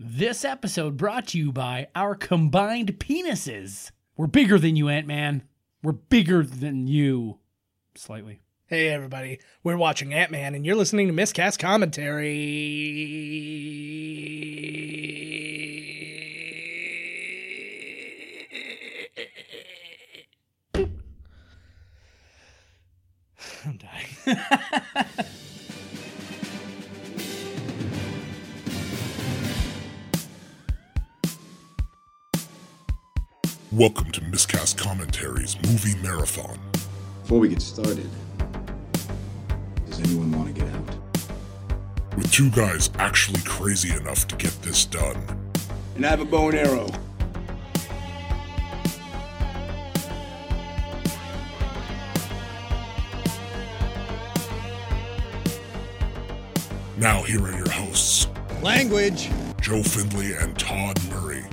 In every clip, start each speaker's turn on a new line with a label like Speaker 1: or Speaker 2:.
Speaker 1: This episode brought to you by our combined penises. We're bigger than you, Ant Man. We're bigger than you. Slightly.
Speaker 2: Hey everybody, we're watching Ant Man, and you're listening to Miscast commentary. I'm dying.
Speaker 3: Welcome to Miscast Commentaries Movie Marathon.
Speaker 4: Before we get started, does anyone want to get out?
Speaker 3: With two guys actually crazy enough to get this done.
Speaker 4: And I have a bow and arrow.
Speaker 3: Now, here are your hosts
Speaker 5: Language.
Speaker 3: Joe Findley and Todd Murray.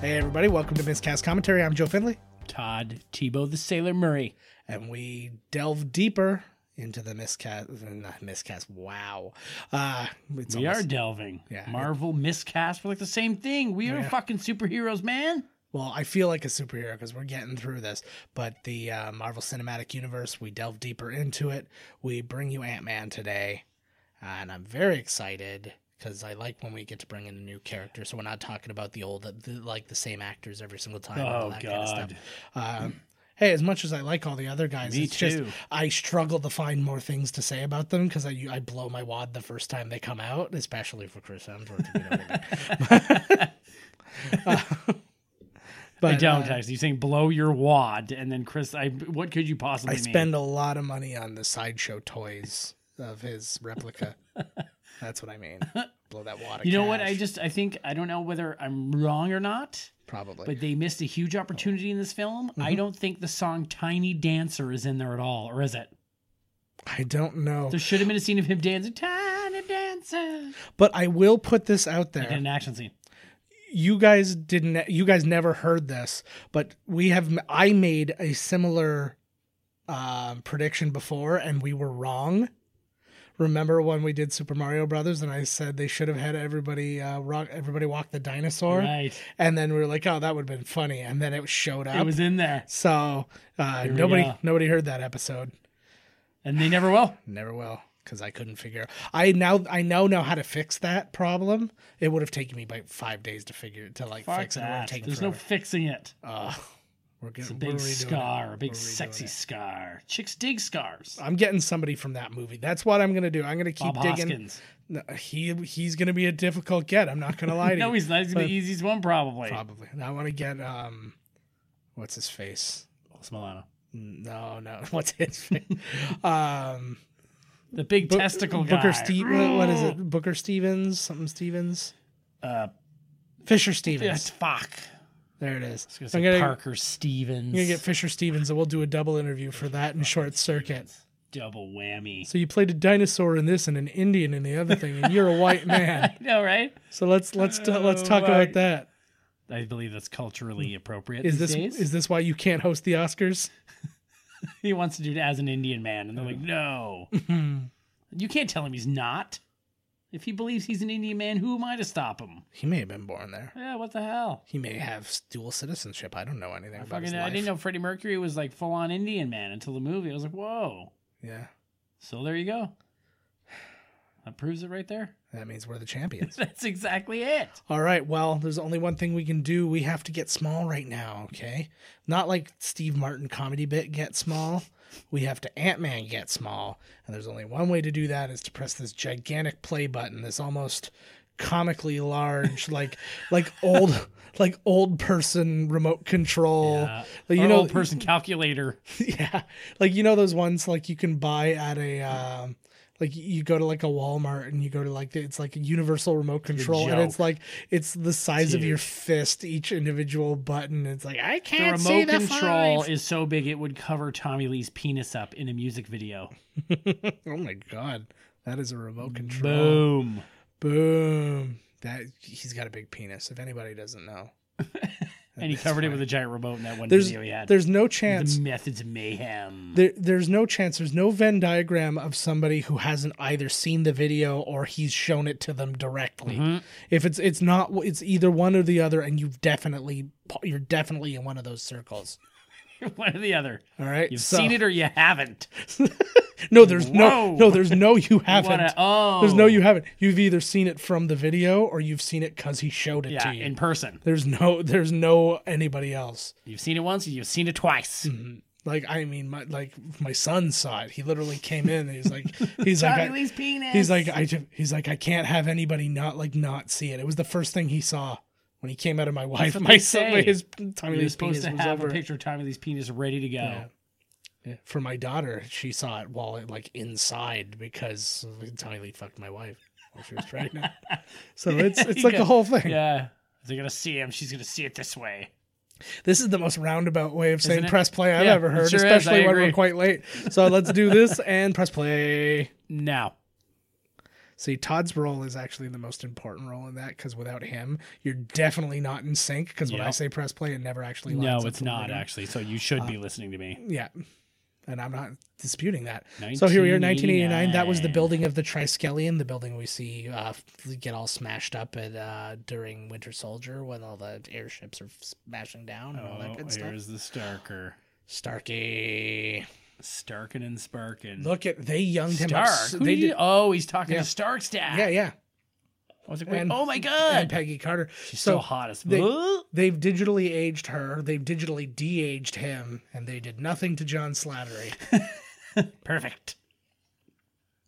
Speaker 2: Hey everybody, welcome to Miscast commentary. I'm Joe Findley,
Speaker 1: Todd Tebow the Sailor Murray.
Speaker 2: and we delve deeper into the miscast. Not miscast. Wow. Uh, it's
Speaker 1: we
Speaker 2: almost-
Speaker 1: are delving.
Speaker 2: Yeah.
Speaker 1: Marvel miscast. We're like the same thing. We are
Speaker 2: Yeah.
Speaker 1: fucking superheroes, man.
Speaker 2: Well, I feel like a superhero because we're getting through this, but the uh, Marvel Cinematic Universe, we delve deeper into it. We bring you Ant Man today, and I'm very excited because I like when we get to bring in a new character. So we're not talking about the old, the, like the same actors every single time. and all
Speaker 1: Oh,
Speaker 2: that kind of
Speaker 1: God.
Speaker 2: stuff. Um, hey, as much as I like all the other guys,
Speaker 1: Me
Speaker 2: it's
Speaker 1: too.
Speaker 2: just I struggle to find more things to say about them because I I blow my wad the first time they come out, especially for Chris Hemsworth. if you know what I mean.
Speaker 1: I don't,
Speaker 2: uh,
Speaker 1: actually. You're saying blow your wad, and then Chris, I what could you possibly
Speaker 2: I
Speaker 1: mean?
Speaker 2: spend a lot of money on the sideshow toys of his replica. That's what I mean. Blow that water.
Speaker 1: You know what? I just, I think, I don't know whether I'm wrong or not,
Speaker 2: probably.
Speaker 1: but they missed a huge opportunity in this film.
Speaker 2: Mm-hmm.
Speaker 1: I don't think the song Tiny Dancer is in there at all, or is it?
Speaker 2: I don't know.
Speaker 1: There should have been a scene of him dancing. Tiny Dancer.
Speaker 2: But I will put this out
Speaker 1: And
Speaker 2: there.
Speaker 1: an action scene.
Speaker 2: You guys didn't. You guys never heard this, but we have. I made a similar um, prediction before, and we were wrong. Remember when we did Super Mario Brothers, and I said they should have had everybody uh, rock, everybody walk the dinosaur,
Speaker 1: Right.
Speaker 2: and then we were like, "Oh, that would have been funny," and then it showed up.
Speaker 1: It was in there,
Speaker 2: So uh,
Speaker 1: Here we
Speaker 2: nobody
Speaker 1: go.
Speaker 2: nobody heard that episode.
Speaker 1: and they never will.
Speaker 2: Never will, because I couldn't figure. I now I now know how to fix that problem. It would have taken me about five days to figure to like
Speaker 1: Fuck
Speaker 2: fix it. It would have
Speaker 1: that.
Speaker 2: taken
Speaker 1: There's no
Speaker 2: forever.
Speaker 1: fixing it.
Speaker 2: Ugh. we're
Speaker 1: It's a
Speaker 2: getting
Speaker 1: big scar, a big sexy scar. Chicks dig scars.
Speaker 2: I'm getting somebody from that movie. That's what I'm gonna do. I'm gonna keep
Speaker 1: Bob
Speaker 2: digging.
Speaker 1: Hoskins.
Speaker 2: No, he he's gonna be a difficult get. I'm not gonna lie to
Speaker 1: No,
Speaker 2: you.
Speaker 1: he's not. He's the
Speaker 2: But-
Speaker 1: easiest one, probably.
Speaker 2: probably. And I want to get um, what's his face?
Speaker 1: Milano.
Speaker 2: No, no, what's his face? um.
Speaker 1: The big
Speaker 2: Bo-
Speaker 1: testicle guy.
Speaker 2: Booker Ste- what- What is it? Booker Stevens? Something Stevens?
Speaker 1: Uh,
Speaker 2: Fisher
Speaker 1: yeah,
Speaker 2: Stevens.
Speaker 1: fuck.
Speaker 2: There it is.
Speaker 1: I was
Speaker 2: I'm
Speaker 1: gonna say
Speaker 2: gonna,
Speaker 1: Parker Stevens.
Speaker 2: I'm gonna get Fisher Stevens, and we'll do a double interview for that in Short Circuit.
Speaker 1: double whammy.
Speaker 2: So you played a dinosaur in this, and an Indian in the other thing, and you're a white man.
Speaker 1: I know, right?
Speaker 2: So let's let's t- let's
Speaker 1: Oh,
Speaker 2: talk
Speaker 1: right.
Speaker 2: about that.
Speaker 1: I believe that's culturally appropriate.
Speaker 2: Is
Speaker 1: these
Speaker 2: this
Speaker 1: days.
Speaker 2: is this why you can't host the Oscars?
Speaker 1: he wants to do it as an Indian man, and they're like, no, you can't tell him he's not. If he believes he's an Indian man, who am I to stop him?
Speaker 2: He may have been born there.
Speaker 1: Yeah, what the hell?
Speaker 2: He may have dual citizenship. I don't know anything about
Speaker 1: Fucking,
Speaker 2: his
Speaker 1: I
Speaker 2: life.
Speaker 1: didn't know Freddie Mercury was like full on Indian man until the movie. I was like, whoa.
Speaker 2: Yeah,
Speaker 1: So there you go. That proves it right there.
Speaker 2: that means we're the champions.
Speaker 1: That's exactly it.
Speaker 2: All right, well, there's only one thing we can do. We have to get small right now, okay? Not like Steve Martin comedy bit get small. We have to Ant Man get small. And there's only one way to do that is to press this gigantic play button, this almost comically large, like like old like old person remote control. Like,
Speaker 1: you
Speaker 2: you
Speaker 1: know,
Speaker 2: know
Speaker 1: Uh, old person calculator.
Speaker 2: yeah. Like you know those ones like you can buy at a um like you go to like a Walmart and you go to like it's like a universal remote control and it's
Speaker 1: joke.
Speaker 2: like it's the size of your
Speaker 1: Dude.
Speaker 2: fist each individual button. It's like I
Speaker 1: The
Speaker 2: can't see
Speaker 1: remote
Speaker 2: the
Speaker 1: control
Speaker 2: five.
Speaker 1: is so big it would cover Tommy Lee's penis up in a music video.
Speaker 2: oh my god, that is a remote control.
Speaker 1: Boom.
Speaker 2: Boom. That he's got a big penis. If anybody doesn't know,
Speaker 1: and he covered it with a giant remote in that one
Speaker 2: There's
Speaker 1: video he had.
Speaker 2: there's no
Speaker 1: the
Speaker 2: chance.
Speaker 1: methods of mayhem.
Speaker 2: There, there's no chance. There's no Venn diagram of somebody who hasn't either seen the video or he's shown it to them directly.
Speaker 1: Mm-hmm.
Speaker 2: If it's it's not it's either one or the other, and you've definitely you're definitely in one of those circles.
Speaker 1: one or the other.
Speaker 2: All right,
Speaker 1: You've seen it or you haven't.
Speaker 2: No, there's no
Speaker 1: Whoa.
Speaker 2: no there's no you haven't.
Speaker 1: What a, oh,
Speaker 2: There's no you haven't. You've either seen it from the video or you've seen it because he showed it
Speaker 1: yeah,
Speaker 2: to you.
Speaker 1: in person.
Speaker 2: there's no there's no anybody else.
Speaker 1: You've seen it once. You've seen it twice.
Speaker 2: Like I mean, my like my son saw it. He literally came in and he's like he's like
Speaker 1: Johnny
Speaker 2: I-
Speaker 1: Lee's penis.
Speaker 2: he's like I ju- he's like I can't have anybody not like not see it. It was the first thing he saw when he came out of my wife.
Speaker 1: what
Speaker 2: My
Speaker 1: they
Speaker 2: son,
Speaker 1: say.
Speaker 2: his Tommy
Speaker 1: You're
Speaker 2: Lee's
Speaker 1: supposed
Speaker 2: penis
Speaker 1: to
Speaker 2: was
Speaker 1: have
Speaker 2: over.
Speaker 1: a
Speaker 2: it.
Speaker 1: picture of Tommy Lee's penis ready to go.
Speaker 2: Yeah. Yeah. For my daughter, she saw it while it like inside because Tommy Lee fucked my wife while she was pregnant. so it's it's like the whole thing.
Speaker 1: Yeah. They're gonna see him. She's gonna see it this way.
Speaker 2: This is the most roundabout way of saying
Speaker 1: Isn't it?
Speaker 2: press play I've
Speaker 1: Yeah,
Speaker 2: ever
Speaker 1: it
Speaker 2: heard,
Speaker 1: sure is.
Speaker 2: especially
Speaker 1: I
Speaker 2: when we're
Speaker 1: agree.
Speaker 2: quite late. So let's do this and press play.
Speaker 1: No.
Speaker 2: See, Todd's role is actually the most important role in that because without him, you're definitely not in sync. Because when I
Speaker 1: Yeah.
Speaker 2: say press play, it never actually.
Speaker 1: No,
Speaker 2: lines up
Speaker 1: it's
Speaker 2: for
Speaker 1: not
Speaker 2: me.
Speaker 1: actually. So you should
Speaker 2: Uh,
Speaker 1: be listening to me.
Speaker 2: Yeah. And I'm not disputing that. So here we are, 1989. That was the
Speaker 1: 1989.
Speaker 2: building of the Triskelion, the building we see uh, get all smashed up at, uh, during Winter Soldier when all the airships are smashing down and all that
Speaker 1: Oh,
Speaker 2: good stuff.
Speaker 1: here's the Starker.
Speaker 2: Starkey.
Speaker 1: Starkin and Sparkin.
Speaker 2: Look at, they younged him up.
Speaker 1: Stark.
Speaker 2: so-
Speaker 1: Who
Speaker 2: They
Speaker 1: do you-
Speaker 2: did,
Speaker 1: oh, he's talking
Speaker 2: Yeah.
Speaker 1: to Stark staff.
Speaker 2: yeah, yeah.
Speaker 1: I was like, wait,
Speaker 2: And-
Speaker 1: oh my
Speaker 2: And
Speaker 1: god.
Speaker 2: Peggy Carter.
Speaker 1: She's
Speaker 2: so
Speaker 1: so hot as
Speaker 2: they-
Speaker 1: Huh?
Speaker 2: they've digitally aged her. They've digitally de-aged him. And they did nothing to John Slattery.
Speaker 1: Perfect.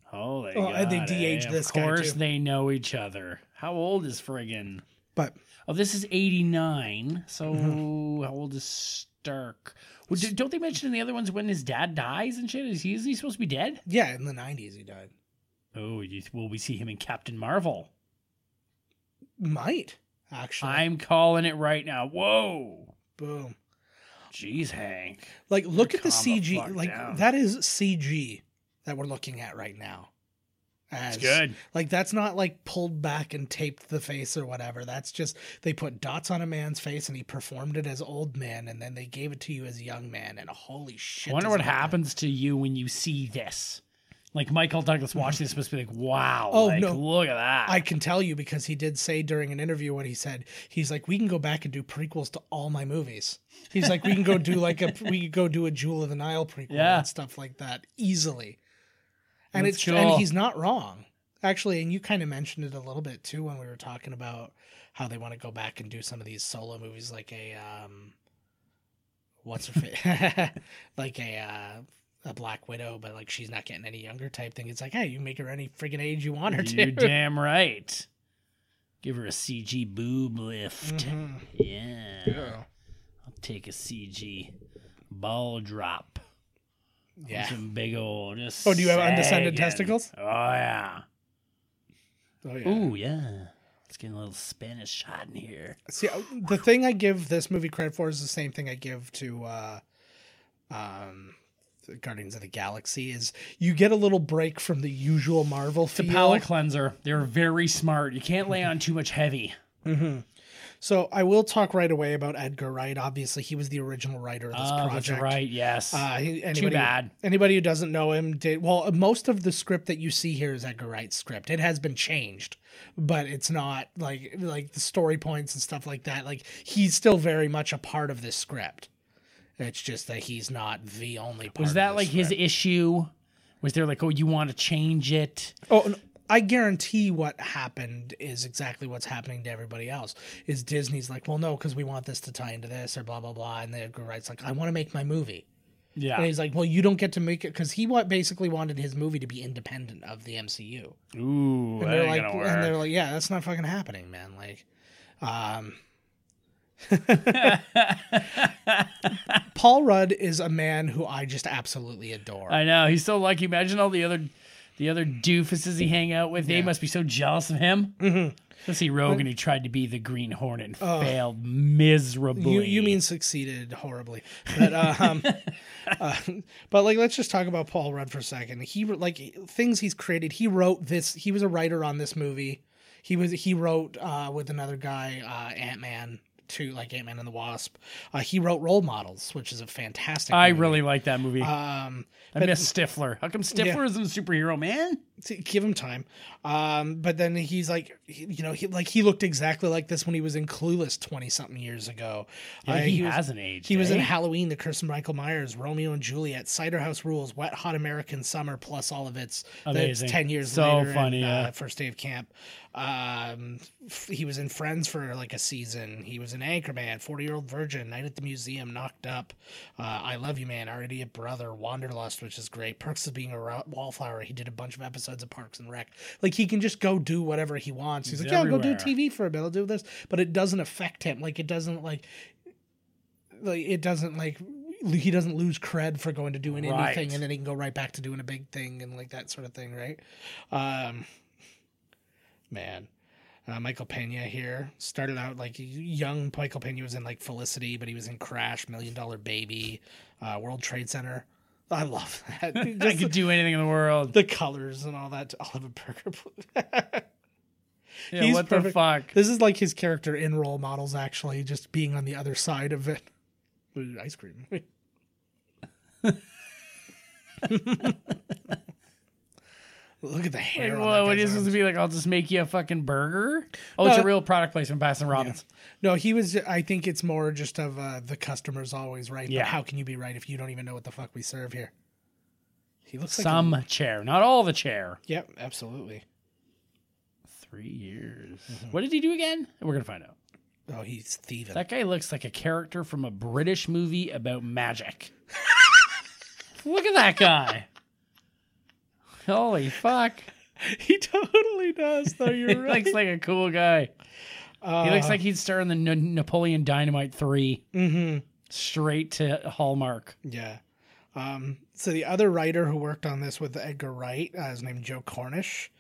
Speaker 1: Holy
Speaker 2: Oh,
Speaker 1: god.
Speaker 2: and they de-aged
Speaker 1: eh?
Speaker 2: this
Speaker 1: Of
Speaker 2: guy,
Speaker 1: course
Speaker 2: too.
Speaker 1: they know each other. How old is friggin'
Speaker 2: But
Speaker 1: Oh, this is 89. So
Speaker 2: Mm-hmm.
Speaker 1: how old is Stark? Well, do, don't they mention in the other ones when his dad dies and shit? Is he, isn't he supposed to be dead?
Speaker 2: yeah, in the 90s he died.
Speaker 1: Oh, you, will we see him in Captain Marvel?
Speaker 2: Might, actually.
Speaker 1: I'm calling it right now. Whoa.
Speaker 2: Boom.
Speaker 1: Jeez, Hank.
Speaker 2: Like, look at the
Speaker 1: Calm the
Speaker 2: CG.
Speaker 1: fuck
Speaker 2: like,
Speaker 1: down.
Speaker 2: that is CG that we're looking at right now. As,
Speaker 1: It's good.
Speaker 2: Like, that's not like pulled back and taped the face or whatever. That's just they put dots on a man's face and he performed it as old man, and then they gave it to you as young man. And holy shit!
Speaker 1: I wonder
Speaker 2: does
Speaker 1: what
Speaker 2: it look good.
Speaker 1: happens to you when you see this. Like Michael Douglas watching this must be like, wow.
Speaker 2: Oh,
Speaker 1: like,
Speaker 2: no.
Speaker 1: Look at that.
Speaker 2: I can tell you because he did say during an interview what he said. He's like, we can go back and do prequels to all my movies. He's like, we can go do like a we could go do a Jewel of the Nile prequel
Speaker 1: Yeah.
Speaker 2: and stuff like that easily. And
Speaker 1: That's
Speaker 2: it's
Speaker 1: cool.
Speaker 2: and he's not wrong actually. And you kind of mentioned it a little bit too when we were talking about how they want to go back and do some of these solo movies like a um, what's her face like a. Uh, a black widow, but like she's not getting any younger type thing. It's like, hey, you make her any friggin' age you want her to.
Speaker 1: You're damn right. Give her a CG boob lift.
Speaker 2: Mhm.
Speaker 1: Yeah. I'll take a CG ball drop.
Speaker 2: Yeah.
Speaker 1: Some big old. Just
Speaker 2: Oh, do you have undescended
Speaker 1: sagging.
Speaker 2: testicles?
Speaker 1: Oh, yeah.
Speaker 2: Oh yeah.
Speaker 1: Ooh, yeah. It's getting a little Spanish shot in here.
Speaker 2: See, uh, the thing I give this movie credit for is the same thing I give to uh, um, the Guardians of the Galaxy. Is you get a little break from the usual Marvel
Speaker 1: It's a
Speaker 2: feel.
Speaker 1: palate cleanser. They're very smart. You can't lay on too much heavy.
Speaker 2: So I will talk right away about Edgar Wright. Obviously, he was the original writer of this
Speaker 1: Oh,
Speaker 2: project.
Speaker 1: that's right. Yes.
Speaker 2: Uh, he- anybody,
Speaker 1: bad.
Speaker 2: Anybody who doesn't know him did well. Most of the script that you see here is Edgar Wright's script. It has been changed, but it's not like like the story points and stuff like that. Like he's still very much a part of this script. It's just that he's not the only. Part
Speaker 1: Was
Speaker 2: of
Speaker 1: that
Speaker 2: this
Speaker 1: like his
Speaker 2: script.
Speaker 1: issue? Was there like, oh, you want to change it?
Speaker 2: Oh, and I guarantee what happened is exactly what's happening to everybody else. Is Disney's like, well, no, because we want this to tie into this or blah blah blah, and then Edgar Wright's like, I want to make my movie. And
Speaker 1: Yeah.
Speaker 2: he's like, "Well, you don't get to make it because he wa- basically wanted his movie to be independent of the MCU."
Speaker 1: Ooh,
Speaker 2: And
Speaker 1: that
Speaker 2: they're
Speaker 1: ain't
Speaker 2: like,
Speaker 1: gonna work.
Speaker 2: and they're like, "Yeah, that's not fucking happening, man." Like, um, Paul Rudd is a man who I just absolutely adore.
Speaker 1: I know he's so lucky. Imagine all the other, the other doofuses he hang out with. They must be so jealous of him. Mm-hmm. Let's see Rogan, who tried to be the Green Hornet and failed miserably.
Speaker 2: Uh, you you mean succeeded horribly, but uh, um, uh, but like let's just talk about Paul Rudd for a second. He wr- like things he's created. He wrote this. He was a writer on this movie. He was he wrote uh, with another guy uh, Ant Man to like Ant Man and the Wasp. Uh, he wrote Role Models, which is a fantastic.
Speaker 1: I
Speaker 2: movie.
Speaker 1: really like that movie.
Speaker 2: um,
Speaker 1: I miss Stifler. How come Stifler
Speaker 2: Yeah.
Speaker 1: isn't a superhero, man?
Speaker 2: to give him time. Um, but then he's like, he- you know, he like he looked exactly like this when he was in Clueless twenty something years ago. Uh,
Speaker 1: he,
Speaker 2: was-
Speaker 1: hasn't aged.
Speaker 2: He was
Speaker 1: eh?
Speaker 2: in Halloween, The Curse of Michael Myers, Romeo and Juliet, Cider House Rules, Wet Hot American Summer, plus all of its that's
Speaker 1: Amazing.
Speaker 2: ten years
Speaker 1: So
Speaker 2: later.
Speaker 1: funny,
Speaker 2: and,
Speaker 1: yeah.
Speaker 2: uh, first day of camp. Um, f- he was in Friends for like a season. He was in Anchorman, Forty Year Old Virgin, Night at the Museum, Knocked Up, uh, I Love You Man, Our Idiot Brother, Wanderlust, which is great. Perks of Being a Ra- Wallflower. He did a bunch of episodes of Parks and Rec. Like he can just go do whatever he wants. He's,
Speaker 1: He's
Speaker 2: like, yeah, I'll
Speaker 1: everywhere.
Speaker 2: go do TV for a bit. I'll do this, but it doesn't affect him. Like it doesn't like like it doesn't like he doesn't lose cred for going to doing
Speaker 1: Right.
Speaker 2: anything and then he can go right back to doing a big thing and like that sort of thing right um man uh, michael pena here started out like young michael pena was in like felicity but he was in crash million dollar baby uh world trade center i love that
Speaker 1: I
Speaker 2: Just
Speaker 1: could do anything in the world.
Speaker 2: the colors and all that oliver burger
Speaker 1: Yeah,
Speaker 2: he's
Speaker 1: what the
Speaker 2: perfect.
Speaker 1: fuck?
Speaker 2: this is like his character in role models actually just being on the other side of it Ooh, ice cream look at the hair
Speaker 1: Like,
Speaker 2: on
Speaker 1: what,
Speaker 2: that
Speaker 1: what
Speaker 2: guy's
Speaker 1: is supposed to
Speaker 2: arms.
Speaker 1: be like? I'll just make you a fucking burger. Oh, it's
Speaker 2: Uh,
Speaker 1: a real product placement, Baskin Robbins.
Speaker 2: no he was i think it's more just of uh, the customer's always right
Speaker 1: Yeah.
Speaker 2: but how can you be right if you don't even know what the fuck we serve here he looks like
Speaker 1: Some chair, not all the chair.
Speaker 2: a, yep absolutely
Speaker 1: Three years.
Speaker 2: Mm-hmm.
Speaker 1: What did he do again? We're gonna find out.
Speaker 2: oh he's thieving
Speaker 1: That guy looks like a character from a British movie about magic. Look at that guy. Holy fuck.
Speaker 2: he totally does though
Speaker 1: He
Speaker 2: you're right
Speaker 1: looks like a cool guy.
Speaker 2: Uh,
Speaker 1: He looks like he'd star in the N- Napoleon Dynamite 3
Speaker 2: mhm.
Speaker 1: straight to Hallmark.
Speaker 2: Yeah. Um, so the other writer who worked on this with Edgar Wright uh, is named Joe Cornish.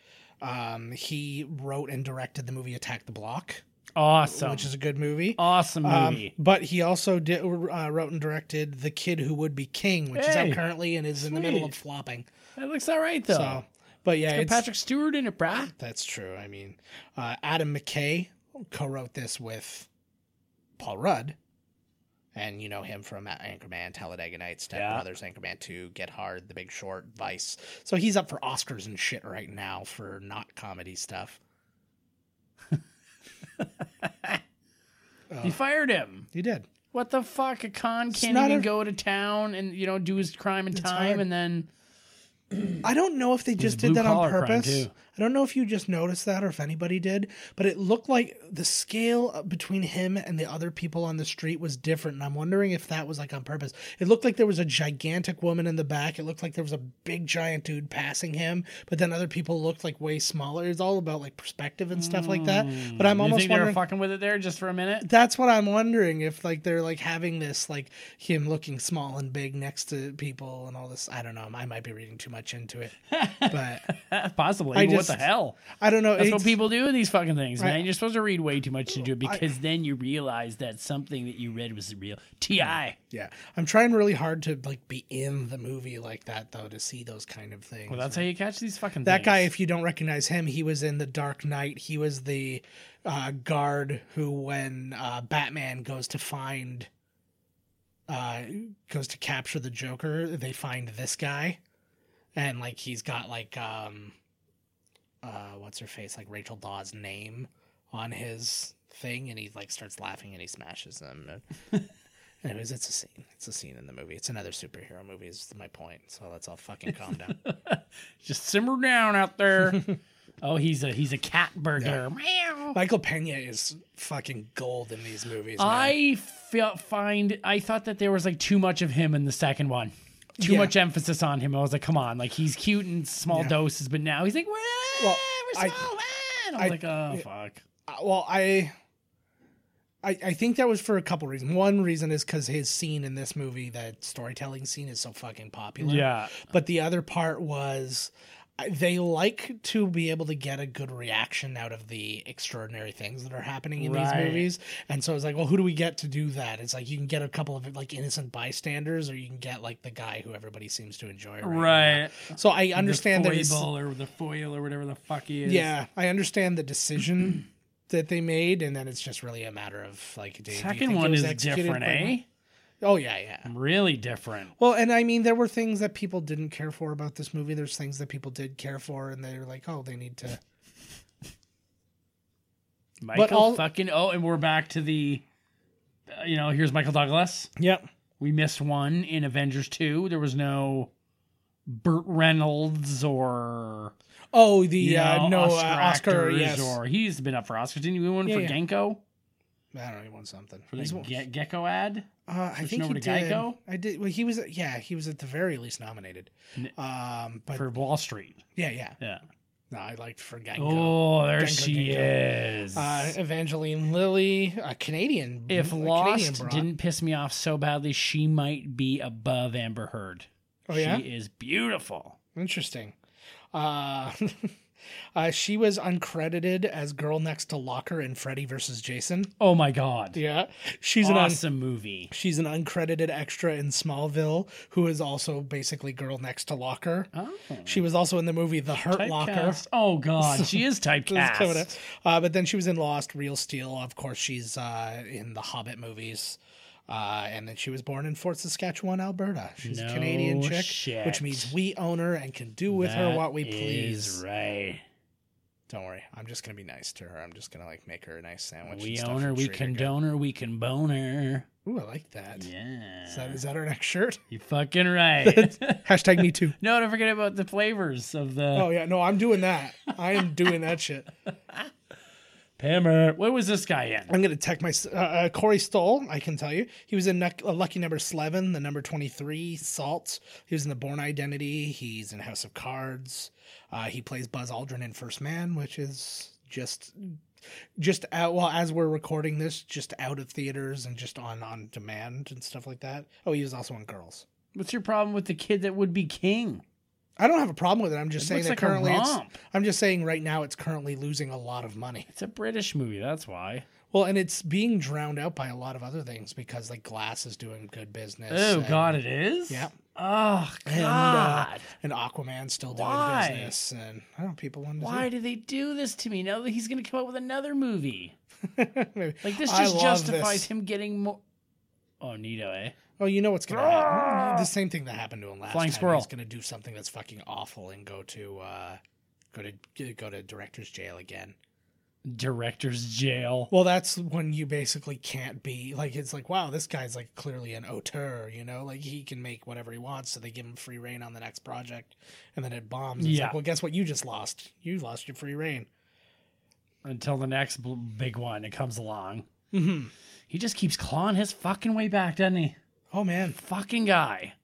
Speaker 2: Um, he wrote and directed the movie Attack the Block,
Speaker 1: Awesome.
Speaker 2: which is a good movie.
Speaker 1: awesome
Speaker 2: Um,
Speaker 1: movie.
Speaker 2: but he also did, uh, wrote and directed The Kid Who Would Be King, which is
Speaker 1: Hey.
Speaker 2: out currently and is in the middle of
Speaker 1: Sweet.
Speaker 2: flopping.
Speaker 1: that looks all right, though.
Speaker 2: So, but yeah,
Speaker 1: Got
Speaker 2: it's,
Speaker 1: Patrick Stewart in it, brah.
Speaker 2: that's true. I mean, uh, Adam McKay co-wrote this with Paul Rudd, and you know him from Anchorman, Talladega Nights, Step
Speaker 1: Yeah.
Speaker 2: Brothers, Anchorman Two, Get Hard, The Big Short, Vice. So he's up for Oscars and shit right now for not comedy stuff.
Speaker 1: He fired him.
Speaker 2: He did.
Speaker 1: What the fuck? A con can't
Speaker 2: not
Speaker 1: even
Speaker 2: a-
Speaker 1: go to town and you know do his crime in
Speaker 2: hard.
Speaker 1: time, and then
Speaker 2: I don't know if they just did
Speaker 1: blue
Speaker 2: that on
Speaker 1: collar crime,
Speaker 2: purpose.
Speaker 1: too.
Speaker 2: I don't know if you just noticed that or if anybody did, but it looked like the scale uh, between him and the other people on the street was different. And I'm wondering if that was like on purpose. It looked like there was a gigantic woman in the back. It looked like there was a big giant dude passing him, but then other people looked like way smaller. It's all about like perspective and stuff like that. But I'm
Speaker 1: Mm. you
Speaker 2: almost
Speaker 1: think they were
Speaker 2: wondering
Speaker 1: fucking with it there just for a minute.
Speaker 2: that's what I'm wondering if like they're like having this like him looking small and big next to people and all this. I don't know. I might be reading too much into it, but
Speaker 1: Possibly.
Speaker 2: I
Speaker 1: but
Speaker 2: just-
Speaker 1: what the hell?
Speaker 2: I don't know.
Speaker 1: That's what
Speaker 2: It's-
Speaker 1: people do in these fucking things,
Speaker 2: I-
Speaker 1: man. You're supposed to read way too much into it because then you realize that something that you read was real. Ti.
Speaker 2: Yeah, I'm trying really hard to like be in the movie like that though to see those kind of things.
Speaker 1: Well, that's how you catch these fucking
Speaker 2: that
Speaker 1: things.
Speaker 2: guy, if you don't recognize him, he was in the Dark Knight. He was the uh, guard who, when uh, Batman goes to find, uh, goes to capture the Joker, they find this guy, and like he's got like um, uh, what's her face, like Rachel Dawes' name on his thing, and he like starts laughing and he smashes them. Anyways, it's a scene. It's a scene in the movie. It's another superhero movie. Is my point. So let's all fucking calm down.
Speaker 1: Just simmer down out there. oh, he's a he's a cat burglar. Meow.
Speaker 2: Michael Pena is fucking gold in these movies. man.
Speaker 1: I felt find I thought that there was like too much of him in the second one. Too
Speaker 2: Yeah.
Speaker 1: much emphasis on him. I was like, come on, like he's cute in small
Speaker 2: Yeah.
Speaker 1: doses, but now he's like, we're,
Speaker 2: Well,
Speaker 1: we're
Speaker 2: I-
Speaker 1: small. man." I was
Speaker 2: I-
Speaker 1: like, oh
Speaker 2: yeah.
Speaker 1: fuck.
Speaker 2: Uh, well, I, I, I think that was for a couple reasons. One reason is because his scene in this movie, that storytelling scene, is so fucking popular.
Speaker 1: Yeah.
Speaker 2: But the other part was I- they like to be able to get a good reaction out of the extraordinary things that are happening in
Speaker 1: Right.
Speaker 2: these movies. And so it's like, well, who do we get to do that? It's like you can get a couple of like innocent bystanders, or you can get like the guy who everybody seems to enjoy. Right.
Speaker 1: Right.
Speaker 2: now. So I understand
Speaker 1: the
Speaker 2: that it's
Speaker 1: foible or the foil or whatever the fuck he is.
Speaker 2: Yeah, I understand the decision that they made, and then it's just really a matter of like. do- do you
Speaker 1: Second
Speaker 2: think it
Speaker 1: one
Speaker 2: was
Speaker 1: is
Speaker 2: executed
Speaker 1: different,
Speaker 2: by-
Speaker 1: eh?
Speaker 2: Oh yeah, yeah.
Speaker 1: Really different.
Speaker 2: Well, and I mean, there were things that people didn't care for about this movie. There's things that people did care for, and they were like, "Oh, they need to."
Speaker 1: Michael
Speaker 2: all-
Speaker 1: fucking oh, and we're back to the, uh, you know, here's Michael Douglas.
Speaker 2: Yep.
Speaker 1: We missed one in Avengers Two. There was no Burt Reynolds or
Speaker 2: Oh, the
Speaker 1: you know,
Speaker 2: uh, no
Speaker 1: Oscar,
Speaker 2: uh, Oscar.
Speaker 1: actors
Speaker 2: Yes.
Speaker 1: or he's been up for Oscars. Didn't he win one
Speaker 2: Yeah,
Speaker 1: for
Speaker 2: yeah.
Speaker 1: Genko
Speaker 2: I don't know. He won something.
Speaker 1: for the
Speaker 2: He's won-
Speaker 1: Ge- Gecko ad?
Speaker 2: Uh, I
Speaker 1: Switching
Speaker 2: think
Speaker 1: over to
Speaker 2: he did.
Speaker 1: Geico?
Speaker 2: I did. Well, he was. Yeah, he was at the very least nominated.
Speaker 1: N-
Speaker 2: Um, but
Speaker 1: for Wall Street.
Speaker 2: yeah, yeah.
Speaker 1: Yeah.
Speaker 2: No, I liked for Geico.
Speaker 1: Oh, there
Speaker 2: Genko,
Speaker 1: she is.
Speaker 2: Uh, Evangeline Lilly, a Canadian. a
Speaker 1: if
Speaker 2: Mm-hmm. Canadian
Speaker 1: Lost
Speaker 2: broad.
Speaker 1: didn't piss me off so badly, she might be above Amber Heard.
Speaker 2: Oh yeah.
Speaker 1: She is beautiful.
Speaker 2: Interesting. Uh, uh, she was uncredited as girl next to Locker in Freddy versus Jason.
Speaker 1: Oh my god.
Speaker 2: Yeah, she's an un-
Speaker 1: awesome movie.
Speaker 2: she's an uncredited extra in Smallville, who is also basically girl next to Locker.
Speaker 1: Oh.
Speaker 2: She was also in the movie The Hurt Locker.
Speaker 1: Typecast. Oh god, she is
Speaker 2: This is coming up.
Speaker 1: typecast.
Speaker 2: Uh, but then she was in Lost, Real Steel. Of course, she's uh, in the Hobbit movies. Uh, and then she was born in Fort Saskatchewan, Alberta. She's a
Speaker 1: No
Speaker 2: Canadian chick,
Speaker 1: shit.
Speaker 2: which means we own her and can do with her
Speaker 1: That
Speaker 2: what we
Speaker 1: is
Speaker 2: please.
Speaker 1: Right.
Speaker 2: Don't worry, I'm just gonna be nice to her. I'm just gonna like make her a nice sandwich. and
Speaker 1: We
Speaker 2: stuff
Speaker 1: own her,
Speaker 2: and
Speaker 1: we
Speaker 2: treat good.
Speaker 1: condone her, we can bone her.
Speaker 2: Ooh, I like that. Is
Speaker 1: Yeah.
Speaker 2: that is that our next shirt?
Speaker 1: You fucking right.
Speaker 2: Hashtag me too.
Speaker 1: no, don't forget about the flavors of the
Speaker 2: Oh yeah, no, I'm doing that. I am doing that shit.
Speaker 1: Pammer. What was this guy in?
Speaker 2: I'm gonna tech my uh, uh, Corey Stoll. I can tell you, he was in Nuck- uh, Lucky Number Eleven, the number twenty three Salt. He was in The Born Identity. He's in House of Cards. Uh, he plays Buzz Aldrin in First Man, which is just just out. Well, as we're recording this, just out of theaters and just on on demand and stuff like that. Oh, he was also in Girls.
Speaker 1: What's your problem with the kid that would be king?
Speaker 2: I don't have a problem with it. I'm just
Speaker 1: It
Speaker 2: saying
Speaker 1: looks like
Speaker 2: that
Speaker 1: a
Speaker 2: currently, it's,
Speaker 1: romp.
Speaker 2: I'm just saying right now, it's currently losing a lot of money.
Speaker 1: It's a British movie, that's why.
Speaker 2: Well, and it's being drowned out by a lot of other things because like Glass is doing good business.
Speaker 1: Oh
Speaker 2: and,
Speaker 1: god, it is?
Speaker 2: Yeah.
Speaker 1: Oh god.
Speaker 2: And, uh, and Aquaman's still doing
Speaker 1: Why?
Speaker 2: business. And I don't know, people want to
Speaker 1: why
Speaker 2: See.
Speaker 1: do they do this to me? Now that he's gonna come out with another movie.
Speaker 2: Maybe.
Speaker 1: Like this
Speaker 2: I
Speaker 1: just
Speaker 2: love
Speaker 1: justifies
Speaker 2: this.
Speaker 1: him getting more Oh Nito, eh?
Speaker 2: Oh, you know what's going to happen. The same thing that happened to him last
Speaker 1: Ah! Flying
Speaker 2: time.
Speaker 1: squirrel.
Speaker 2: He's going to do something that's fucking awful and go to uh, go to go to director's jail again.
Speaker 1: Director's jail.
Speaker 2: Well, that's when you basically can't be like it's like wow, this guy's like clearly an auteur, you know, like he can make whatever he wants, so they give him free reign on the next project, and then it bombs. It's
Speaker 1: Yeah.
Speaker 2: like, well, guess what? You just lost. You lost your free reign.
Speaker 1: until the next bl- big one that comes along. Mm-hmm. He just keeps clawing his fucking way back, doesn't he?
Speaker 2: Oh man,
Speaker 1: Fucking guy.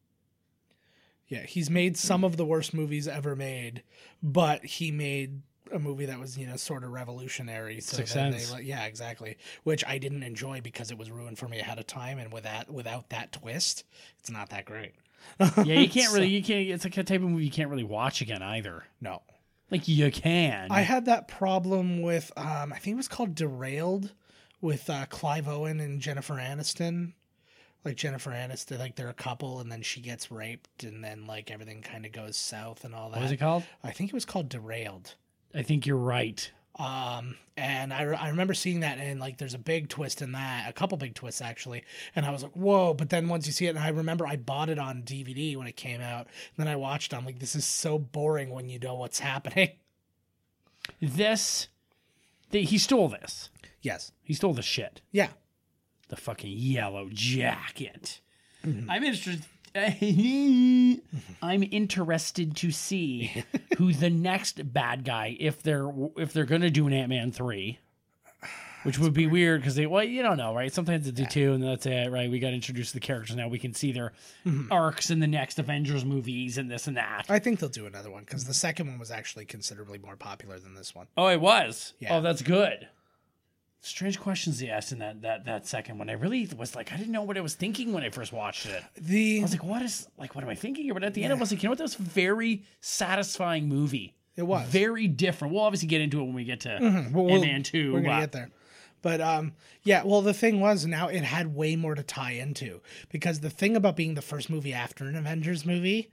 Speaker 2: yeah, he's made some of the worst movies ever made, but he made a movie that was you know sort of revolutionary. So
Speaker 1: Sixth
Speaker 2: then they
Speaker 1: Sense.
Speaker 2: let- yeah, exactly. Which I didn't enjoy because it was ruined for me ahead of time, and with that without that twist, it's not that great.
Speaker 1: Yeah, you can't really, you can't. It's like a type of movie you can't really watch again either.
Speaker 2: No.
Speaker 1: Like you can.
Speaker 2: I had that problem with um, I think it was called Derailed with uh, Clive Owen and Jennifer Aniston. Like Jennifer Aniston, like they're a couple, and then she gets raped, and then like everything kind of goes south and all that.
Speaker 1: what was it called?
Speaker 2: I think it was called Derailed.
Speaker 1: I think you're right.
Speaker 2: Um, and I, re- I remember seeing that, and like there's a big twist in that, a couple big twists actually. And I was like, whoa! But then once you see it, and I remember I bought it on DVD when it came out, and then I watched. it, I'm like, this is so boring when you know what's happening.
Speaker 1: This, they, he stole this.
Speaker 2: Yes.
Speaker 1: He stole the shit.
Speaker 2: Yeah.
Speaker 1: The fucking yellow jacket. I'm interested. I'm interested to see who the next bad guy, if they're if they're gonna do an Ant Man three, which would be weird because they well you don't know right. Sometimes they do two and that's it right. We got to introduce the characters now. We can see their arcs in the next Avengers movies and this and that.
Speaker 2: I think they'll do another one because the second one was actually considerably more popular than this one.
Speaker 1: Oh, it was.
Speaker 2: Yeah.
Speaker 1: Oh, that's good. Strange questions they asked in that that that second one. I really was like, I didn't know what I was thinking when I first watched it. I
Speaker 2: The
Speaker 1: was like, what is like what am I thinking here? But at the end I was like, you know what, that was a very satisfying movie.
Speaker 2: it was
Speaker 1: Very different. We'll obviously get into it when we get to
Speaker 2: Mm-hmm. Well, we'll-
Speaker 1: Ant-Man 2.
Speaker 2: We're gonna
Speaker 1: but-
Speaker 2: get there, but um, yeah. Well, the thing was now it had way more to tie into because the thing about being the first movie after an Avengers movie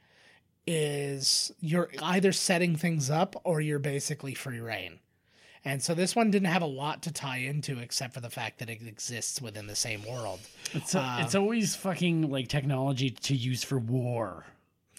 Speaker 2: is you're either setting things up or you're basically free reign. And so this one didn't have a lot to tie into except for the fact that it exists within the same world.
Speaker 1: It's a, it's always fucking like technology to use for war.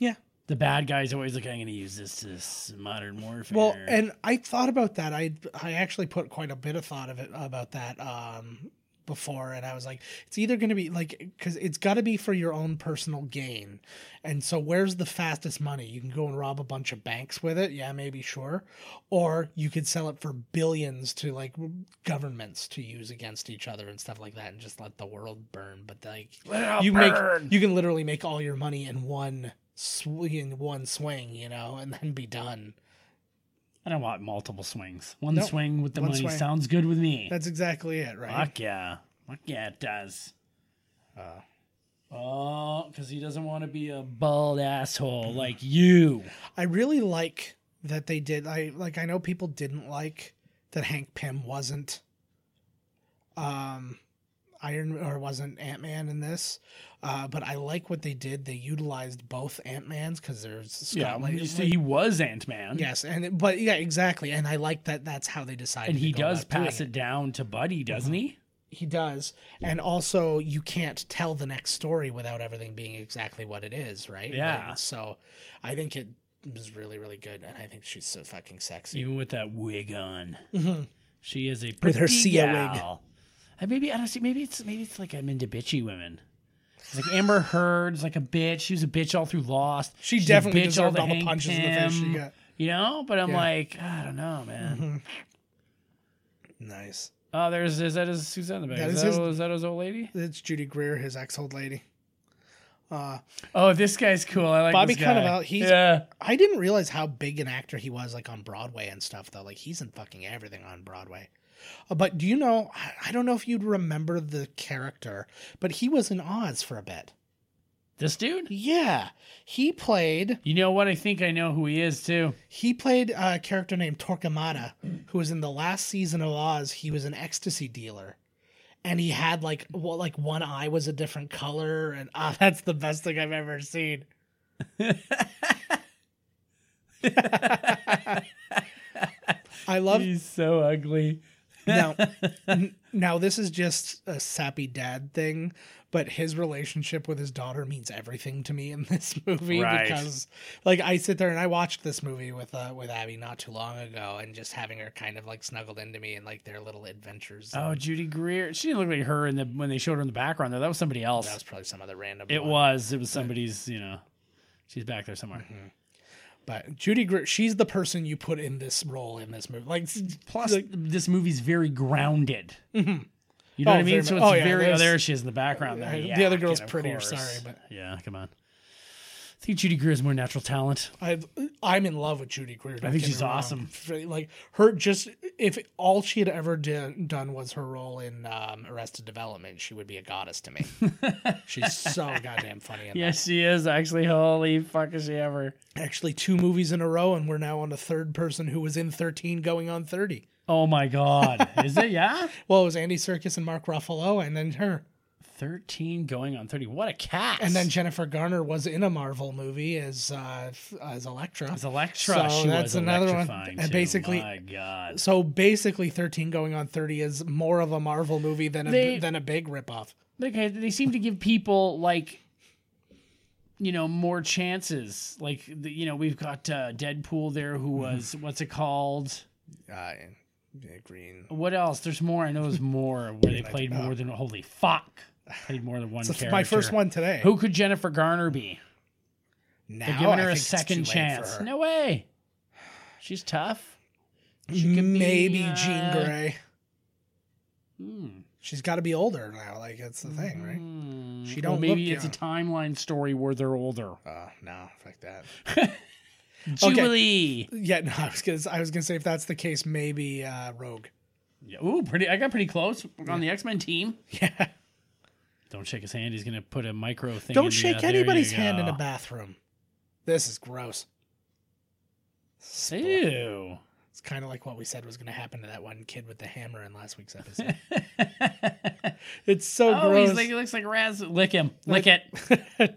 Speaker 2: Yeah.
Speaker 1: The bad guy's always like, I'm going to use this to s- modern warfare.
Speaker 2: Well, and I thought about that. I I actually put quite a bit of thought of it about that um, before, and I was like, it's either going to be like because it's got to be for your own personal gain, and so where's the fastest money? You can go and rob a bunch of banks with it, yeah, maybe sure, or you could sell it for billions to like governments to use against each other and stuff like that, and just let the world burn. But like you make you can literally make all your money in one sw- in one swing, you know, and then be done.
Speaker 1: I don't want multiple swings. One
Speaker 2: Nope.
Speaker 1: swing with the
Speaker 2: One
Speaker 1: money
Speaker 2: swing.
Speaker 1: sounds good with me.
Speaker 2: That's exactly it, right? Uh.
Speaker 1: Fuck yeah. Fuck yeah, it does. oh, because he doesn't want to be a bald asshole like you.
Speaker 2: I really like that they did. I like. I know people didn't like that Hank Pym wasn't, um, Iron or wasn't Ant Man in this, uh, but I like what they did. They utilized both Ant Mans because there's Scott
Speaker 1: Yeah,
Speaker 2: Lang-
Speaker 1: you see, he was Ant Man.
Speaker 2: yes, and it- but yeah, exactly. And I like that. That's how they decided.
Speaker 1: And he
Speaker 2: to go
Speaker 1: does
Speaker 2: about doing
Speaker 1: pass it down to Buddy,
Speaker 2: Mm-hmm.
Speaker 1: doesn't he?
Speaker 2: He does, and also you can't tell the next story without everything being exactly what it is, right?
Speaker 1: Yeah.
Speaker 2: Like, so, I think it was really, really good, and I think she's so fucking sexy.
Speaker 1: Even with that wig on.
Speaker 2: Mhm.
Speaker 1: She is a pretty
Speaker 2: With her Sia wig.
Speaker 1: gal. And maybe I don't see. Maybe it's maybe it's like I'm into bitchy women. It's like Amber Heard's like a bitch. She was a bitch all through Lost.
Speaker 2: She
Speaker 1: She's a
Speaker 2: definitely
Speaker 1: bitch
Speaker 2: deserved all the
Speaker 1: Hank
Speaker 2: punches in the face she
Speaker 1: Pym,
Speaker 2: got.
Speaker 1: You know, but I'm
Speaker 2: Yeah. Mm-hmm.
Speaker 1: like, I don't know, man.
Speaker 2: Nice.
Speaker 1: Oh, there's is that his Suzanne in the back?
Speaker 2: That
Speaker 1: Is
Speaker 2: is
Speaker 1: that,
Speaker 2: his-
Speaker 1: is that his old lady?
Speaker 2: It's Judy Greer, his ex old lady. Uh,
Speaker 1: Oh, this guy's cool. I like
Speaker 2: Bobby
Speaker 1: this guy.
Speaker 2: Cannavale, he's-
Speaker 1: yeah.
Speaker 2: I didn't realize how big an actor he was, like on Broadway and stuff, though. Like he's in fucking everything on Broadway. Uh, but do you know? I- I don't know if you'd remember the character, but he was in Oz for a bit.
Speaker 1: this dude.
Speaker 2: Yeah, he played
Speaker 1: You know what? I think I know who he is too.
Speaker 2: he played a character named Torquemada, who was in the last season of Oz. He was an ecstasy dealer, and he had like well, like one eye was a different color, and ah, that's the best thing I've ever seen. I love
Speaker 1: He's so ugly.
Speaker 2: now n- now this is just a sappy dad thing but his relationship with his daughter means everything to me in this movie
Speaker 1: Right.
Speaker 2: because like i sit there and i watched this movie with uh with abby not too long ago and just having her kind of like snuggled into me and like their little adventures
Speaker 1: Oh, Judy Greer. She didn't look like her in the when they showed her in the background though. That was somebody else.
Speaker 2: that was probably some other random
Speaker 1: It
Speaker 2: one.
Speaker 1: was. It was somebody's. You know, she's back there somewhere.
Speaker 2: but judy Greer, she's the person you put in this role in this movie like s-
Speaker 1: Plus,
Speaker 2: like,
Speaker 1: this movie's very grounded. You know
Speaker 2: Mm-hmm. Oh,
Speaker 1: what I mean?
Speaker 2: very
Speaker 1: So
Speaker 2: much.
Speaker 1: it's
Speaker 2: Oh, yeah,
Speaker 1: very. Oh,
Speaker 2: there's-
Speaker 1: there she is in the background. There.
Speaker 2: the
Speaker 1: Yeah,
Speaker 2: other girl's
Speaker 1: kid, of
Speaker 2: prettier
Speaker 1: course.
Speaker 2: sorry but
Speaker 1: yeah, come on. I think Judy Greer is more natural talent.
Speaker 2: I I'm in love with Judy Greer. don't
Speaker 1: think
Speaker 2: get me
Speaker 1: she's
Speaker 2: wrong.
Speaker 1: awesome.
Speaker 2: Like her, just if all she had ever did, done was her role in um, Arrested Development, she would be a goddess to me. she's so goddamn funny. In
Speaker 1: Yes, she is actually. Holy fuck, is she ever?
Speaker 2: that. Actually, two movies in a row, and we're now on the third person who was in 13, going on 30.
Speaker 1: Oh my god, is it? Yeah,
Speaker 2: Well, it was Andy Serkis and Mark Ruffalo, and then her,
Speaker 1: thirteen going on thirty. What a cast!
Speaker 2: and then Jennifer Garner was in a Marvel movie as uh, f- as Elektra.
Speaker 1: It's Electra.
Speaker 2: So
Speaker 1: she was
Speaker 2: that's another one.
Speaker 1: electrifying
Speaker 2: And
Speaker 1: too.
Speaker 2: basically-
Speaker 1: my god,
Speaker 2: so basically, 13 going on 30 is more of a Marvel movie than a,
Speaker 1: They-
Speaker 2: than a big ripoff.
Speaker 1: okay, they seem to give people like you know more chances. Like the, you know, we've got uh, Deadpool there, who was what's it called?
Speaker 2: uh, yeah, green.
Speaker 1: What else? There's more. I know there's more where they
Speaker 2: I
Speaker 1: played
Speaker 2: don't know.
Speaker 1: more than holy fuck. Played more than one
Speaker 2: It's
Speaker 1: character.
Speaker 2: my first one today.
Speaker 1: Who could Jennifer Garner be?
Speaker 2: Now
Speaker 1: They're giving
Speaker 2: Oh, I
Speaker 1: her a
Speaker 2: think it's
Speaker 1: second
Speaker 2: too late for
Speaker 1: chance.
Speaker 2: her.
Speaker 1: No way. She's tough.
Speaker 2: maybe
Speaker 1: uh,
Speaker 2: Jean Grey.
Speaker 1: Hmm.
Speaker 2: She's got to be older now. Like that's the thing, right?
Speaker 1: Hmm.
Speaker 2: She
Speaker 1: Well,
Speaker 2: don't
Speaker 1: maybe
Speaker 2: look
Speaker 1: it's a
Speaker 2: young.
Speaker 1: timeline story where they're older.
Speaker 2: Uh, no, fuck that.
Speaker 1: Jubilee.
Speaker 2: Yeah, no. I was gonna. I was gonna say if that's the case, maybe uh, Rogue.
Speaker 1: Yeah, ooh, pretty. I got pretty close on the X Men team.
Speaker 2: Yeah.
Speaker 1: Don't shake his hand. He's gonna put a micro thing. in
Speaker 2: Don't
Speaker 1: the-
Speaker 2: shake
Speaker 1: there you
Speaker 2: anybody's hand in
Speaker 1: go.
Speaker 2: a bathroom. This is gross. Spl-
Speaker 1: Ew.
Speaker 2: It's kind of like what we said was going to happen to that one kid with the hammer in last week's episode. it's so
Speaker 1: oh,
Speaker 2: gross.
Speaker 1: he's like, he looks like Raz. Lick him. Lick it.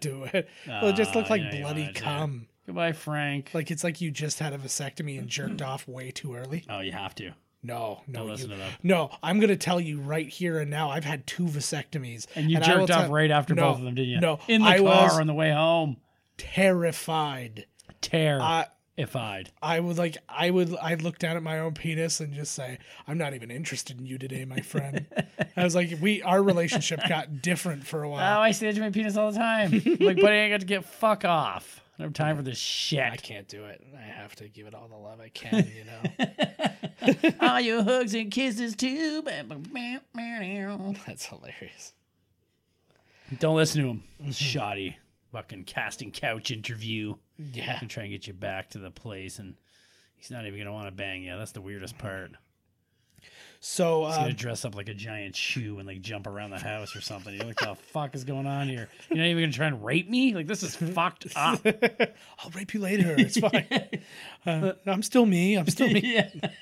Speaker 2: do it. well, it just
Speaker 1: Oh,
Speaker 2: looked like
Speaker 1: yeah, you
Speaker 2: bloody
Speaker 1: wanna do it.
Speaker 2: cum.
Speaker 1: Goodbye, Frank.
Speaker 2: Like it's like you just had a vasectomy and jerked off way too early.
Speaker 1: oh, you have to.
Speaker 2: No, no,
Speaker 1: Don't listen
Speaker 2: you-
Speaker 1: to them.
Speaker 2: no. I'm gonna tell you right here and now. I've had two vasectomies,
Speaker 1: And you
Speaker 2: I will
Speaker 1: jerked off
Speaker 2: tell-
Speaker 1: right after
Speaker 2: No,
Speaker 1: both of them, didn't you?
Speaker 2: No,
Speaker 1: in the
Speaker 2: I
Speaker 1: car
Speaker 2: was
Speaker 1: on the way home.
Speaker 2: terrified.
Speaker 1: Terrified.
Speaker 2: I
Speaker 1: I'd
Speaker 2: I would like I would I look down at my own penis and just say I'm not even interested in you today, my friend. I was like, we our relationship got different for a
Speaker 1: Oh,
Speaker 2: while.
Speaker 1: I snitch my penis all the time. like, buddy, I got to get fuck off. I don't have time for this
Speaker 2: I
Speaker 1: shit.
Speaker 2: can't do it. I have to give it all the love I can, you know.
Speaker 1: all your hugs and kisses too. Don't
Speaker 2: That's hilarious.
Speaker 1: listen to him. Shoddy. Fucking casting couch interview.
Speaker 2: Yeah.
Speaker 1: and try and get you back to the place and he's not even gonna want to bang you that's the weirdest part
Speaker 2: So
Speaker 1: he's gonna
Speaker 2: um,
Speaker 1: dress up like a giant shoe and like jump around the house or something you're like the fuck is going on here you're not even gonna try and rape me like this is fucked up
Speaker 2: I'll rape you later. It's fine. Uh, I'm still me. I'm still me.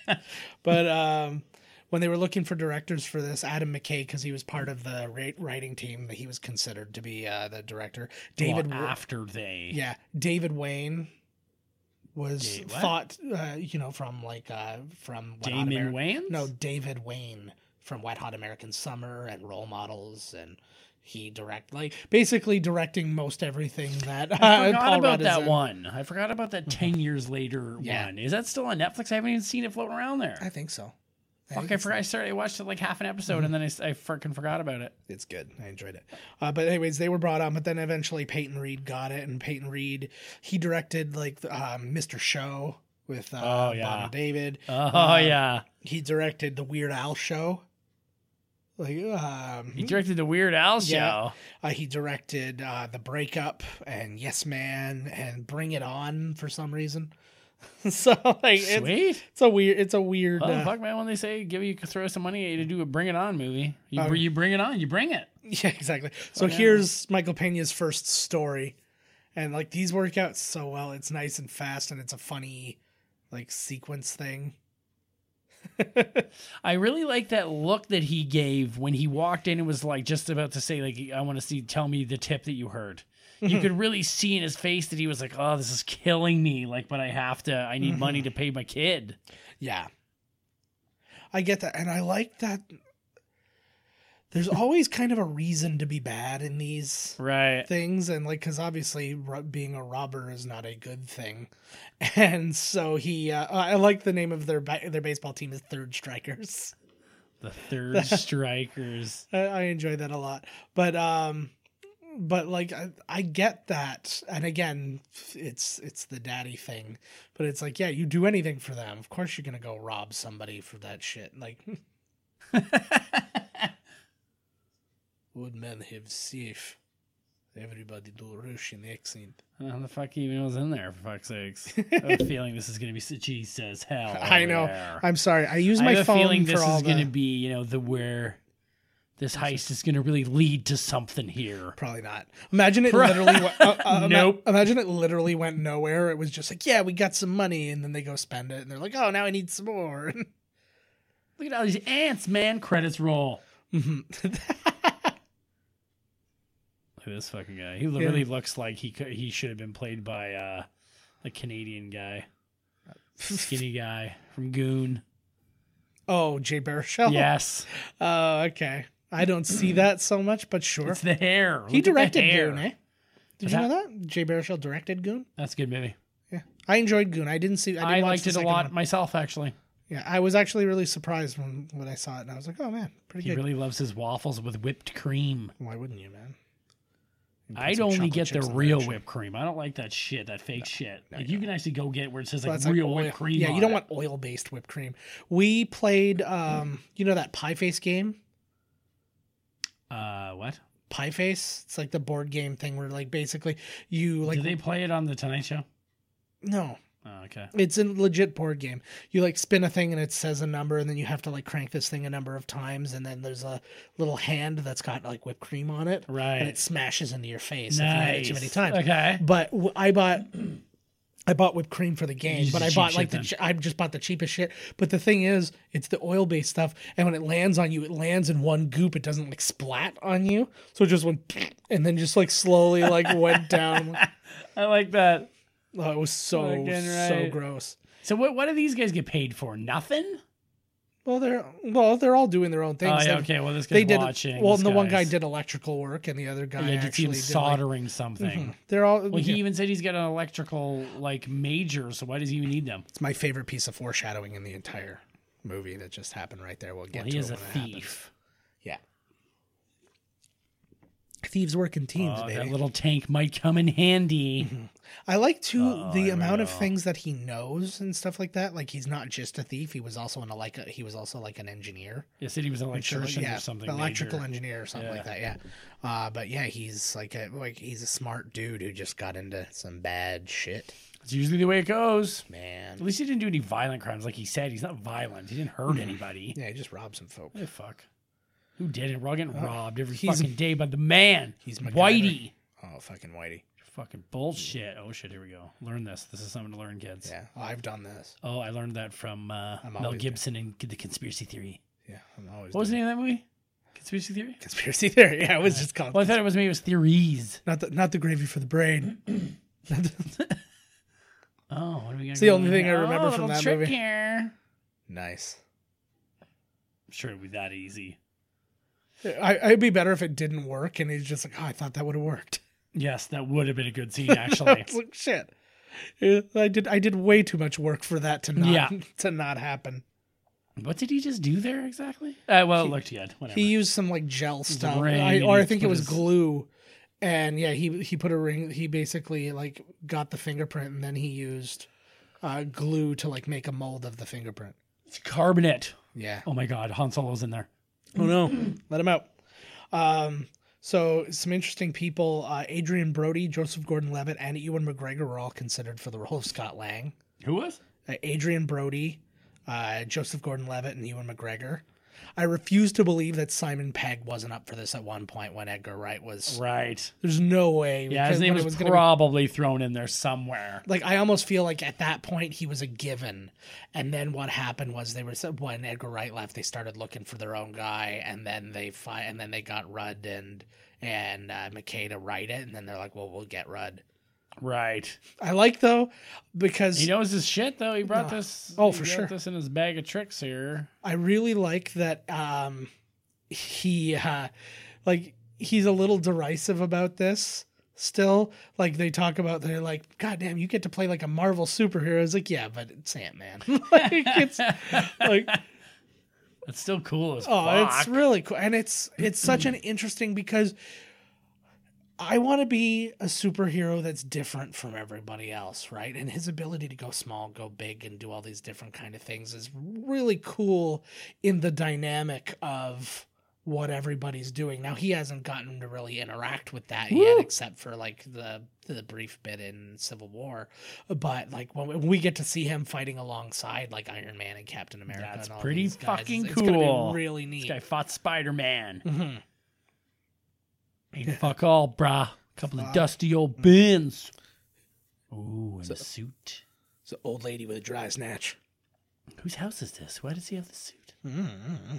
Speaker 1: yeah
Speaker 2: But um, when they were looking for directors for this, Adam McKay, because he was part of the ra- writing team, that he was considered to be uh, the
Speaker 1: Oh,
Speaker 2: director. David,
Speaker 1: Well,
Speaker 2: Wa-
Speaker 1: after they
Speaker 2: yeah, David Wayne was
Speaker 1: Da- what?
Speaker 2: thought, uh, you know, from like uh, from Wet Hot
Speaker 1: Damon
Speaker 2: Ameri-
Speaker 1: Wayans?
Speaker 2: No, David Wayne from Wet Hot American Summer and Role Models and. He direct like basically directing most everything that
Speaker 1: I
Speaker 2: uh,
Speaker 1: forgot
Speaker 2: Paul
Speaker 1: about
Speaker 2: Rudd is
Speaker 1: that
Speaker 2: in.
Speaker 1: one. I forgot about that ten years later
Speaker 2: Yeah.
Speaker 1: one. Is that still on Netflix? I haven't even seen it floating around there.
Speaker 2: I think so. I
Speaker 1: Fuck!
Speaker 2: think
Speaker 1: I
Speaker 2: it's- Mm-hmm.
Speaker 1: forgot. I started. I watched it like half an episode, and then I, s- I fucking forgot about it.
Speaker 2: it's good. I enjoyed it. Uh, but anyways, they were brought on, but then eventually Peyton Reed got it, and Peyton Reed he directed like the, um, Mr. Show with uh,
Speaker 1: Oh, yeah.
Speaker 2: Bob and David.
Speaker 1: Oh
Speaker 2: Um,
Speaker 1: yeah,
Speaker 2: He directed the Weird Al Show. Like um,
Speaker 1: he directed the Weird Al show.
Speaker 2: Yeah. uh, he directed uh, the Breakup and Yes Man and Bring It On for some reason. so like it's,
Speaker 1: Sweet. Oh,
Speaker 2: it's a weird it's a weird
Speaker 1: Well,
Speaker 2: uh,
Speaker 1: fuck, man. When they say give you throw some money at you to do a Bring It On movie, you,
Speaker 2: Oh.
Speaker 1: br you bring it on. You bring it.
Speaker 2: Yeah, exactly. So here's Michael Pena's first story, and like these work out so well. It's nice and fast, and it's a funny like sequence thing.
Speaker 1: I really like that look that he gave when he walked in and was like just about to say like I want to see tell me the tip that you heard.
Speaker 2: Hmm.
Speaker 1: You could really see in his face that he was like, "Oh, this is killing me!" Like, but I have to. I need money to pay my kid.
Speaker 2: Yeah, I get that, and I like that. There's always kind of a reason to be bad in these
Speaker 1: Right.
Speaker 2: things, and like because obviously ro- being a robber is not a good thing, and so he. Uh, I like the name of their ba- their baseball team is Third Strikers.
Speaker 1: The third strikers.
Speaker 2: I, I enjoy that a lot. But um but like I, I get that and again it's it's the daddy thing but it's like yeah you do anything for them of course you're gonna go rob somebody for that shit like would men have safe everybody do russian accent
Speaker 1: How the fuck even was in there? For fuck's sakes. I have a feeling this is gonna be she says hell.
Speaker 2: i
Speaker 1: over
Speaker 2: know
Speaker 1: there.
Speaker 2: i'm sorry i use
Speaker 1: I
Speaker 2: my
Speaker 1: have
Speaker 2: phone
Speaker 1: a feeling
Speaker 2: for
Speaker 1: this
Speaker 2: all
Speaker 1: is
Speaker 2: the
Speaker 1: going to be, you know, the where this heist is going to really lead to something here.
Speaker 2: Probably not. Imagine it literally. Went, uh, uh, ima-
Speaker 1: Nope.
Speaker 2: Imagine it literally went nowhere. It was just like, yeah, we got some money, and then they go spend it, and they're like, oh, now I need some more.
Speaker 1: Look at all these ants, man. Credits roll. Look at this fucking guy. He literally looks like he could, he should have been played by uh, a Canadian guy, skinny guy from Goon.
Speaker 2: oh, Jay Baruchel.
Speaker 1: Yes,
Speaker 2: Oh, okay. I don't see that so much, but sure.
Speaker 1: Mm. it's the hair. Look
Speaker 2: He
Speaker 1: at the
Speaker 2: directed
Speaker 1: hair.
Speaker 2: Goon. Eh? Did
Speaker 1: Was
Speaker 2: you know that Jay Baruchel directed Goon?
Speaker 1: That's a good movie.
Speaker 2: Yeah, I enjoyed Goon. I didn't see. I, didn't
Speaker 1: I
Speaker 2: watch
Speaker 1: liked
Speaker 2: the
Speaker 1: it a
Speaker 2: second
Speaker 1: lot
Speaker 2: one.
Speaker 1: myself, actually.
Speaker 2: Yeah, I was actually really surprised when when I saw it, and I was like, oh man, pretty
Speaker 1: He
Speaker 2: good.
Speaker 1: really loves his waffles with whipped cream.
Speaker 2: Why wouldn't you, man?
Speaker 1: I'd
Speaker 2: some
Speaker 1: only
Speaker 2: chocolate
Speaker 1: get the
Speaker 2: chips in there
Speaker 1: real
Speaker 2: and shit.
Speaker 1: whipped cream. I don't like that shit, that fake shit. like you can actually go get where it says like
Speaker 2: That's
Speaker 1: real
Speaker 2: oil-
Speaker 1: whipped cream.
Speaker 2: Yeah,
Speaker 1: on
Speaker 2: you don't
Speaker 1: it.
Speaker 2: want oil based whipped cream. We played, um, you know that pie face game.
Speaker 1: Uh, what?
Speaker 2: Pie face. It's like the board game thing where like basically you like
Speaker 1: Do they play it on the Tonight Show?
Speaker 2: no.
Speaker 1: Oh, okay.
Speaker 2: It's a legit board game. You like spin a thing and it says a number, and then you have to like crank this thing a number of times, and then there's a little hand that's got like whipped cream on it,
Speaker 1: Right.
Speaker 2: And it smashes into your face if you hit it
Speaker 1: Nice.
Speaker 2: too many times.
Speaker 1: Okay.
Speaker 2: But w- I bought I bought whipped cream for the game,
Speaker 1: used
Speaker 2: but
Speaker 1: the
Speaker 2: I
Speaker 1: cheap
Speaker 2: bought like
Speaker 1: shit
Speaker 2: the
Speaker 1: then.
Speaker 2: ch- I just bought the cheapest shit. But the thing is, it's the oil based stuff, and when it lands on you, it lands in one goop. It doesn't like splat on you, so it just went and then just like slowly like went down.
Speaker 1: I like that.
Speaker 2: Oh, it was so
Speaker 1: Fucking
Speaker 2: so
Speaker 1: right.
Speaker 2: gross.
Speaker 1: So what? What do these guys get paid for? Nothing.
Speaker 2: Well, they're well, they're all doing their own things.
Speaker 1: Oh, yeah,
Speaker 2: They've-
Speaker 1: okay. Well, this guy's
Speaker 2: They did
Speaker 1: watching.
Speaker 2: well.
Speaker 1: this
Speaker 2: And the one guy
Speaker 1: guy's-
Speaker 2: did electrical work, and the other guy
Speaker 1: Yeah, you see
Speaker 2: actually
Speaker 1: him
Speaker 2: did, like-
Speaker 1: soldering something.
Speaker 2: they're all.
Speaker 1: Well, he
Speaker 2: yeah.
Speaker 1: even said he's got an electrical like major, so why does he even need them?
Speaker 2: It's my favorite piece of foreshadowing in the entire movie that just happened right there. We'll get
Speaker 1: he
Speaker 2: to
Speaker 1: is
Speaker 2: it
Speaker 1: a
Speaker 2: when it happens.
Speaker 1: thief.
Speaker 2: Yeah. Thieves work in teams,
Speaker 1: Uh,
Speaker 2: baby.
Speaker 1: that little tank might come in
Speaker 2: Mm-hmm.
Speaker 1: handy.
Speaker 2: I like too the
Speaker 1: here Oh, we
Speaker 2: amount of
Speaker 1: go.
Speaker 2: things that he knows and stuff like that. Like he's not just a thief; he was also an like he was also like an engineer,
Speaker 1: They said he was an
Speaker 2: So,
Speaker 1: electrician
Speaker 2: yeah,
Speaker 1: or something.
Speaker 2: electrical
Speaker 1: major.
Speaker 2: engineer or something like that. Yeah, uh, but yeah, he's like a like he's a smart dude who just got into some bad shit,
Speaker 1: It's usually the way it goes. At
Speaker 2: man.
Speaker 1: least he didn't do any violent crimes, like he said. He's not violent. He didn't
Speaker 2: Mm-hmm.
Speaker 1: hurt anybody.
Speaker 2: Yeah, he just robbed some folk.
Speaker 1: What the fuck? Who did it? We're all getting robbed every
Speaker 2: Uh, he's-
Speaker 1: fucking day by the man.
Speaker 2: he's MacGyver.
Speaker 1: Whitey.
Speaker 2: Oh, fucking Whitey.
Speaker 1: Fucking bullshit. Oh shit, here we go. Learn this. This is something to learn, kids.
Speaker 2: Yeah, oh, I've done this.
Speaker 1: Oh, I learned that from uh,
Speaker 2: I'm
Speaker 1: Mel
Speaker 2: always-
Speaker 1: Gibson and The Conspiracy Theory.
Speaker 2: Yeah, I'm always.
Speaker 1: What was the
Speaker 2: doing
Speaker 1: name of that movie? Conspiracy Theory?
Speaker 2: it? Conspiracy theory. Yeah, it was just called
Speaker 1: Well, I thought it was maybe it was Theories.
Speaker 2: not the not the gravy for the brain. Not the-
Speaker 1: Oh, what are we gonna
Speaker 2: It's the
Speaker 1: go
Speaker 2: only
Speaker 1: with
Speaker 2: thing I
Speaker 1: now?
Speaker 2: remember
Speaker 1: Oh,
Speaker 2: from
Speaker 1: little
Speaker 2: that
Speaker 1: trick
Speaker 2: movie.
Speaker 1: Here.
Speaker 2: nice.
Speaker 1: I'm sure it'd be that easy.
Speaker 2: I, I'd be better if it didn't work, and he's just like, oh, I thought that would have worked.
Speaker 1: Yes, that would have been a good scene, actually.
Speaker 2: It's like shit. Yeah, I did. I did way too much work for that to not
Speaker 1: Yeah.
Speaker 2: to not happen.
Speaker 1: what did he just do there exactly? Uh, well, it looked yet. Whatever.
Speaker 2: He used some like gel stuff,
Speaker 1: ring,
Speaker 2: I,
Speaker 1: and
Speaker 2: or
Speaker 1: he
Speaker 2: I think it
Speaker 1: put
Speaker 2: was
Speaker 1: his-
Speaker 2: glue. And yeah, he he put a ring. He basically like got the fingerprint, and then he used uh, glue to like make a mold of the fingerprint.
Speaker 1: it's carbonate.
Speaker 2: Yeah.
Speaker 1: Oh my God, Han Solo's in there.
Speaker 2: Oh no, let him out. Um, so some interesting people: uh, Adrian Brody, Joseph Gordon-Levitt, and Ewan McGregor were all considered for the role of Scott Lang.
Speaker 1: Who was?
Speaker 2: Uh, Adrian Brody, uh, Joseph Gordon-Levitt, and Ewan McGregor. I refuse to believe that Simon Pegg wasn't up for this at one point when Edgar Wright was.
Speaker 1: Right.
Speaker 2: There's no way.
Speaker 1: Yeah, his
Speaker 2: because
Speaker 1: name
Speaker 2: when it
Speaker 1: was,
Speaker 2: gonna be-
Speaker 1: probably thrown in there somewhere.
Speaker 2: like I almost feel like at that point he was a given, and then what happened was they were so when Edgar Wright left, they started looking for their own guy, and then they fi- and then they got Rudd and and uh, McKay to write it, and then they're like, well, we'll get Rudd.
Speaker 1: Right.
Speaker 2: I like though because
Speaker 1: He knows his shit though. He brought
Speaker 2: No.
Speaker 1: this.
Speaker 2: Oh,
Speaker 1: he
Speaker 2: for
Speaker 1: brought
Speaker 2: sure.
Speaker 1: This in his bag of tricks here.
Speaker 2: I really like that um he uh like he's a little derisive about this still like they talk about they're like god damn you get to play like a marvel superhero it's like yeah but it's ant-man like it's like
Speaker 1: It's still cool as
Speaker 2: oh
Speaker 1: fuck.
Speaker 2: it's really cool and it's it's such an interesting because i want to be a superhero that's different from everybody else right and his ability to go small go big and do all these different kind of things is really cool in the dynamic of what everybody's doing now he hasn't gotten to really interact with that yet
Speaker 1: Woo.
Speaker 2: except for like the the brief bit in civil war but like when we get to see him fighting alongside like iron man and captain america
Speaker 1: That's
Speaker 2: and all
Speaker 1: pretty
Speaker 2: these guys,
Speaker 1: fucking
Speaker 2: it's gonna be
Speaker 1: cool.
Speaker 2: really
Speaker 1: This
Speaker 2: neat
Speaker 1: guy fought Spider Man.
Speaker 2: Mhm.
Speaker 1: Ain't fuck all, brah. Couple of dusty old bins. Ooh, and a suit.
Speaker 2: It's an old lady with a dry snatch.
Speaker 1: Whose house is this? Why does he have the suit?
Speaker 2: Mm-hmm.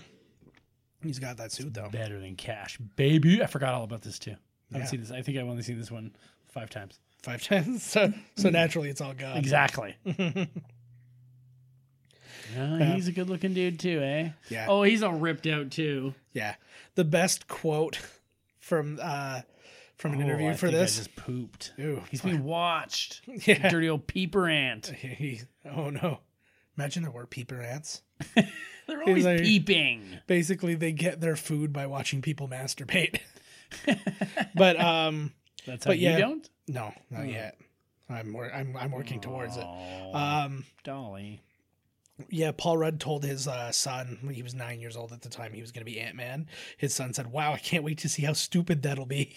Speaker 2: He's got that suit though.
Speaker 1: Better than cash, baby. I forgot all about this too. I
Speaker 2: Yeah.
Speaker 1: haven't seen this. I think I've only seen this one five times.
Speaker 2: Five times. So,
Speaker 1: Mm.
Speaker 2: so naturally, it's all gone.
Speaker 1: Exactly. Yeah, he's a good looking dude too, eh?
Speaker 2: Yeah.
Speaker 1: Oh, he's all ripped out too.
Speaker 2: Yeah. The best quote from uh from an
Speaker 1: Oh,
Speaker 2: interview
Speaker 1: I
Speaker 2: for
Speaker 1: think I
Speaker 2: this.
Speaker 1: just pooped.
Speaker 2: Ew,
Speaker 1: He's being watched.
Speaker 2: Yeah.
Speaker 1: Dirty old peeper ant.
Speaker 2: He- oh no! Imagine there were peeper ants.
Speaker 1: They're always
Speaker 2: like-
Speaker 1: peeping.
Speaker 2: Basically, they get their food by watching people masturbate. but um,
Speaker 1: That's how
Speaker 2: But yeah.
Speaker 1: you don't,
Speaker 2: no, not yet. I'm wor- I'm I'm working towards it.
Speaker 1: Hmm. Aw,
Speaker 2: Um,
Speaker 1: Dolly.
Speaker 2: Yeah, Paul Rudd told his uh, son when he was nine years old at the time he was going to be Ant Man. His son said, "Wow, I can't wait to see how stupid that'll be."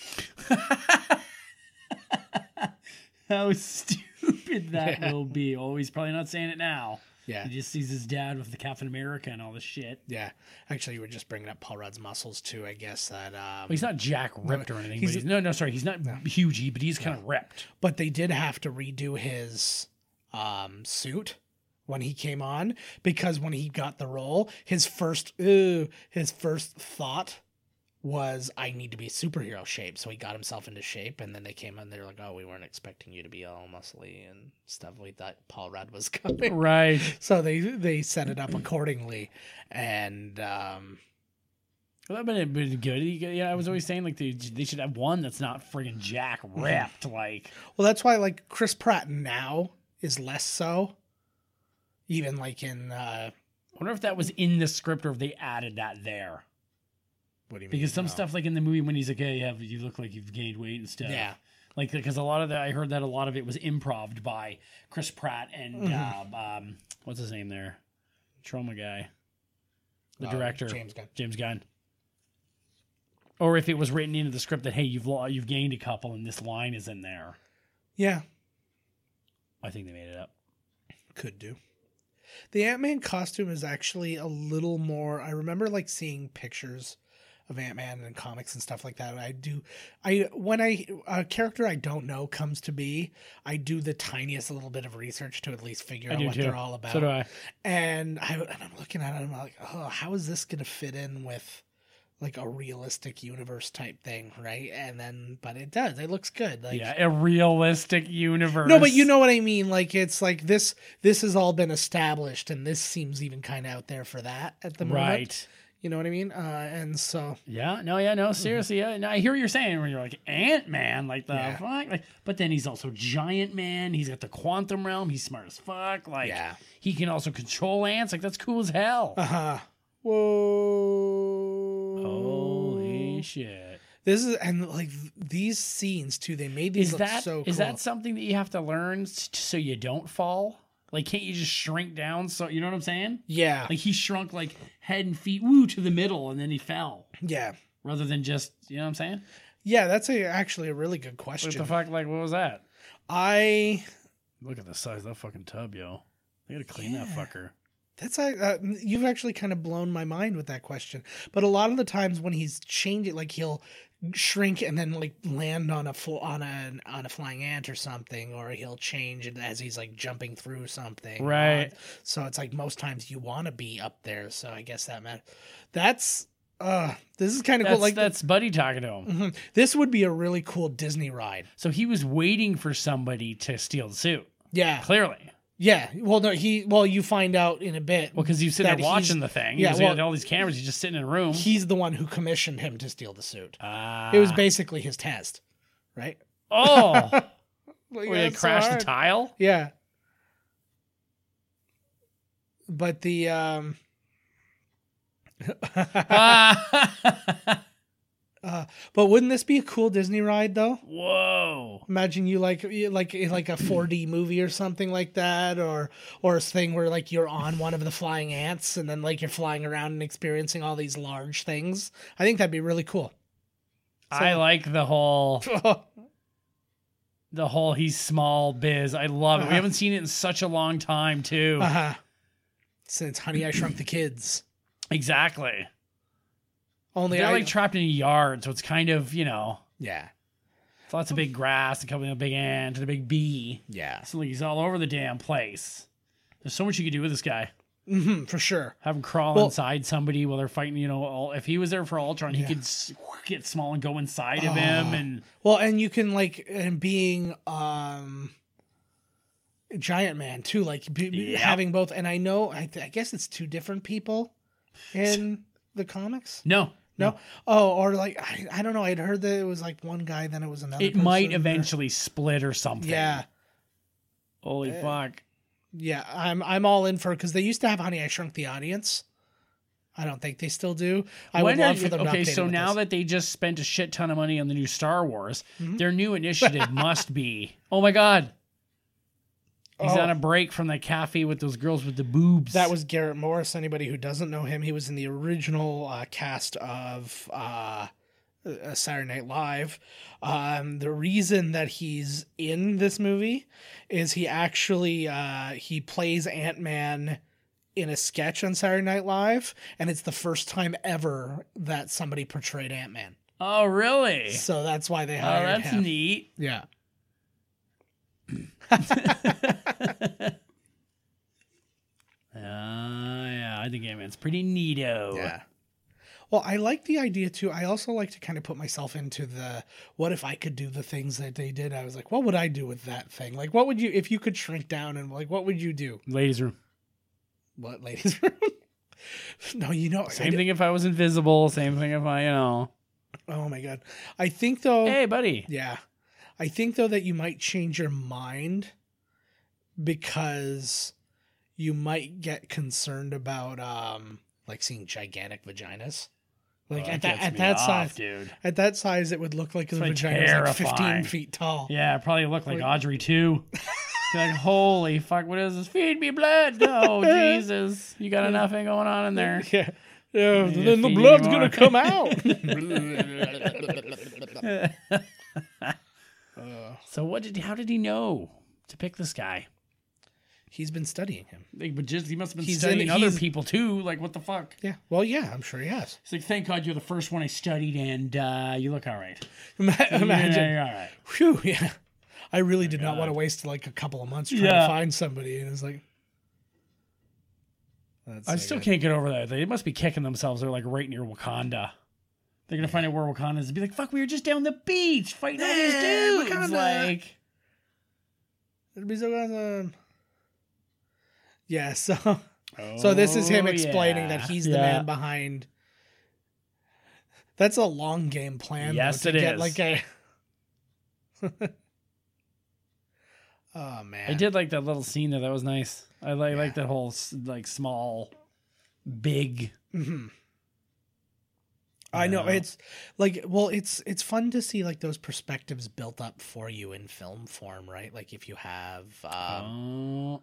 Speaker 1: How stupid that will be. Oh, he's probably not saying it now.
Speaker 2: Yeah,
Speaker 1: He just sees his dad with the Captain America and all this shit.
Speaker 2: yeah. Actually, you were just bringing up Paul Rudd's muscles too. I guess that, um,
Speaker 1: Well, he's not Jack ripped or anything.
Speaker 2: he's-
Speaker 1: but he's, no, no, sorry. He's not huge, but he's kind of ripped.
Speaker 2: but they did have to redo his um, suit when he came on because when he got the role, his first ooh, his first thought was I need to be superhero shape. So he got himself into shape, and then they came and they're like, "Oh, we weren't expecting you to be all muscly and stuff. We thought Paul Rudd was coming."
Speaker 1: Right.
Speaker 2: So they they set it up accordingly, and um,
Speaker 1: Well, that would have been good. You could- Yeah, I was always saying like they, they should have one that's not friggin' jack ripped. Like
Speaker 2: well, that's why like Chris Pratt now is less so. Even like in uh,
Speaker 1: I wonder if that was in the script or if they added that there.
Speaker 2: what do you mean?
Speaker 1: Because some
Speaker 2: No.
Speaker 1: stuff like in the movie when he's like, "Hey, you have you look like you've gained weight and stuff."
Speaker 2: Yeah.
Speaker 1: Like because a lot of that I heard that a lot of it was improv by Chris Pratt and
Speaker 2: Mm-hmm.
Speaker 1: uh, um what's his name there, Trauma guy, the
Speaker 2: Uh,
Speaker 1: director
Speaker 2: James Gunn.
Speaker 1: James Gunn. Or if it was written into the script that hey you've lo- you've gained a couple and this line is in there.
Speaker 2: Yeah,
Speaker 1: I think they made it up.
Speaker 2: could do. The Ant Man costume is actually a little more. I remember like seeing pictures of Ant Man and comics and stuff like that. I do. I when I a character I don't know comes to be, I do the tiniest little bit of research to at least figure
Speaker 1: I
Speaker 2: out
Speaker 1: do
Speaker 2: what
Speaker 1: too.
Speaker 2: they're all about.
Speaker 1: So do I.
Speaker 2: And I and I'm looking at it. and I'm like, oh, how is this gonna fit in with? Like a realistic universe type thing, right? And then, but it does. It looks good. Like,
Speaker 1: yeah, a realistic universe.
Speaker 2: no, but you know what I mean. Like it's like this. This has all been established, and this seems even kind of out there for that at the moment.
Speaker 1: right?
Speaker 2: You know what I mean? Uh, and so
Speaker 1: Yeah, no, yeah, no.
Speaker 2: Mm-hmm.
Speaker 1: Seriously, yeah. No, I hear what you're saying when you're like Ant Man, like the
Speaker 2: Yeah.
Speaker 1: fuck. Like, but then he's also Giant Man. He's got the quantum realm. He's smart as fuck. Like,
Speaker 2: Yeah.
Speaker 1: he can also control ants. Like, that's cool as hell.
Speaker 2: Uh huh. Whoa.
Speaker 1: Holy shit!
Speaker 2: This is and like these scenes too. They made these
Speaker 1: Is
Speaker 2: look
Speaker 1: that
Speaker 2: so cool.
Speaker 1: is that something that you have to learn s- so you don't fall? Like, can't you just shrink down? So you know what I'm saying?
Speaker 2: yeah,
Speaker 1: Like he shrunk like head and feet, woo, to the middle, and then he fell.
Speaker 2: yeah,
Speaker 1: Rather than just, you know what I'm saying?
Speaker 2: yeah. That's a, actually a really good
Speaker 1: What
Speaker 2: question.
Speaker 1: the fuck? Like, what was that?
Speaker 2: I
Speaker 1: Look at the size of that fucking tub, yo. They gotta clean that fucker.
Speaker 2: That's I. Uh, you've actually kind of blown my mind with that question. But a lot of the times when he's changing, like he'll shrink and then like land on a fl- on a on a flying ant or something, or he'll change it as he's like jumping through something.
Speaker 1: Right.
Speaker 2: so it's like most times you want to be up there. So I guess that matters. That's uh. This is kind of
Speaker 1: That's,
Speaker 2: cool. Like
Speaker 1: that's Buddy talking to him.
Speaker 2: Mhm. this would be a really cool Disney ride.
Speaker 1: So he was waiting for somebody to steal the suit.
Speaker 2: Yeah.
Speaker 1: Clearly,
Speaker 2: Yeah. Well, no. He. Well, you find out in a bit.
Speaker 1: well, because he was sitting
Speaker 2: That
Speaker 1: there watching the
Speaker 2: he's-
Speaker 1: thing. Yeah,
Speaker 2: yeah,
Speaker 1: he was
Speaker 2: well-
Speaker 1: had all these cameras. He's just sitting in a room.
Speaker 2: He's the one who commissioned him to steal the suit.
Speaker 1: Ah.
Speaker 2: It was basically his test, right?
Speaker 1: oh,
Speaker 2: Like,
Speaker 1: where they crashed the tile.
Speaker 2: Yeah. But the um
Speaker 1: Uh, Ah.
Speaker 2: uh, but wouldn't this be a cool Disney ride though?
Speaker 1: Whoa.
Speaker 2: Imagine you like you- like in like a 4D movie or something like that or or a thing where like you're on one of the flying ants and then like you're flying around and experiencing all these large things. I think that'd be really cool.
Speaker 1: I like the whole the whole he's small biz. I love it. We
Speaker 2: Uh-huh.
Speaker 1: haven't seen it in such a long time too.
Speaker 2: Uh-huh. Since Honey I Shrunk the Kids.
Speaker 1: Exactly.
Speaker 2: Only
Speaker 1: They're
Speaker 2: I,
Speaker 1: like trapped in a yard, so it's kind of you know
Speaker 2: yeah.
Speaker 1: it's lots of big grass and coming a big ant and a big bee.
Speaker 2: Yeah.
Speaker 1: So like he's all over the damn place. There's so much you could do with this guy.
Speaker 2: Mhm, for sure.
Speaker 1: Have him crawl
Speaker 2: Well-
Speaker 1: inside somebody while they're fighting. You know, all, if he was there for Ultron, he could s- get small and go inside of
Speaker 2: Oh.
Speaker 1: him. And
Speaker 2: Well, and you can like and being um giant man too, like be, be-
Speaker 1: Yeah.
Speaker 2: having both. And I know, I, th- I guess it's two different people in the comics.
Speaker 1: no,
Speaker 2: No, oh, or like I, I don't know. I'd heard that it was like one guy, then it was another.
Speaker 1: it might
Speaker 2: person, or-
Speaker 1: eventually split or something.
Speaker 2: Yeah,
Speaker 1: Holy fuck.
Speaker 2: yeah. I'm I'm all in for because they used to have Honey I Shrunk the Audience. I don't think they still do. I
Speaker 1: When
Speaker 2: would
Speaker 1: are
Speaker 2: love
Speaker 1: you-
Speaker 2: for them.
Speaker 1: okay,
Speaker 2: to update it
Speaker 1: so
Speaker 2: with
Speaker 1: now
Speaker 2: this.
Speaker 1: that they just spent a shit ton of money on the new Star Wars,
Speaker 2: Mm-hmm.
Speaker 1: their new initiative must be oh my god, he's
Speaker 2: Oh.
Speaker 1: on a break from the cafe with those girls with the boobs.
Speaker 2: That was Garrett Morris. Anybody who doesn't know him, he was in the original uh, cast of uh, uh, Saturday Night Live. Um, the reason that he's in this movie is he actually uh, he plays Ant Man in a sketch on Saturday Night Live, and it's the first time ever that somebody portrayed Ant Man.
Speaker 1: oh really?
Speaker 2: So that's why they
Speaker 1: Oh,
Speaker 2: hired
Speaker 1: that's
Speaker 2: him.
Speaker 1: neat.
Speaker 2: Yeah.
Speaker 1: Oh, Uh, yeah, I think Ant Man's pretty neato.
Speaker 2: Yeah. Well, I like the idea too. I also like to kind of put myself into the what if I could do the things that they did? I was like, what would I do with that thing? Like, what would you, if you could shrink down and like, what would you do?
Speaker 1: Ladies' room.
Speaker 2: What, ladies? no, you know, I
Speaker 1: Same
Speaker 2: did-
Speaker 1: thing if I was invisible. Same thing if I, you know.
Speaker 2: Oh my God. I think though,
Speaker 1: Hey, buddy.
Speaker 2: yeah. I think though that you might change your mind because you might get concerned about, um, like seeing gigantic vaginas. Like
Speaker 1: Oh,
Speaker 2: at that,
Speaker 1: gets
Speaker 2: at
Speaker 1: me
Speaker 2: that
Speaker 1: off,
Speaker 2: size,
Speaker 1: dude.
Speaker 2: At that size, it would look like the
Speaker 1: It's like
Speaker 2: vagina is like 15
Speaker 1: terrifying.
Speaker 2: feet tall.
Speaker 1: Yeah, it probably looked like
Speaker 2: Like-
Speaker 1: Audrey too. Be like, holy fuck, what is this? Feed me blood. No, Jesus. You got enough thing going on in there.
Speaker 2: Yeah. Yeah,
Speaker 1: Yeah,
Speaker 2: then the
Speaker 1: feed
Speaker 2: blood's
Speaker 1: more.
Speaker 2: going to come out.
Speaker 1: So what did how did he know to pick this guy?
Speaker 2: he's been studying him.
Speaker 1: Like, but just he must have been
Speaker 2: He's
Speaker 1: studying
Speaker 2: in-
Speaker 1: other
Speaker 2: he's-
Speaker 1: people too. Like what the fuck?
Speaker 2: Yeah. Well, yeah, I'm sure he has.
Speaker 1: It's like thank God you're the first one I studied and uh, you look all right.
Speaker 2: Ima-
Speaker 1: Yeah,
Speaker 2: Imagine.
Speaker 1: you're all right.
Speaker 2: Phew, yeah. I really did not want to waste like a couple of months trying
Speaker 1: Yeah.
Speaker 2: to find somebody. And it's like. That's
Speaker 1: I
Speaker 2: so
Speaker 1: still
Speaker 2: good.
Speaker 1: can't get over that. They must be kicking themselves. They're like right near Wakanda. They're gonna find out where Wakanda is and be like, "Fuck, we were just down the beach fighting all these
Speaker 2: Yeah,
Speaker 1: dudes."
Speaker 2: Wakanda.
Speaker 1: Like,
Speaker 2: It'd be so awesome. Yeah, so. So this is him
Speaker 1: Oh,
Speaker 2: explaining
Speaker 1: yeah.
Speaker 2: that he's the
Speaker 1: Yeah.
Speaker 2: man behind. That's a long game plan. though,
Speaker 1: Yes,
Speaker 2: to
Speaker 1: it
Speaker 2: get
Speaker 1: is.
Speaker 2: Like a. oh man,
Speaker 1: I did like that little scene though. That was nice. I like like that whole s- like small, big.
Speaker 2: Mhm. I know
Speaker 1: No.
Speaker 2: it's like well, it's it's fun to see like those perspectives built up for you in film form, right? Like if you have um,
Speaker 1: oh,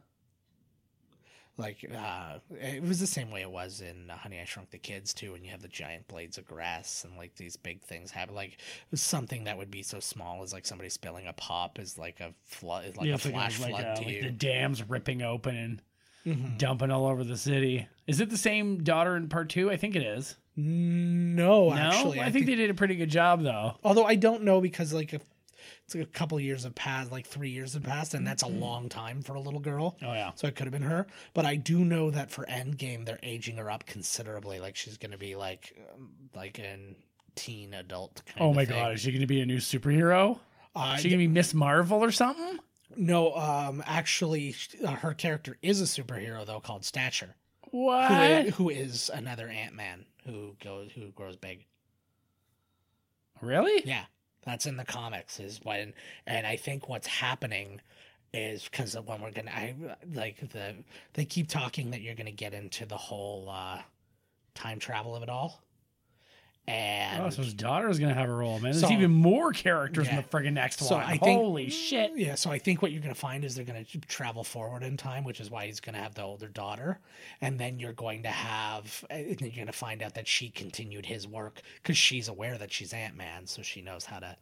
Speaker 2: like uh, it was the same way it was in Honey I Shrunk the Kids too, when you have the giant blades of grass and like these big things happen. Like something that would be so small as like somebody spilling a pop is like a flood, is like
Speaker 1: yeah,
Speaker 2: a
Speaker 1: it's like,
Speaker 2: flash
Speaker 1: like,
Speaker 2: flood
Speaker 1: uh,
Speaker 2: to
Speaker 1: like
Speaker 2: you.
Speaker 1: the dams ripping open and
Speaker 2: Mhm.
Speaker 1: dumping all over the city. Is it the same daughter in part two? I think it is.
Speaker 2: No,
Speaker 1: no,
Speaker 2: actually,
Speaker 1: I, think, they did a pretty good job though.
Speaker 2: Although I don't know because like if it's like a couple years have passed, like three years have passed, and that's a
Speaker 1: Mm-hmm.
Speaker 2: long time for a little girl.
Speaker 1: Oh yeah.
Speaker 2: So it could have been her, but I do know that for Endgame they're aging her up considerably. Like she's going to be like, um, like an teen adult. Kind
Speaker 1: Oh
Speaker 2: of
Speaker 1: my
Speaker 2: thing.
Speaker 1: god, is she gonna be a new superhero?
Speaker 2: Uh,
Speaker 1: Is she gonna be Miss Marvel or something?
Speaker 2: no, um, actually, sh- uh, her character is a superhero though, called Stature, who
Speaker 1: What?
Speaker 2: i- who is another Ant Man who goes who grows big.
Speaker 1: Really?
Speaker 2: Yeah, that's in the comics is when, and I think what's happening is because when we're gonna, I like the they keep talking that you're gonna get into the whole uh time travel of it all, and
Speaker 1: Oh, so his daughter's gonna have a role, man. There's
Speaker 2: So-
Speaker 1: even more characters in
Speaker 2: Yeah.
Speaker 1: the friggin' next
Speaker 2: So
Speaker 1: one.
Speaker 2: I think-
Speaker 1: Holy shit!
Speaker 2: Yeah, so I think what you're going to find is they're going to travel forward in time, which is why he's going to have the older daughter, and then you're going to have and then you're going to find out that she continued his work because she's aware that she's Ant Man, so she knows how to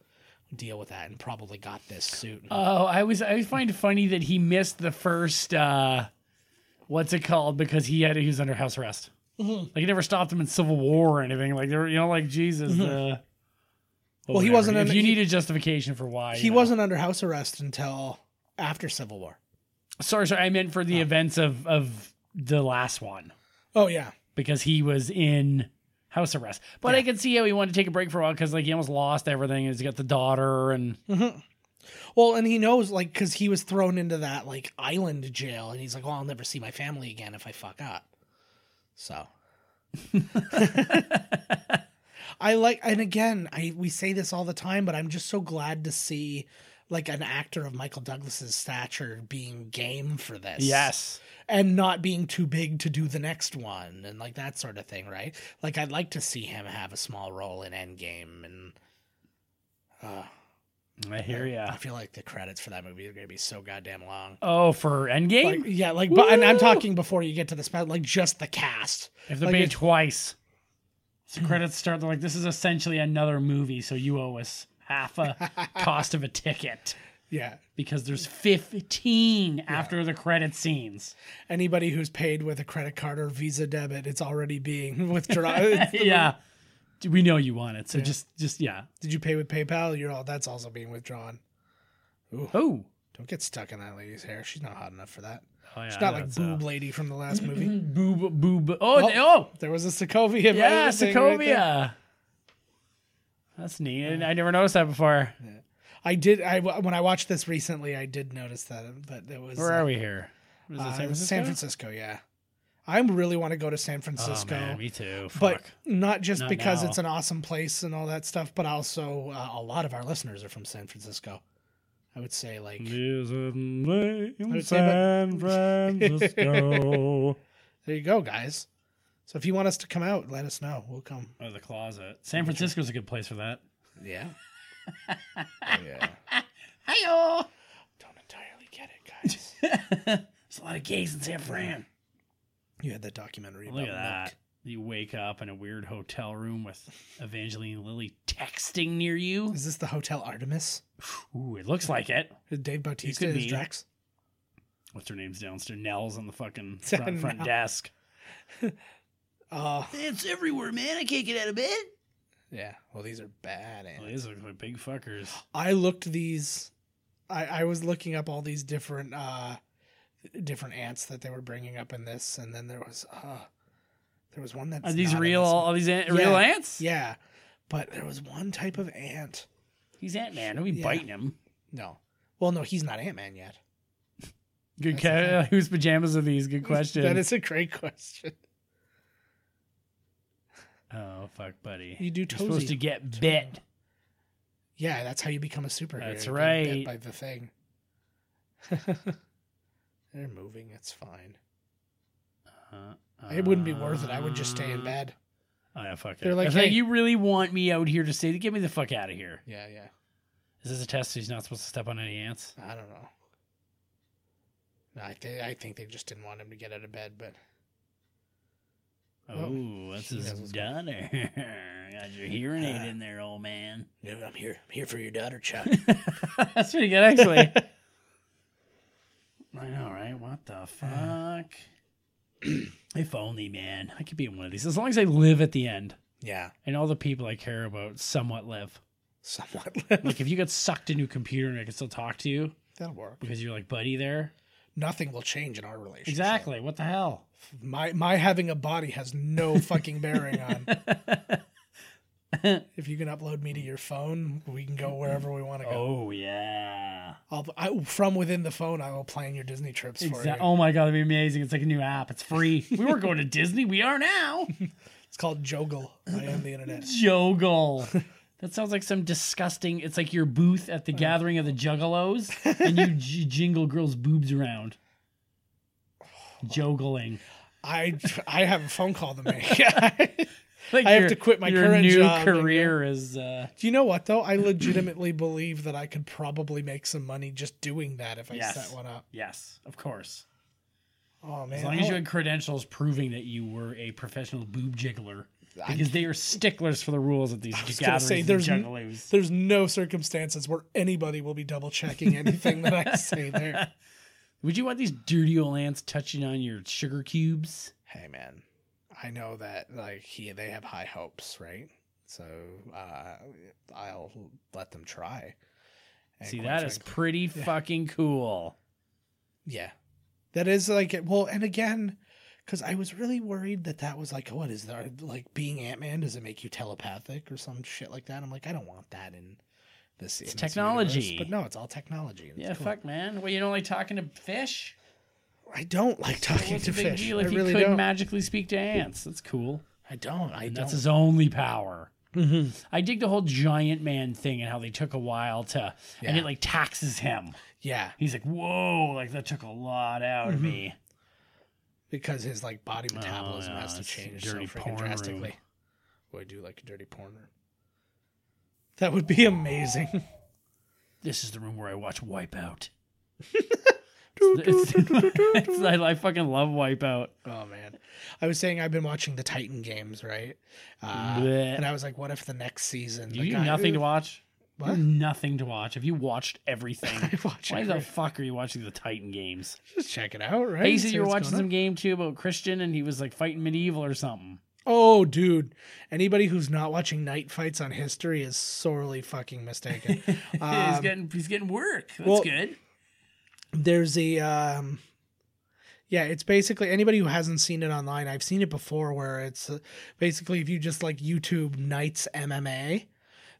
Speaker 2: deal with that, and probably got this suit.
Speaker 1: Oh, I was I find it funny that he missed the first uh what's it called because he had he was under house arrest.
Speaker 2: Mm-hmm.
Speaker 1: Like he never stopped him in civil war or anything. Like there, were- you know, like Jesus. Uh,
Speaker 2: Well, Mm-hmm. he
Speaker 1: whatever.
Speaker 2: wasn't
Speaker 1: If
Speaker 2: under-
Speaker 1: you
Speaker 2: he-
Speaker 1: need a justification for why you
Speaker 2: he
Speaker 1: know.
Speaker 2: wasn't under house arrest until after Civil War.
Speaker 1: Sorry, sorry. I meant for the events of of the last one.
Speaker 2: Oh yeah,
Speaker 1: because he was in house arrest. But I could see how he wanted to take a break for a while because like he almost lost everything. He's got the daughter and
Speaker 2: Mm-hmm. Well, and he knows, like, because he was thrown into that, like, island jail, and he's like, well, I'll never see my family again if I fuck up. So. I like, and again, I we say this all the time, but I'm just so glad to see, like, an actor of Michael Douglas's stature being game for this.
Speaker 1: yes,
Speaker 2: And not being too big to do the next one, and, like, that sort of thing, right? Like, I'd like to see him have a small role in Endgame, and. Uh,
Speaker 1: I hear ya.
Speaker 2: I feel like the credits for that movie are going to be so goddamn long.
Speaker 1: Oh, for Endgame,
Speaker 2: Like, yeah, like, but and I'm
Speaker 1: Woo!
Speaker 2: talking before you get to the spell, like just the cast.
Speaker 1: if they're
Speaker 2: like
Speaker 1: paid
Speaker 2: it-
Speaker 1: twice, so credits start. They're like, this is essentially another movie, so you owe us half a cost of a ticket
Speaker 2: Yeah,
Speaker 1: because there's 15 after the credit scenes.
Speaker 2: anybody who's paid with a credit card or Visa debit, it's already being withdrawn.
Speaker 1: yeah, we know you want it, so just just yeah.
Speaker 2: Did you pay with PayPal? You're all that's also being withdrawn.
Speaker 1: Oh,
Speaker 2: Don't get stuck in that lady's hair. She's not hot enough for that.
Speaker 1: Oh, yeah,
Speaker 2: She's
Speaker 1: I
Speaker 2: not
Speaker 1: know
Speaker 2: like
Speaker 1: it's, uh,
Speaker 2: boob lady from the last movie.
Speaker 1: boob boob. Oh,
Speaker 2: Oh.
Speaker 1: they- oh,
Speaker 2: There was a Sokovia.
Speaker 1: yeah,
Speaker 2: thing right there.
Speaker 1: Sokovia. That's neat. I- I never noticed that before.
Speaker 2: I did. I when I watched this recently, I did notice that, but it was
Speaker 1: Where
Speaker 2: uh,
Speaker 1: are we here? Is it
Speaker 2: uh,
Speaker 1: San Francisco?
Speaker 2: San Francisco. Yeah, I really want to go to San Francisco.
Speaker 1: Oh, man, me too. Fuck.
Speaker 2: but not just
Speaker 1: Not
Speaker 2: because
Speaker 1: now.
Speaker 2: it's an awesome place and all that stuff, but also uh, a lot of our listeners are from San Francisco. I would say like
Speaker 1: Lives and lay in
Speaker 2: would say
Speaker 1: San Francisco.
Speaker 2: there you go, guys. So if you want us to come out, let us know. We'll come.
Speaker 1: oh, the closet. San Francisco's a good place for that.
Speaker 2: Yeah. yeah.
Speaker 1: Hi-yo!
Speaker 2: Don't entirely get it, guys.
Speaker 1: There's a lot of gays in San Fran.
Speaker 2: you had that documentary
Speaker 1: Look at
Speaker 2: about
Speaker 1: that.
Speaker 2: milk.
Speaker 1: You wake up in a weird hotel room with Evangeline Lilly texting near you.
Speaker 2: Is this the Hotel Artemis?
Speaker 1: Ooh, it looks like it.
Speaker 2: Dave Bautista
Speaker 1: could
Speaker 2: is
Speaker 1: be.
Speaker 2: Drax.
Speaker 1: What's her name's downstairs? Nell's on the fucking front, front
Speaker 2: Nell.
Speaker 1: desk.
Speaker 2: Uh,
Speaker 1: It's everywhere, man. I can't get out of bed.
Speaker 2: yeah. Well, these are bad.
Speaker 1: Well,
Speaker 2: animals.
Speaker 1: these look like big fuckers.
Speaker 2: I looked these. I, I was looking up all these different uh, different ants that they were bringing up in this, and then there was uh, there was one that
Speaker 1: Are these real? Are these ant, real
Speaker 2: Yeah.
Speaker 1: ants?
Speaker 2: Yeah, but there was one type of ant.
Speaker 1: He's Ant Man. Don't be
Speaker 2: Yeah.
Speaker 1: biting him.
Speaker 2: No, well, no, he's not Ant Man yet.
Speaker 1: Good.
Speaker 2: That's
Speaker 1: Ca-
Speaker 2: the
Speaker 1: whose pajamas are these? Good question.
Speaker 2: that is a great question.
Speaker 1: oh fuck, buddy.
Speaker 2: You do
Speaker 1: You're supposed
Speaker 2: toesy.
Speaker 1: to get bit.
Speaker 2: yeah, that's how you become a superhero.
Speaker 1: That's
Speaker 2: you get
Speaker 1: right.
Speaker 2: bit By the thing. They're moving. It's fine.
Speaker 1: Uh,
Speaker 2: It wouldn't be worth it. I would just stay in bed.
Speaker 1: Oh yeah, fuck it.
Speaker 2: They're like,
Speaker 1: It's
Speaker 2: "Hey."
Speaker 1: you really want me out here to say, get me the fuck out of here.
Speaker 2: Yeah, yeah.
Speaker 1: Is this a test? He's not supposed to step on any ants.
Speaker 2: I don't know. No, I, th- I think they just didn't want him to get out of bed, but Well,
Speaker 1: Oh, that's
Speaker 2: he
Speaker 1: his
Speaker 2: knows what's
Speaker 1: daughter. Got your hearing
Speaker 2: Uh,
Speaker 1: aid in there, old man.
Speaker 2: no, I'm here. I'm here for your daughter, Chuck.
Speaker 1: that's pretty good, actually. I know, right? What the fuck? if only, man, I could be in one of these. As long as I live at the end,
Speaker 2: yeah,
Speaker 1: and all the people I care about somewhat live.
Speaker 2: somewhat.
Speaker 1: Like if you got sucked into a computer and I could still talk to you
Speaker 2: That'll work.
Speaker 1: because you're like buddy there.
Speaker 2: Nothing will change in our relationship.
Speaker 1: Exactly. What the hell?
Speaker 2: My my having a body has no fucking bearing on. if you can upload me to your phone, we can go wherever we want to go.
Speaker 1: Oh yeah.
Speaker 2: I'll, I, from within the phone, I will plan your Disney trips for
Speaker 1: Exactly.
Speaker 2: you.
Speaker 1: Oh my god, that'd be amazing. It's like a new app. It's free. we were going to Disney. We are now.
Speaker 2: It's called Jogle. I am the internet.
Speaker 1: Joggle. That sounds like some disgusting. It's like your booth at the gathering of the Juggalos, and you j- jingle girls' boobs around. Joggling.
Speaker 2: I I have a phone call to make.
Speaker 1: Like
Speaker 2: I have
Speaker 1: your-
Speaker 2: to quit my
Speaker 1: your
Speaker 2: current
Speaker 1: new
Speaker 2: job and go-
Speaker 1: career is. Uh,
Speaker 2: Do you know what though? I legitimately believe that I could probably make some money just doing that if I
Speaker 1: Yes.
Speaker 2: set one up.
Speaker 1: yes, of course.
Speaker 2: Oh man!
Speaker 1: As long as you had credentials proving that you were a professional boob jiggler, because they are sticklers for the rules at these
Speaker 2: was gonna
Speaker 1: gatherings.
Speaker 2: say,
Speaker 1: and
Speaker 2: there's n-
Speaker 1: juggalos.
Speaker 2: there's no circumstances where anybody will be double checking anything that I say there.
Speaker 1: Would you want these dirty old ants touching on your sugar cubes?
Speaker 2: Hey man, I know that like he they have high hopes, right? So uh, I'll let them try. And
Speaker 1: See,
Speaker 2: quite
Speaker 1: that is
Speaker 2: frankly-
Speaker 1: pretty fucking cool.
Speaker 2: Yeah. That is like it. Well, and again, because I was really worried that that was like, what is there like being Ant Man? Does it make you telepathic or some shit like that? I'm like, I don't want that in this. in this
Speaker 1: technology.
Speaker 2: universe. but no, it's all technology. and it's
Speaker 1: Yeah,
Speaker 2: cool.
Speaker 1: fuck, man. Well, you don't like talking to fish?
Speaker 2: I don't like talking
Speaker 1: What's
Speaker 2: to
Speaker 1: a big
Speaker 2: fish.
Speaker 1: deal
Speaker 2: I
Speaker 1: if
Speaker 2: really
Speaker 1: you could
Speaker 2: don't.
Speaker 1: magically speak to ants? That's cool.
Speaker 2: I don't. I
Speaker 1: And
Speaker 2: don't.
Speaker 1: that's Mm-hmm. his only power. I dig the whole giant man thing and how they took a while to, and
Speaker 2: Yeah.
Speaker 1: it like taxes him.
Speaker 2: yeah,
Speaker 1: He's like, whoa, like that took a lot out of me.
Speaker 2: Mm-hmm. because his like body metabolism
Speaker 1: yeah,
Speaker 2: has to
Speaker 1: it's
Speaker 2: change so
Speaker 1: dirty porn
Speaker 2: freaking
Speaker 1: room.
Speaker 2: drastically. Boy, I do like a dirty porn room. That would be amazing.
Speaker 1: This is the room where I watch Wipeout. It's- it's- I, I fucking love Wipeout.
Speaker 2: Oh man, I was saying I've been watching the Titan games, right? Uh,
Speaker 1: Bleh.
Speaker 2: and I was like, what if the next season?
Speaker 1: You do nothing to watch. You
Speaker 2: What?
Speaker 1: do nothing to watch. Have you watched everything?
Speaker 2: I watch
Speaker 1: Why
Speaker 2: it.
Speaker 1: the fuck are you watching the Titan games?
Speaker 2: Just check it out, right?
Speaker 1: Hey, you said
Speaker 2: See
Speaker 1: you were
Speaker 2: what's
Speaker 1: watching
Speaker 2: going
Speaker 1: some
Speaker 2: on.
Speaker 1: game too about Christian, and he was like fighting medieval or something.
Speaker 2: Oh, dude! Anybody who's not watching night fights on history is sorely fucking mistaken.
Speaker 1: he's
Speaker 2: Um,
Speaker 1: getting he's getting work. That's
Speaker 2: well-
Speaker 1: good.
Speaker 2: there's a um yeah it's basically anybody who hasn't seen it online i've seen it before where it's uh, basically if you just like youtube knights mma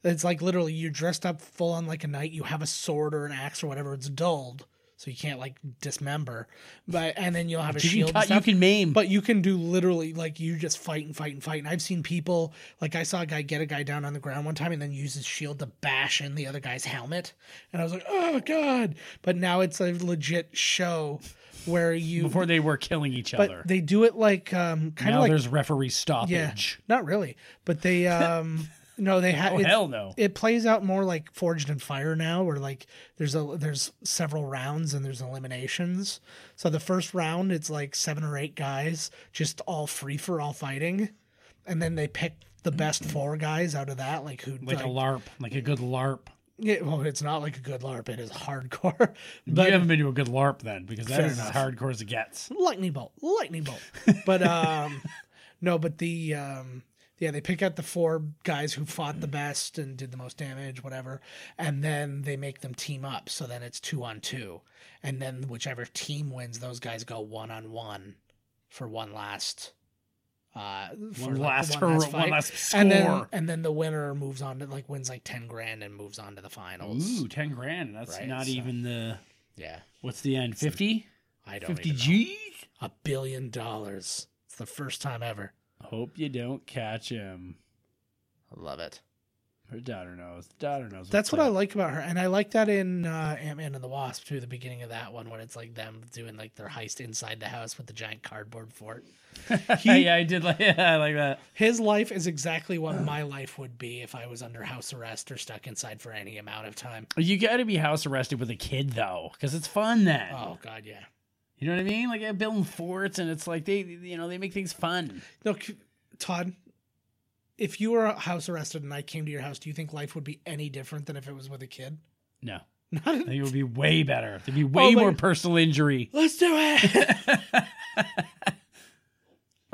Speaker 2: it's like literally you're dressed up full on like a knight you have a sword or an axe or whatever it's dulled so you can't like dismember but and then you'll have a
Speaker 1: You can
Speaker 2: shield and
Speaker 1: cut, you
Speaker 2: stuff.
Speaker 1: can maim.
Speaker 2: But you can do literally like you just fight and fight and fight. And I've seen people like I saw a guy get a guy down on the ground one time and then use his shield to bash in the other guy's helmet. And I was like, oh god! But now it's a legit show where you
Speaker 1: before they were killing each other.
Speaker 2: but they do it like um kind
Speaker 1: now
Speaker 2: of like
Speaker 1: there's referee
Speaker 2: yeah,
Speaker 1: stoppage.
Speaker 2: not really, but they um no they have
Speaker 1: Oh hell no!
Speaker 2: it plays out more like Forged in Fire now, where like there's a there's several rounds and there's eliminations. So the first round, it's like seven or eight guys, just all free for all fighting, and then they pick the best four guys out of that, like who
Speaker 1: like, a LARP, like a good LARP.
Speaker 2: yeah, well, it's not like a good LARP, it is hardcore,
Speaker 1: you
Speaker 2: but
Speaker 1: haven't been to a good LARP then, because that
Speaker 2: Fair
Speaker 1: is as
Speaker 2: enough.
Speaker 1: hardcore as it gets.
Speaker 2: lightning bolt, lightning bolt. But um, no, but the um, yeah, they pick out the four guys who fought the best and did the most damage, whatever, and then they make them team up. So then it's two on two, and then whichever team wins, those guys go one on one for one last. Uh, for
Speaker 1: One last,
Speaker 2: like, one last
Speaker 1: hurrah,
Speaker 2: fight.
Speaker 1: one last score.
Speaker 2: and then and then the winner moves on to like wins like ten grand and moves on to the finals.
Speaker 1: Ooh, 10 grand. That's
Speaker 2: Right,
Speaker 1: not
Speaker 2: so-
Speaker 1: even the.
Speaker 2: Yeah,
Speaker 1: What's the end? 50?
Speaker 2: I don't
Speaker 1: 50
Speaker 2: even know.
Speaker 1: G?
Speaker 2: a billion dollars. It's the first time ever.
Speaker 1: Hope you don't catch him.
Speaker 2: I love it.
Speaker 1: Her daughter knows. Daughter knows.
Speaker 2: That's what
Speaker 1: what's
Speaker 2: I
Speaker 1: up.
Speaker 2: like about her, and I like that in uh, Ant Man and the Wasp too. The beginning of that one, when it's like them doing like their heist inside the house with the giant cardboard fort. He-
Speaker 1: yeah, I did like. Yeah, I like that.
Speaker 2: His life is exactly what my life would be if I was under house arrest or stuck inside for any amount of time.
Speaker 1: You got to be house arrested with a kid though, because it's fun then.
Speaker 2: Oh God, yeah.
Speaker 1: You know what I mean? Like they're building forts, and it's like they, you know, they make things fun.
Speaker 2: No, c- Todd. If you were house arrested and I came to your house, do you think life would be any different than if it was with a kid?
Speaker 1: No,
Speaker 2: Not
Speaker 1: I think it would be way better. There'd be way
Speaker 2: but-
Speaker 1: more personal injury.
Speaker 2: Let's do it.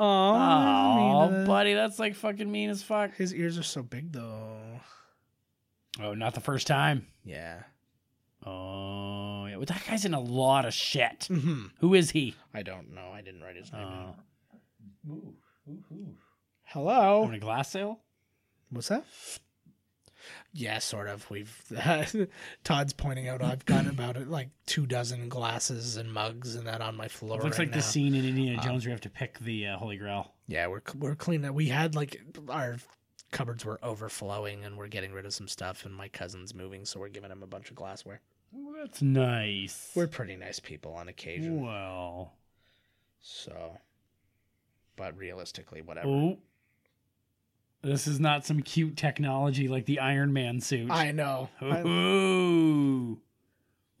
Speaker 1: Oh,
Speaker 2: Oh,
Speaker 1: buddy, that's like fucking mean as fuck.
Speaker 2: his ears are so big though.
Speaker 1: Oh, not the first time.
Speaker 2: Yeah.
Speaker 1: Oh, yeah. Well, that guy's in a lot of shit.
Speaker 2: hmm
Speaker 1: Who is he?
Speaker 2: I don't know. I didn't write his name. down.
Speaker 1: Uh,
Speaker 2: Hello.
Speaker 1: on a glass sale?
Speaker 2: What's that? Yeah, sort of. We've Todd's pointing out I've got about it like two dozen glasses and mugs and that on my floor.
Speaker 1: It looks
Speaker 2: right
Speaker 1: like
Speaker 2: now.
Speaker 1: the scene in Indiana Jones where you have to pick the uh, Holy Grail.
Speaker 2: Yeah, we're we're cleaning. We had like our cupboards were overflowing and we're getting rid of some stuff. And my cousin's moving, so we're giving him a bunch of glassware.
Speaker 1: That's nice.
Speaker 2: We're pretty nice people on occasion,
Speaker 1: well.
Speaker 2: so. But realistically, whatever.
Speaker 1: Oh. This is not some cute technology like the Iron Man suit.
Speaker 2: I know. I-
Speaker 1: Ooh.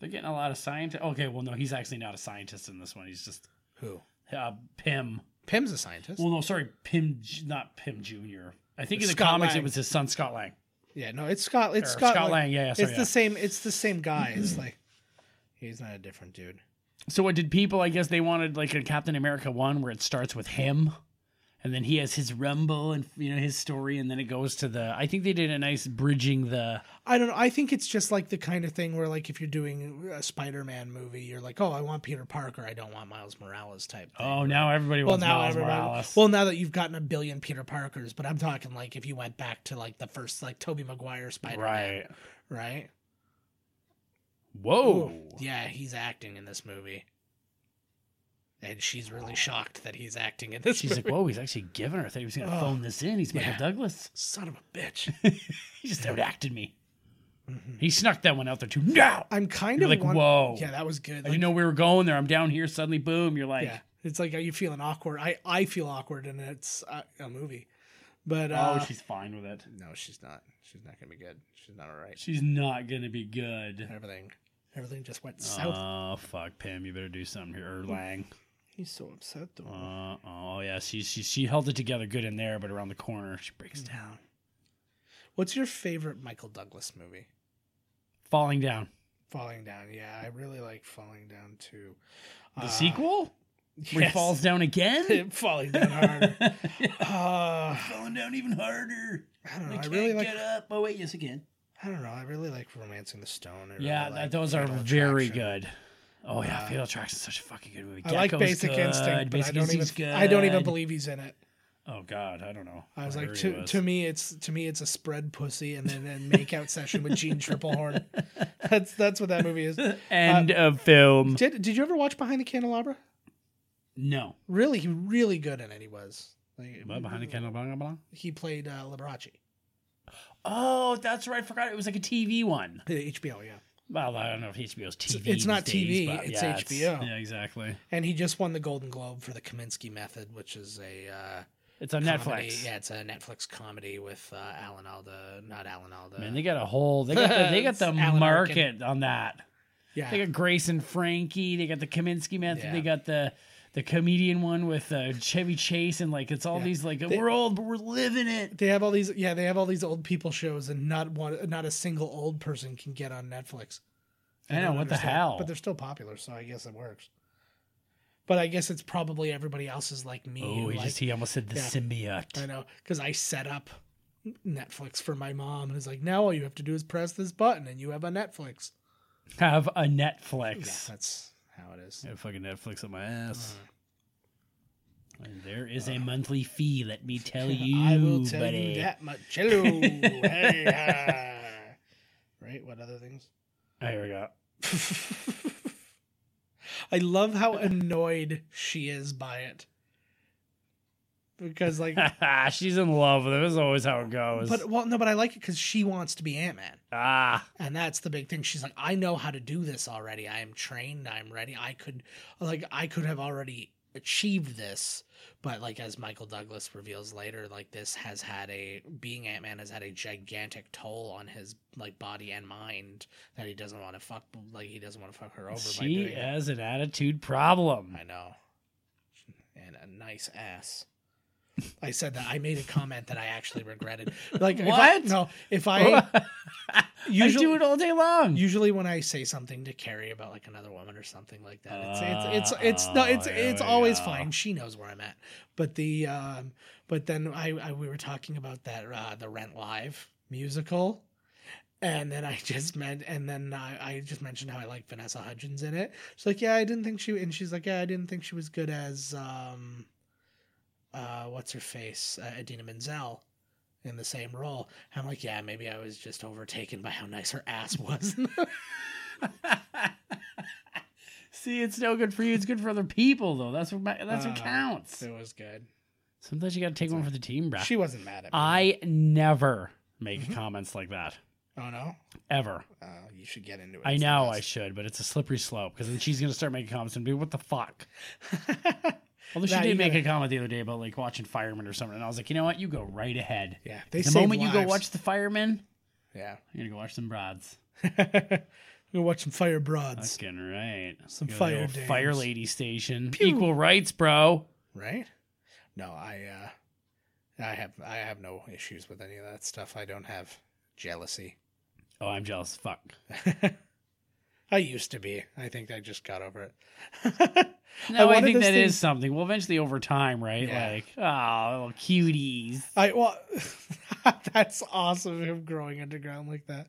Speaker 1: They're getting a lot of scientists. Okay, well, no, he's actually not a scientist in this one. He's just
Speaker 2: who?
Speaker 1: uh, Pym.
Speaker 2: Pim's a scientist.
Speaker 1: Well, no, sorry, Pym, J- not Pym Jr. I think in the
Speaker 2: Scott
Speaker 1: comics
Speaker 2: Lang.
Speaker 1: it was his son, Scott Lang.
Speaker 2: Yeah, no, it's Scott. It's
Speaker 1: Or
Speaker 2: Scott, like-
Speaker 1: Lang, yeah, yeah, sorry,
Speaker 2: it's
Speaker 1: yeah.
Speaker 2: the same. It's the same guy. It's like he's not a different dude.
Speaker 1: So, what did people, I guess they wanted like a Captain America 1 where it starts with him and then he has his rumble and, you know, his story and then it goes to the. I think they did a nice bridging the.
Speaker 2: I don't know. I think it's just like the kind of thing where, like, if you're doing a Spider-Man movie, you're like, oh, I want Peter Parker. I don't want Miles Morales type. Thing.
Speaker 1: Oh, now everybody
Speaker 2: well,
Speaker 1: wants
Speaker 2: now
Speaker 1: Miles
Speaker 2: everybody.
Speaker 1: Morales.
Speaker 2: Well, now that you've gotten a billion Peter Parkers, but I'm talking like if you went back to like the first, like Toby Maguire Spider-Man,
Speaker 1: right. Oh.
Speaker 2: right?
Speaker 1: Whoa.
Speaker 2: Yeah, he's acting in this movie, and she's really shocked that he's acting in this.
Speaker 1: She's
Speaker 2: movie.
Speaker 1: like, whoa, he's actually giving her. I thought he was going to
Speaker 2: Oh.
Speaker 1: phone this in. He's Michael
Speaker 2: Yeah.
Speaker 1: Douglas.
Speaker 2: son of a bitch.
Speaker 1: He just outacted me.
Speaker 2: Mm-hmm.
Speaker 1: He snuck that one out there too. No!
Speaker 2: I'm kind
Speaker 1: You're
Speaker 2: of
Speaker 1: like,
Speaker 2: won-
Speaker 1: whoa.
Speaker 2: Yeah, that was good.
Speaker 1: I didn't know we were going there. I'm down here. Suddenly, boom, you're like,
Speaker 2: yeah, it's like, are you feeling awkward? I I feel awkward, and it's a, a movie. But uh,
Speaker 1: oh, she's fine with it.
Speaker 2: no, she's not. She's not gonna be good. She's not all right.
Speaker 1: She's not going to be good.
Speaker 2: Everything, everything just went south.
Speaker 1: Oh, fuck, Pam. You better do something here. Or Lang.
Speaker 2: He's so upset though.
Speaker 1: Uh, oh, yeah. She, she, she held it together good in there, but around the corner, she breaks down.
Speaker 2: Down. What's your favorite Michael Douglas movie?
Speaker 1: Falling down.
Speaker 2: Falling Down. Yeah, I really like Falling Down too.
Speaker 1: The
Speaker 2: Uh,
Speaker 1: sequel? Where he
Speaker 2: yes.
Speaker 1: falls down again?
Speaker 2: Falling Down harder. Uh,
Speaker 1: Falling down even harder.
Speaker 2: I don't know. I really like.
Speaker 1: up. Oh, wait, yes, again.
Speaker 2: I don't know. I really like Romancing the Stone. I really
Speaker 1: Yeah,
Speaker 2: like
Speaker 1: that, those are
Speaker 2: Fatal
Speaker 1: very
Speaker 2: Attraction. Uh,
Speaker 1: good. Oh yeah, Fatal Attraction is such a fucking good movie.
Speaker 2: I like
Speaker 1: Gecko's
Speaker 2: Basic
Speaker 1: good.
Speaker 2: Instinct, but I
Speaker 1: Basic
Speaker 2: don't even
Speaker 1: Instinct's good.
Speaker 2: I don't even believe he's in it.
Speaker 1: Oh god, I don't know.
Speaker 2: I was
Speaker 1: Or
Speaker 2: like,
Speaker 1: he
Speaker 2: to,
Speaker 1: was.
Speaker 2: to me, it's to me, it's a spread pussy and then a makeout session with Gene Triplehorn. That's that's what that movie is.
Speaker 1: end
Speaker 2: uh,
Speaker 1: of film.
Speaker 2: Did Did you ever watch Behind the Candelabra?
Speaker 1: No,
Speaker 2: Really, he really good in it. He was. Like,
Speaker 1: what behind the candle? Blah, blah, blah?
Speaker 2: He played uh, Liberace.
Speaker 1: Oh, that's right. I forgot it was like a TV one.
Speaker 2: Uh, HBO, yeah.
Speaker 1: Well, I don't know if HBO's TV.
Speaker 2: it's
Speaker 1: these
Speaker 2: not
Speaker 1: days,
Speaker 2: TV,
Speaker 1: but
Speaker 2: it's
Speaker 1: yeah,
Speaker 2: HBO.
Speaker 1: yeah, exactly.
Speaker 2: And he just won the Golden Globe for the Kaminsky Method, which is a uh,
Speaker 1: It's on
Speaker 2: comedy-
Speaker 1: Netflix.
Speaker 2: Yeah, it's a Netflix comedy with uh, Alan Alda, not Alan Alda.
Speaker 1: Man, they got a whole. They got the, they got
Speaker 2: It's
Speaker 1: the
Speaker 2: Alan Arkin.
Speaker 1: market on that.
Speaker 2: yeah,
Speaker 1: They got Grace and Frankie. They got the Kaminsky method.
Speaker 2: Yeah.
Speaker 1: They got the the comedian one with uh, Chevy Chase and like it's all
Speaker 2: Yeah.
Speaker 1: these like we're old, but we're living it.
Speaker 2: they have all these. Yeah, they have all these old people shows, and not one, not a single old person can get on Netflix.
Speaker 1: I know
Speaker 2: don't
Speaker 1: what the
Speaker 2: understand.
Speaker 1: hell.
Speaker 2: But they're still popular, so I guess it works. But I guess it's probably everybody else's like me.
Speaker 1: oh,
Speaker 2: who,
Speaker 1: he
Speaker 2: like,
Speaker 1: just he almost said the
Speaker 2: yeah. I
Speaker 1: symbiote.
Speaker 2: know because I set up Netflix for my mom, and it's like now all you have to do is press this button, and you have a Netflix.
Speaker 1: Have a
Speaker 2: Yeah,
Speaker 1: Netflix.
Speaker 2: that's how it is.
Speaker 1: I have fucking Netflix on my ass. And there is a monthly fee. Let me tell you,
Speaker 2: I will tell
Speaker 1: buddy.
Speaker 2: you that much. Hello. Hey, ah. right? What other things?
Speaker 1: Oh, here we go.
Speaker 2: I love how annoyed she is by it. Because like
Speaker 1: She's in love with him. This is always how it goes.
Speaker 2: but well no, but I like it because she wants to be Ant Man.
Speaker 1: ah,
Speaker 2: And that's the big thing. She's like, I know how to do this already. I am trained. I'm ready. I could, like, I could have already achieved this. But like, as Michael Douglas reveals later, like this has had a being Ant Man has had a gigantic toll on his like body and mind that he doesn't want to fuck. Like he doesn't want to fuck her over. by
Speaker 1: she
Speaker 2: doing it.
Speaker 1: has an attitude problem.
Speaker 2: I know. And a nice ass. I said that. I made a comment that I actually regretted. Like
Speaker 1: What?
Speaker 2: If I, no, if I
Speaker 1: I do
Speaker 2: usually
Speaker 1: it all day long.
Speaker 2: usually when I say something to Carrie about like another woman or something like that, it's it's
Speaker 1: Ah,
Speaker 2: it's, it's no, it's
Speaker 1: oh, here
Speaker 2: it's
Speaker 1: we
Speaker 2: always
Speaker 1: go.
Speaker 2: fine. She knows where I'm at. But the um, but then I, I we were talking about that uh, the Rent Live musical. And then I just meant, and then I, I just mentioned how I like Vanessa Hudgens in it. She's like, yeah, I didn't think she, and she's like, yeah, I didn't think she was good as, um, uh, what's her face, uh, Adina Menzel, in the same role. I'm like, yeah, maybe I was just overtaken by how nice her ass was.
Speaker 1: See, it's no good for you. It's good for other people, though. That's what ma- that's what
Speaker 2: Uh,
Speaker 1: counts.
Speaker 2: it was good.
Speaker 1: Sometimes you got to take one for the team, bro.
Speaker 2: She Mm-hmm. wasn't mad at me.
Speaker 1: I never make comments like that
Speaker 2: oh no,
Speaker 1: ever.
Speaker 2: uh, you should get into it.
Speaker 1: I know I should, but it's a slippery slope because then she's gonna start making comments and be what the fuck. Although she
Speaker 2: Nah,
Speaker 1: did
Speaker 2: you
Speaker 1: make
Speaker 2: gotta-
Speaker 1: a comment the other day about like watching Fireman or something, and I was like, you know what, you go right ahead.
Speaker 2: yeah, they
Speaker 1: the
Speaker 2: save
Speaker 1: moment you go
Speaker 2: lives.
Speaker 1: watch the Fireman,
Speaker 2: yeah,
Speaker 1: you're gonna go watch some broads.
Speaker 2: you watch some fire broads,
Speaker 1: Fucking right.
Speaker 2: Some
Speaker 1: Go to the
Speaker 2: fire
Speaker 1: old
Speaker 2: dames.
Speaker 1: Fire lady station. Equal rights, bro.
Speaker 2: right? No, I, uh, I have, I have no issues with any of that stuff. I don't have jealousy.
Speaker 1: Oh, I'm jealous. as Fuck.
Speaker 2: I used to be. I think I just got over it.
Speaker 1: No, I,
Speaker 2: wanted
Speaker 1: think
Speaker 2: this
Speaker 1: that is
Speaker 2: thing-
Speaker 1: something. Well, eventually over time, right?
Speaker 2: Yeah.
Speaker 1: Like, oh, little cuties.
Speaker 2: I well, that's awesome. Him growing underground like that.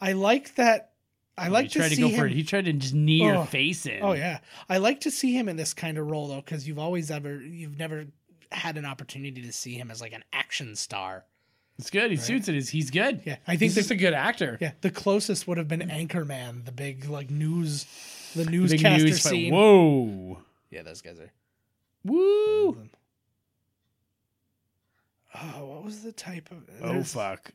Speaker 2: I like that. I
Speaker 1: And
Speaker 2: like
Speaker 1: he
Speaker 2: to
Speaker 1: Oh, tried
Speaker 2: see
Speaker 1: to go
Speaker 2: him.
Speaker 1: for it. He tried to just knee your
Speaker 2: Oh.
Speaker 1: face in.
Speaker 2: Oh yeah, I like to see him in this kind of role though, because you've always ever you've never had an opportunity to see him as like an action star.
Speaker 1: it's good. He suits it. He's- He's good.
Speaker 2: Yeah, I
Speaker 1: he's
Speaker 2: think
Speaker 1: just
Speaker 2: the,
Speaker 1: a good actor.
Speaker 2: yeah the closest would have been Anchorman, the big like news, the
Speaker 1: Big
Speaker 2: newscaster
Speaker 1: news. but-
Speaker 2: scene.
Speaker 1: Whoa.
Speaker 2: Yeah, those guys are.
Speaker 1: Woo.
Speaker 2: Oh, what was the type of?
Speaker 1: Oh
Speaker 2: there's-
Speaker 1: fuck.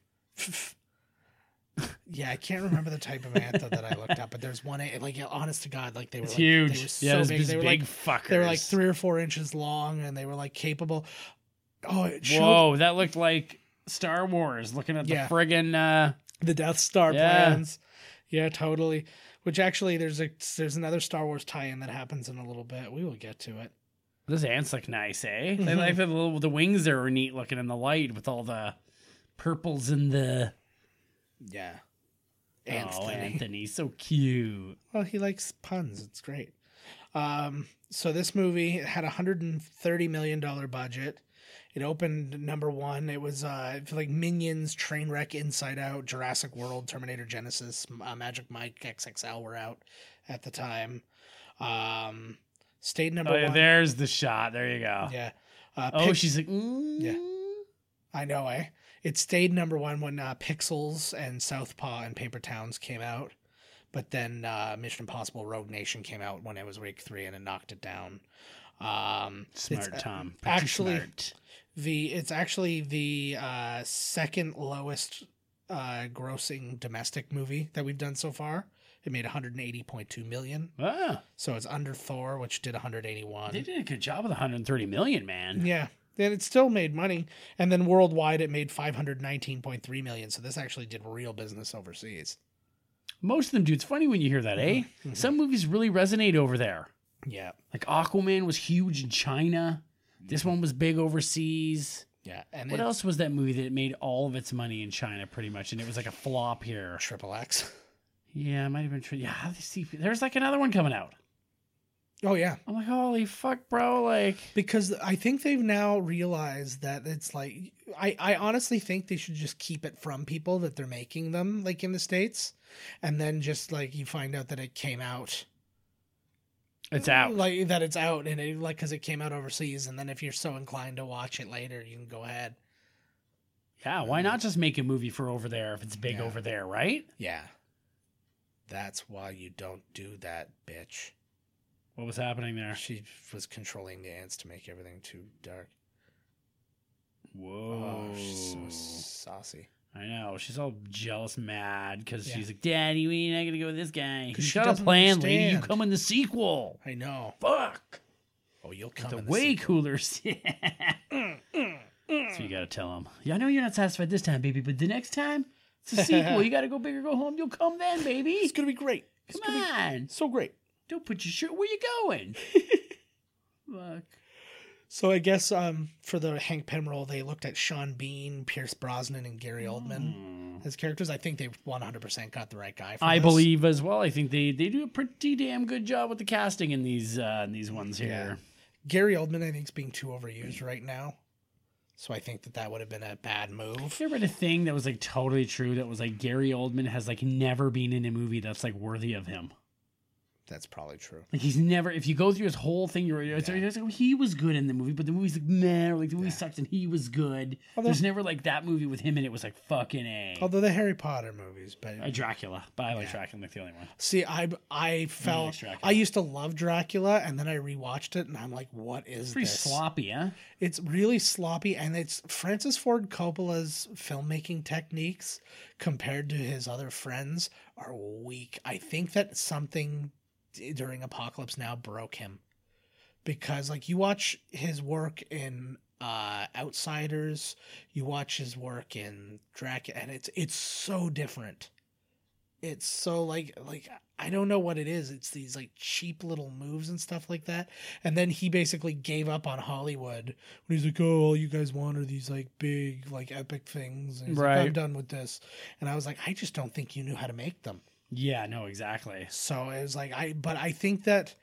Speaker 2: Yeah, I can't remember the type of anthem that I looked up, but there's one like honest to god, like they were
Speaker 1: It's
Speaker 2: like, They were
Speaker 1: huge.
Speaker 2: so
Speaker 1: yeah, those
Speaker 2: big.
Speaker 1: big,
Speaker 2: They were
Speaker 1: big
Speaker 2: like
Speaker 1: fuckers.
Speaker 2: they were like three or four inches long, and they were like capable. Oh, it showed
Speaker 1: Whoa, that looked like Star Wars. Looking at
Speaker 2: Yeah.
Speaker 1: the friggin' uh,
Speaker 2: the Death Star
Speaker 1: Yeah.
Speaker 2: plans. Yeah, totally. Which actually, there's a there's another Star Wars tie-in that happens in a little bit. We will get to it.
Speaker 1: Those ants look nice, eh?
Speaker 2: Mm-hmm.
Speaker 1: They like the little the wings there are neat looking in the light with all the purples and the
Speaker 2: Yeah,
Speaker 1: Oh,
Speaker 2: Anthony.
Speaker 1: Anthony, so cute.
Speaker 2: Well, he likes puns. It's great. Um, so this movie had a hundred and thirty million dollar budget. It opened number one. It was uh, for, like Minions, Trainwreck, Inside Out, Jurassic World, Terminator Genesis, M- uh, Magic Mike, XXL were out at the time. Um, stayed number
Speaker 1: Oh, yeah,
Speaker 2: one.
Speaker 1: there's the shot. There you go.
Speaker 2: Yeah. Uh,
Speaker 1: Oh,
Speaker 2: Pix-
Speaker 1: she's like, mm.
Speaker 2: I know, eh? It stayed number one when uh, Pixels and Southpaw and Paper Towns came out, but then uh, Mission Impossible Rogue Nation came out when it was week three and it knocked it down. Um, it's,
Speaker 1: Smart
Speaker 2: uh,
Speaker 1: Tom. Pretty
Speaker 2: actually-
Speaker 1: smart.
Speaker 2: the it's actually the uh, second lowest uh, grossing domestic movie that we've done so far. It made 180.2 million,
Speaker 1: Ah,
Speaker 2: so it's under Thor, which did 181.
Speaker 1: they did a good job with 130 million, man.
Speaker 2: Yeah. And it still made money. And then worldwide, it made 519.3 million. So this actually did real business overseas.
Speaker 1: Most of them do. It's funny when you hear that, eh?
Speaker 2: Mm-hmm.
Speaker 1: Some movies really resonate over there.
Speaker 2: Yeah.
Speaker 1: Like Aquaman was huge in China. This one was big overseas.
Speaker 2: Yeah. And
Speaker 1: What
Speaker 2: it-
Speaker 1: else was that movie that made all of its money in China, pretty much, and it was like a flop here?
Speaker 2: Triple X.
Speaker 1: Yeah, it might have been true. Yeah, I see, there's like another one coming out.
Speaker 2: Oh, yeah.
Speaker 1: I'm like, holy fuck, bro! Like,
Speaker 2: Because I think they've now realized that it's like, I, I honestly think they should just keep it from people that they're making them, like in the States. And then just like you find out that it came out.
Speaker 1: it's out.
Speaker 2: Like that it's out and it, like, because it came out overseas. And then if you're so inclined to watch it later, you can go ahead.
Speaker 1: Yeah, why not just make a movie for over there if it's big
Speaker 2: Yeah.
Speaker 1: over there, right?
Speaker 2: Yeah. That's why you don't do that, bitch.
Speaker 1: What was happening there?
Speaker 2: She was controlling the ants to make everything too dark. Oh,
Speaker 1: Whoa.
Speaker 2: she's so saucy.
Speaker 1: I know. She's all jealous, mad, because
Speaker 2: Yeah.
Speaker 1: she's like, Daddy, we are not going to go with this guy?
Speaker 2: 'Cause
Speaker 1: He's
Speaker 2: she
Speaker 1: got a
Speaker 2: doesn't
Speaker 1: plan, lady. You
Speaker 2: understand.
Speaker 1: come in the sequel.
Speaker 2: I know.
Speaker 1: Fuck.
Speaker 2: Oh, you'll
Speaker 1: With
Speaker 2: come
Speaker 1: the
Speaker 2: in
Speaker 1: way
Speaker 2: sequel.
Speaker 1: cooler. shit. So you got to tell him. Yeah, I know you're not satisfied this time, baby, but the next time, it's a sequel. You got to go big or go home. You'll come then, baby.
Speaker 2: It's gonna be great. It's
Speaker 1: Come
Speaker 2: gonna be
Speaker 1: on.
Speaker 2: so great.
Speaker 1: Don't put your shirt. Where you going? Fuck.
Speaker 2: So I guess um for the Hank Pym role, they looked at Sean Bean, Pierce Brosnan, and Gary
Speaker 1: Mm.
Speaker 2: Oldman as characters. I think they 100% got the right guy. Hmm. For
Speaker 1: I
Speaker 2: this.
Speaker 1: believe as well. I think they, they do a pretty damn good job with the casting in these uh, in these ones here.
Speaker 2: Gary Oldman. I think is being too overused right now. So I think that that would have been a bad move.
Speaker 1: There was a thing that was like totally true that was like Gary Oldman has like never been in a movie that's like worthy of him.
Speaker 2: That's probably true.
Speaker 1: Like he's never. If you go through his whole thing, you're, it's it's like he was good in the movie, but the movie's like meh, or, like the movie sucked and he was good.
Speaker 2: Although-
Speaker 1: There's never like that movie with him and it was like fucking a.
Speaker 2: Although the Harry Potter movies, but
Speaker 1: Uh, Dracula, but I like Dracula. Like the only one.
Speaker 2: see, I I
Speaker 1: likes
Speaker 2: felt
Speaker 1: Dracula.
Speaker 2: I used to love Dracula, and then I rewatched it, and I'm like, what is
Speaker 1: Pretty
Speaker 2: this?
Speaker 1: sloppy, huh?
Speaker 2: It's really sloppy, and it's Francis Ford Coppola's filmmaking techniques compared to his other friends are weak. I think that something d- during Apocalypse Now broke him because, like, you watch his work in uh outsiders you watch his work in dracula and it's it's so different it's so like like I don't know what it is. It's these like cheap little moves and stuff like that. And then he basically gave up on Hollywood when he's like, "Oh, all you guys want are these like big, like epic things." And he's like,
Speaker 1: Right.
Speaker 2: I'm done with this. And I was like, I just don't think you knew how to make them.
Speaker 1: Yeah, no, exactly.
Speaker 2: So it was like I, but I think that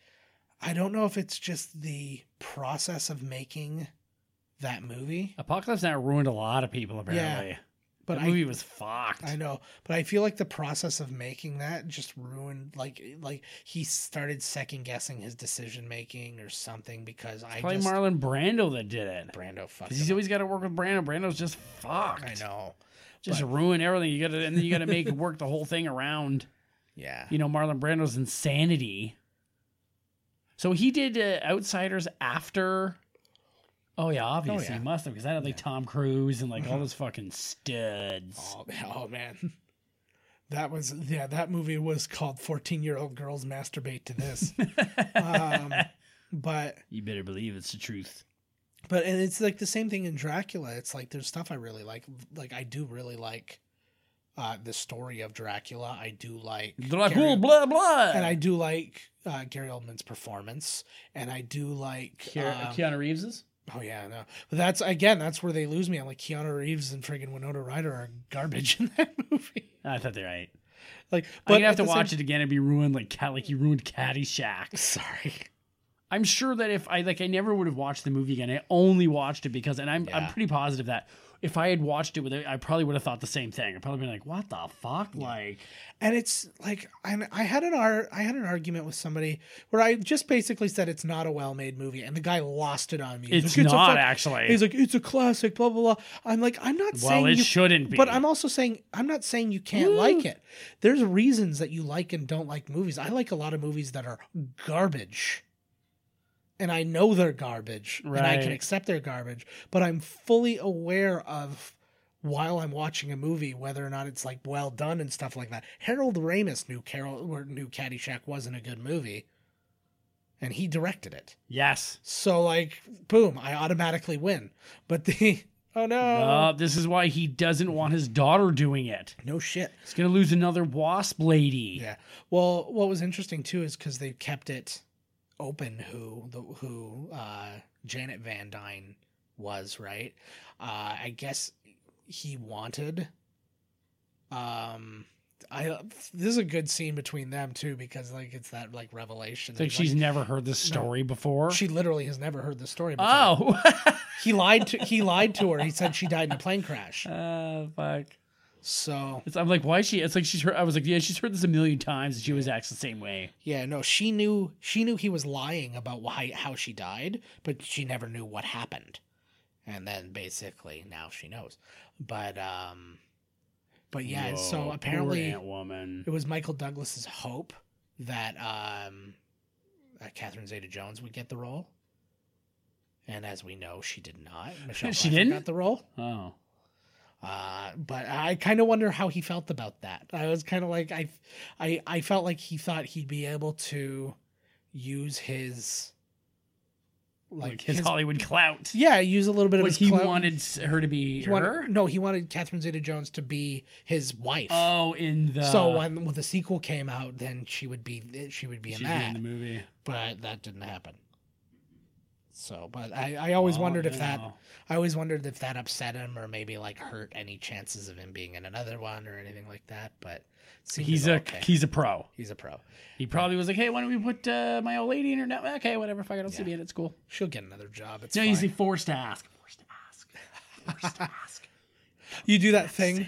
Speaker 2: I don't know if it's just the process of making that movie.
Speaker 1: Apocalypse Now ruined a lot of people apparently.
Speaker 2: But
Speaker 1: that
Speaker 2: I
Speaker 1: movie was fucked.
Speaker 2: I know, but I feel like the process of making that just ruined. Like, like he started second guessing his decision making or something because I
Speaker 1: Probably
Speaker 2: just
Speaker 1: Marlon Brando that did it.
Speaker 2: Brando fucked.
Speaker 1: 'Cause he's
Speaker 2: him
Speaker 1: always got to work with Brando. Brando's just fucked.
Speaker 2: up. I know.
Speaker 1: Just ruin everything. You got to, and then you got to make it work the whole thing around.
Speaker 2: Yeah.
Speaker 1: You know, Marlon Brando's insanity. So he did uh, Outsiders after. Oh yeah, obviously he
Speaker 2: yeah.
Speaker 1: must have because that had like Tom Cruise and like all those fucking studs.
Speaker 2: Oh, oh man, that was yeah. That movie was called "14 Year Old Girls Masturbate to This," um, but
Speaker 1: Oh. You better believe it's the truth.
Speaker 2: But and it's like the same thing in Dracula. It's like there's stuff I really like. Like I do really like uh the story of Dracula. I do like
Speaker 1: Dracula,
Speaker 2: Gary-
Speaker 1: blah blah.
Speaker 2: and I do like uh Gary Oldman's performance. And I do like
Speaker 1: Ke-
Speaker 2: um,
Speaker 1: Keanu Reeves's.
Speaker 2: Oh yeah, no. But that's again, that's where they lose me. I'm like Keanu Reeves and friggin' Winona Ryder are garbage in that movie.
Speaker 1: I thought they were right.
Speaker 2: Like
Speaker 1: But I'm gonna
Speaker 2: at
Speaker 1: have to
Speaker 2: the same-
Speaker 1: watch it again and be ruined like cat like you ruined Caddyshack.
Speaker 2: Sorry.
Speaker 1: I'm sure that if I like, I never would have watched the movie again. I only watched it because, and I'm I'm
Speaker 5: Yeah.
Speaker 1: pretty positive that if I had watched it with, it, I probably would have thought the same thing. I'd probably been like, "What the fuck?" Like,
Speaker 2: and it's like I, I had an ar- I had an argument with somebody where I just basically said it's not a well made movie, and the guy lost it on me. He's
Speaker 1: It's
Speaker 2: like, a
Speaker 1: not,
Speaker 2: fuck-
Speaker 1: actually.
Speaker 2: He's like it's a classic, blah blah blah. I'm like I'm not saying
Speaker 1: well, it
Speaker 2: you-
Speaker 1: shouldn't be.
Speaker 2: but I'm also saying I'm not saying you can't like it. There's reasons that you like and don't like movies. I like a lot of movies that are garbage. And I know they're garbage. And I can
Speaker 1: Right.
Speaker 2: accept their garbage. But I'm fully aware of while I'm watching a movie, whether or not it's like well done and stuff like that. Harold Ramis knew Carol or knew Caddyshack wasn't a good movie. And he directed it.
Speaker 1: yes.
Speaker 2: So like boom, I automatically win. But the oh no.
Speaker 1: Uh, this is why he doesn't want his daughter doing it.
Speaker 2: no shit.
Speaker 1: He's gonna lose another wasp lady.
Speaker 2: Yeah. Well, what was interesting too is because they kept it open who the who uh, Janet Van Dyne was, right? Uh, I guess he wanted. Um, I this is a good scene between them too because like it's that like revelation.
Speaker 1: It's like
Speaker 2: that,
Speaker 1: she's never heard this story before.
Speaker 2: she literally has never heard the story. Before.
Speaker 1: oh,
Speaker 2: he lied to he lied to her. He said she died in a plane crash.
Speaker 1: uh, fuck.
Speaker 2: So
Speaker 1: It's, I'm like, why is she? It's like she's heard. I was like, yeah, she's heard this a million times. and She always acts the same way.
Speaker 2: Yeah, no, she knew she knew he was lying about why how she died, but she never knew what happened. And then basically now she knows. But um but yeah, and
Speaker 1: Whoa,
Speaker 2: so
Speaker 1: poor
Speaker 2: apparently
Speaker 1: Ant Woman.
Speaker 2: it was Michael Douglas's hope that um uh, Catherine Zeta-Jones would get the role. And as we know, she did not. Michelle
Speaker 1: She
Speaker 2: Pfeiffer
Speaker 1: didn't?
Speaker 2: got the role.
Speaker 1: Oh,
Speaker 2: Uh, but I kind of wonder how he felt about that. I was kind of like I, I, I felt like he thought he'd be able to use his,
Speaker 1: like, his, Hollywood clout.
Speaker 2: yeah, use a little bit of
Speaker 1: What
Speaker 2: his
Speaker 1: he
Speaker 2: clout.
Speaker 1: wanted s- her to be
Speaker 2: He wanted-
Speaker 1: her.
Speaker 2: no, he wanted Catherine Zeta-Jones to be his wife.
Speaker 1: Oh, in the
Speaker 2: so when, when the sequel came out, then she would be she would be in
Speaker 1: she's
Speaker 2: that,
Speaker 1: in the movie.
Speaker 2: but that didn't happen. So, but I, I always wondered if that
Speaker 1: Oh, no.
Speaker 2: I always wondered if that upset him or maybe like hurt any chances of him being in another one or anything like that. But it seems
Speaker 1: He's a
Speaker 2: like, okay.
Speaker 1: he's a pro.
Speaker 2: he's a pro.
Speaker 1: He probably was like, hey, why don't we put uh, my old lady in her? No, okay, whatever. Fuck, I don't see me in at school.
Speaker 2: She'll get another job. It's
Speaker 1: No,
Speaker 2: fine.
Speaker 1: he's forced to ask. Forced to ask. Forced to ask.
Speaker 2: You do that thing.
Speaker 1: No.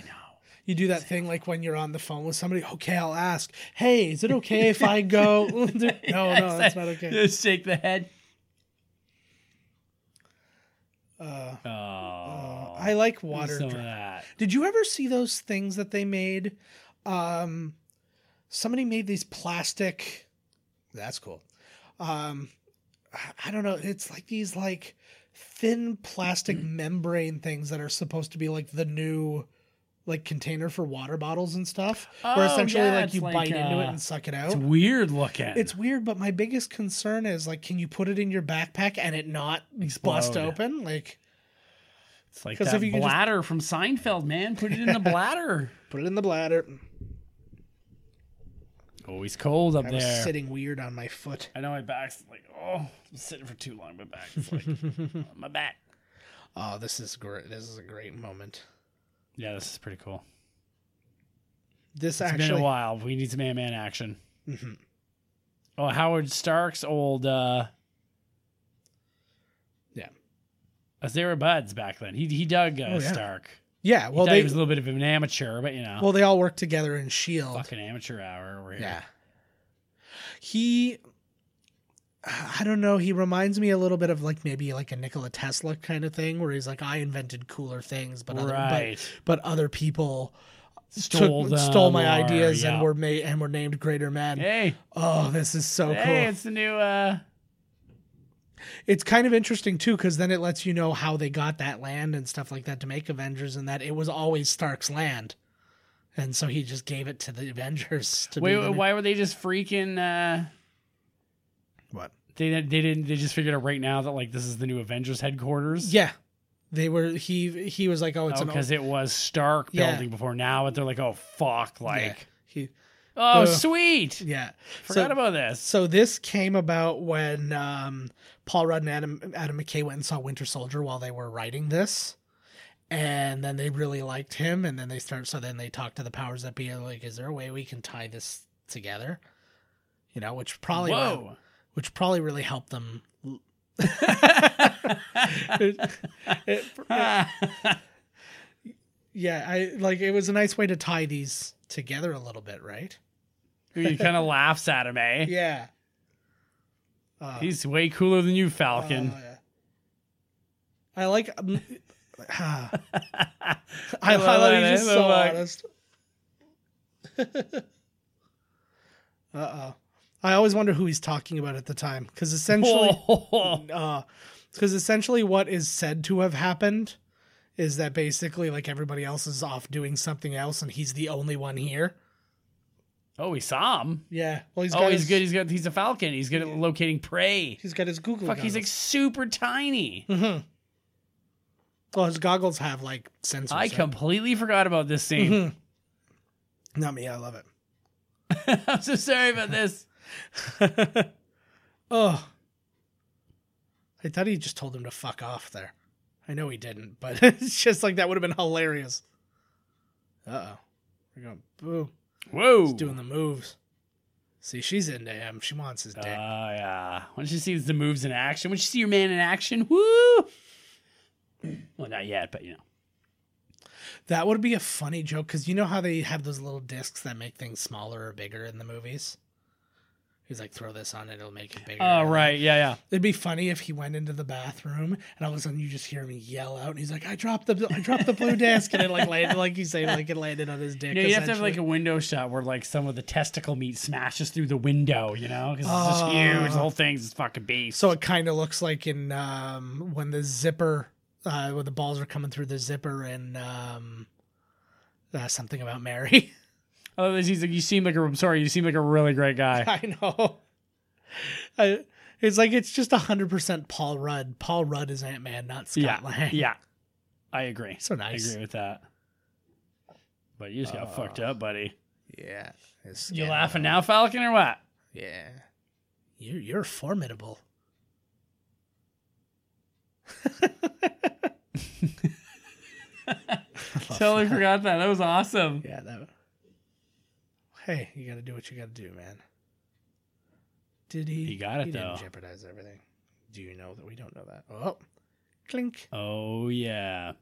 Speaker 2: You do that thing like when you're on the phone with somebody. Okay, I'll ask. Hey, is it okay if I go? no, no, that's not okay.
Speaker 1: Just shake the head.
Speaker 2: Uh,
Speaker 1: Oh,
Speaker 2: I like water.
Speaker 1: some of
Speaker 2: dra-
Speaker 1: that.
Speaker 2: Did you ever see those things that they made? Um, somebody made these plastic. That's cool. Um, I- I don't know. It's like these like thin plastic membrane things that are supposed to be like the new like container for water bottles and stuff. where
Speaker 1: Oh,
Speaker 2: essentially
Speaker 1: yeah,
Speaker 2: like
Speaker 1: it's
Speaker 2: you
Speaker 1: like,
Speaker 2: bite into it
Speaker 1: uh,
Speaker 2: and suck it out.
Speaker 1: It's weird looking.
Speaker 2: It's weird, but my biggest concern is like, can you put it in your backpack and it not bust
Speaker 1: Explode.
Speaker 2: open? Like,
Speaker 1: It's like
Speaker 2: 'Cause
Speaker 1: that
Speaker 2: if you can just-
Speaker 1: bladder from Seinfeld, man. Put it in the bladder.
Speaker 2: put it in the bladder.
Speaker 1: Always cold up
Speaker 2: I was
Speaker 1: there.
Speaker 2: sitting weird on my foot.
Speaker 1: I know my back's like, oh, I'm sitting for too long. My back's like, my back.
Speaker 2: Oh, this is great. This is a great moment.
Speaker 1: Yeah, this is pretty cool. It's
Speaker 2: This actually Mm-hmm.
Speaker 1: been a while. We need some man man action. Oh, Howard Stark's old. uh
Speaker 2: Yeah.
Speaker 1: uh, They were buds back then. He he dug uh,
Speaker 2: Oh, yeah.
Speaker 1: Stark.
Speaker 2: Yeah,
Speaker 1: Well,
Speaker 2: well
Speaker 1: he, thought he
Speaker 2: they
Speaker 1: was a little bit of an amateur, but you know,
Speaker 2: well they all work together in Shield.
Speaker 1: fucking amateur hour over here.
Speaker 2: E Yeah. He I don't know, he reminds me a little bit of like maybe like a Nikola Tesla kind of thing where he's like I invented cooler things but other
Speaker 1: Right.
Speaker 2: but, but other people
Speaker 1: Stole
Speaker 2: took,
Speaker 1: them
Speaker 2: stole my
Speaker 1: or-
Speaker 2: ideas
Speaker 1: yeah.
Speaker 2: and were made and were named greater men.
Speaker 1: Hey,
Speaker 2: Oh, this is so cool.
Speaker 1: hey, it's the new. uh
Speaker 2: it's kind of interesting too because then it lets you know how they got that land and stuff like that to make avengers and that it was always stark's land and so he just gave it to the avengers to
Speaker 1: Wait,
Speaker 2: be the-
Speaker 1: why were they just freaking? uh
Speaker 2: what
Speaker 1: They they didn't. They just figured out right now that like this is the new Avengers headquarters.
Speaker 2: yeah they were he he was like oh it's an old
Speaker 1: because it was Stark
Speaker 2: Yeah.
Speaker 1: building before now, and they're like, oh fuck,
Speaker 2: yeah,
Speaker 1: like
Speaker 2: he
Speaker 1: oh
Speaker 2: Ugh.
Speaker 1: sweet,
Speaker 2: yeah
Speaker 1: forgot
Speaker 2: so,
Speaker 1: about this.
Speaker 2: so this came about when um paul rudd and adam adam mckay went and saw winter soldier while they were writing this and then they really liked him and then they start so then they talked to the powers that be and like is there a way we can tie this together you know which probably
Speaker 1: Whoa,
Speaker 2: which probably really helped them. It- yeah, I like it was a nice way to tie these together a little bit, right?
Speaker 1: he kind of laughs at him, eh?
Speaker 2: Yeah. Uh,
Speaker 1: He's way cooler than you,
Speaker 2: uh,
Speaker 1: Falcon.
Speaker 2: yeah. I like. Um, ah. I, I love you just so
Speaker 1: Look.
Speaker 2: honest. uh oh. I always wonder who he's talking about at the time because essentially.
Speaker 1: Whoa.
Speaker 2: because essentially what is said to have happened is that basically like everybody else is off doing something else and he's the only one here.
Speaker 1: Oh, we saw him.
Speaker 2: Yeah. Well, he's
Speaker 1: oh,
Speaker 2: got
Speaker 1: he's
Speaker 2: his,
Speaker 1: good. He's got. He's a falcon. He's good at locating prey.
Speaker 2: He's got his Google.
Speaker 1: Fuck, he's like
Speaker 2: goggles.
Speaker 1: super tiny.
Speaker 2: well, his goggles have like sensors.
Speaker 1: I
Speaker 2: in it.
Speaker 1: completely forgot about this scene.
Speaker 2: Not me. I love it. Mm-hmm.
Speaker 1: I'm so sorry about this.
Speaker 2: Oh. I thought he just told him to fuck off there. I know he didn't, but it's just like that would have been hilarious. Uh oh. We're going, boo.
Speaker 1: Whoa.
Speaker 2: He's doing the moves. See, she's into him. She wants his dick.
Speaker 1: Oh yeah. Once you see the moves in action, once you see your man in action, woo. Well, not yet, but you know.
Speaker 2: That would be a funny joke because you know how they have those little discs that make things smaller or bigger in the movies? He's like, throw this on, it'll make it bigger.
Speaker 1: Oh right, yeah, yeah.
Speaker 2: It'd be funny if he went into the bathroom and all of a sudden you just hear him yell out and he's like, I dropped the I dropped the blue disc and it like landed like you say, like it landed on his dick.
Speaker 1: You, know, you have to have like a
Speaker 2: essentially.
Speaker 1: window shot where like some of the testicle meat smashes through the window, you know, because it's just
Speaker 2: Oh.
Speaker 1: huge. The whole thing's this fucking beast.
Speaker 2: so it kind of looks like in um when the zipper uh when the balls are coming through the zipper and um uh, something about Mary.
Speaker 1: oh, he's like, you seem like a. I'm sorry, you seem like a really great guy.
Speaker 2: I know. I, it's like it's just hundred percent Paul Rudd. Paul Rudd is Ant Man, not Scott
Speaker 1: yeah,
Speaker 2: Lang.
Speaker 1: yeah. I agree.
Speaker 2: So
Speaker 1: I
Speaker 2: nice.
Speaker 1: agree with that. But you just got fucked up, buddy.
Speaker 2: Yeah. His
Speaker 1: Uh, You
Speaker 2: skin.
Speaker 1: laughing now, Falcon, or what?
Speaker 2: Yeah. You're you're formidable.
Speaker 1: Totally forgot that. That was awesome.
Speaker 2: Yeah, that. Hey, you got to do what you got to do, man. Did he?
Speaker 1: He got it,
Speaker 2: he
Speaker 1: though.
Speaker 2: Didn't jeopardize everything. Do you know that we don't know that? Oh, clink.
Speaker 1: Oh yeah.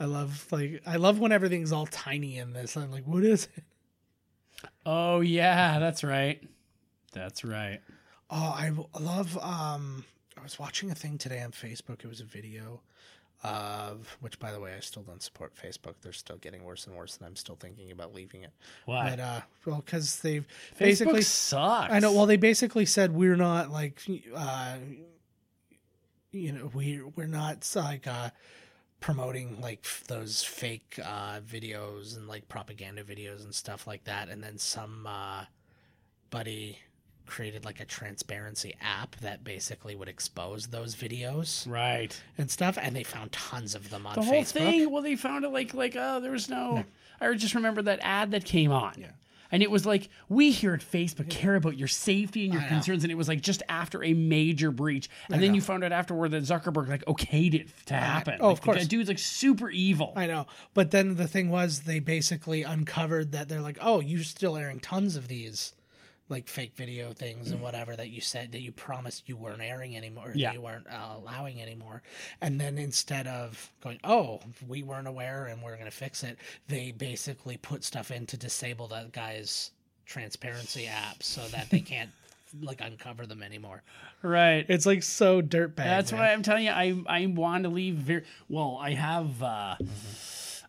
Speaker 2: I love like I love when everything's all tiny in this. I'm like, what is it?
Speaker 1: Oh yeah, that's right. That's right.
Speaker 2: Oh, I w- love. Um, I was watching a thing today on Facebook. It was a video of which, by the way, I still don't support Facebook. They're still getting worse and worse, and I'm still thinking about leaving it.
Speaker 1: Why?
Speaker 2: But uh, well, because they've
Speaker 1: Basically
Speaker 2: basically.
Speaker 1: Facebook sucks.
Speaker 2: I know. Well, they basically said we're not like, uh, you know, we we're not like uh, promoting like f- those fake uh, videos and like propaganda videos and stuff like that. And then some uh, buddy created like a transparency app that basically would expose those videos
Speaker 1: right.
Speaker 2: and stuff. And they found tons of them on
Speaker 1: The whole
Speaker 2: Facebook.
Speaker 1: thing. Well, they found it like like oh, there was no. I just remember that ad that came on. Yeah. And it was like we here at Facebook care about your safety and your concerns, and it was like just after a major breach, and then you found out afterward that Zuckerberg like okayed it to happen.
Speaker 2: Oh,
Speaker 1: Like,
Speaker 2: of course.
Speaker 1: the dude's like super evil.
Speaker 2: I know. But then the thing was, they basically uncovered that they're like, oh, you're still airing tons of these like fake video things and whatever that you said that you promised you weren't airing anymore, or
Speaker 1: Yeah.
Speaker 2: that you weren't uh, allowing anymore. And then instead of going, oh, we weren't aware and we're going to fix it, they basically put stuff in to disable that guy's transparency app so that they can't like uncover them anymore.
Speaker 1: right.
Speaker 2: It's like so dirtbag.
Speaker 1: That's why I'm telling you, I I want to leave. Very, well, I have, uh,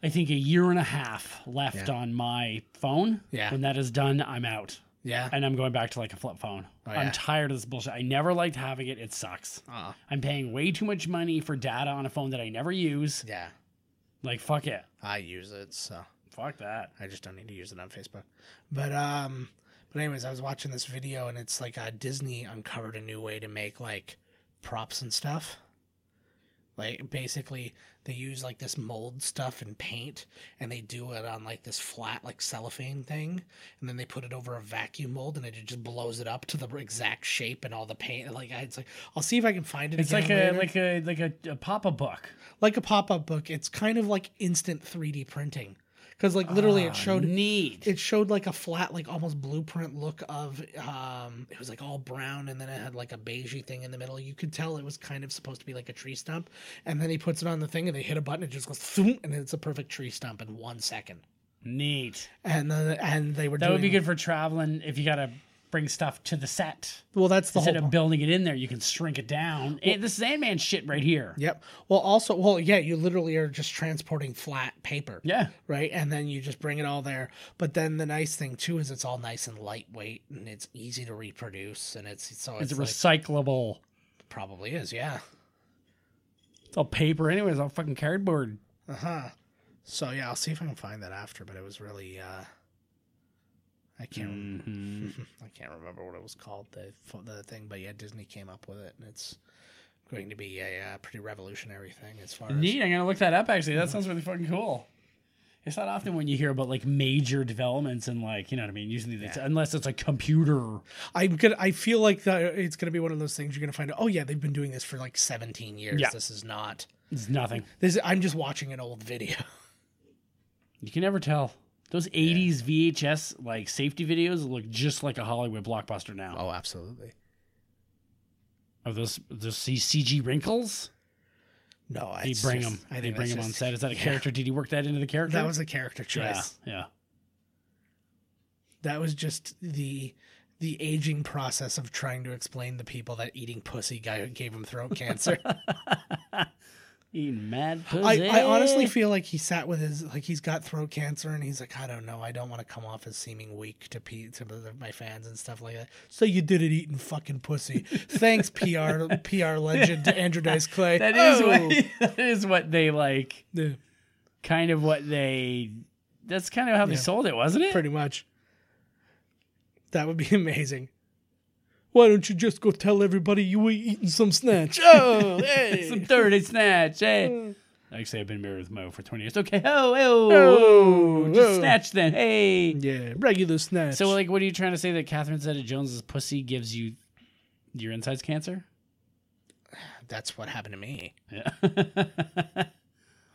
Speaker 1: I think, a year and a half left on my phone.
Speaker 2: Yeah.
Speaker 1: When that is done, I'm out,
Speaker 2: Yeah.
Speaker 1: and I'm going back to like a flip phone.
Speaker 2: Oh, yeah.
Speaker 1: I'm tired of this bullshit. I never liked having it. It sucks.
Speaker 2: Uh-uh.
Speaker 1: I'm paying way too much money for data on a phone that I never use.
Speaker 2: Yeah.
Speaker 1: Like fuck it,
Speaker 2: I use it so.
Speaker 1: fuck that.
Speaker 2: I just don't need to use it on Facebook. But um but anyways, I was watching this video and it's like uh, Disney uncovered a new way to make like props and stuff. Like basically they use like this mold stuff and paint and they do it on like this flat like cellophane thing and then they put it over a vacuum mold and it just blows it up to the exact shape and all the paint like I- it's like I'll see if I can find it
Speaker 1: It's
Speaker 2: again
Speaker 1: like
Speaker 2: later
Speaker 1: a, like a like a a pop a book.
Speaker 2: like a pop-up book it's kind of like instant 3d printing because like literally
Speaker 1: Ah,
Speaker 2: it showed
Speaker 1: Neat.
Speaker 2: it showed like a flat like almost blueprint look of um it was like all brown and then it had like a beigey thing in the middle you could tell it was kind of supposed to be like a tree stump and then he puts it on the thing and they hit a button it just goes thoom, and it's a perfect tree stump in one second
Speaker 1: Neat.
Speaker 2: and then and they were
Speaker 1: That
Speaker 2: doing,
Speaker 1: would be good for traveling if you got to bring stuff to the set.
Speaker 2: well that's the
Speaker 1: Instead
Speaker 2: whole
Speaker 1: of building it in there, you can shrink it down. and this is Ant Man shit right here.
Speaker 2: Yep. Well, also, well, yeah, you literally are just transporting flat paper.
Speaker 1: Yeah.
Speaker 2: Right. And then you just bring it all there. But then the nice thing too is it's all nice and lightweight and it's easy to reproduce and it's so
Speaker 1: It's
Speaker 2: it's, like,
Speaker 1: recyclable.
Speaker 2: probably is yeah.
Speaker 1: It's all paper, anyways. All fucking cardboard.
Speaker 2: Uh huh. So yeah, I'll see if I can find that after. But it was really uh, I can't
Speaker 1: Mm.
Speaker 2: I can't remember what it was called the pho- the thing. But yeah, Disney came up with it and it's going to be a uh, pretty revolutionary thing as far as
Speaker 1: Neat. I'm gonna look that up. Actually, that sounds really fucking cool. It's not often when you hear about like major developments and like you know what I mean. Usually, it's, unless it's a computer.
Speaker 2: I'm gonna. I feel like that uh, it's gonna be one of those things you're gonna find out. Oh yeah, they've been doing this for like 17 years.
Speaker 1: Yeah.
Speaker 2: This is not.
Speaker 1: It's nothing.
Speaker 2: This. I'm just watching an old video.
Speaker 1: You can never tell. Those '80s VHS like safety videos look just like a Hollywood blockbuster now.
Speaker 2: Oh, absolutely.
Speaker 1: Are those those C- CG wrinkles?
Speaker 2: No, I
Speaker 1: They bring them. They bring them on set. Is that a character? Did he work that into the character?
Speaker 2: That was a character choice.
Speaker 1: yeah, yeah.
Speaker 2: That was just the the aging process of trying to explain to people that eating pussy guy gave him throat cancer.
Speaker 1: Eating mad
Speaker 2: I,
Speaker 1: pussy.
Speaker 2: I honestly feel like he sat with his like he's got throat cancer and he's like I don't know I don't want to come off as seeming weak to P, to the- my fans and stuff like that. So you did it eating fucking pussy. Thanks PR PR legend Andrew Dice Clay.
Speaker 1: that is
Speaker 2: Oh.
Speaker 1: what that is what they like.
Speaker 2: Yeah,
Speaker 1: Kind of what they. That's kind of how they sold it, wasn't it?
Speaker 2: pretty much. That would be amazing. Why don't you just go tell everybody you were eating some snatch? Oh, hey.
Speaker 1: Some dirty snatch,
Speaker 2: Mm.
Speaker 1: hey. Actually, I've been married with Mo for 20 years. Okay, oh, oh,
Speaker 2: Oh,
Speaker 1: oh, just
Speaker 2: oh.
Speaker 1: snatch then, hey.
Speaker 2: yeah, regular snatch.
Speaker 1: So, uh, like, what are you trying to say that Catherine Zeta Jones's pussy gives you your insides cancer?
Speaker 2: that's what happened to me.
Speaker 1: Yeah.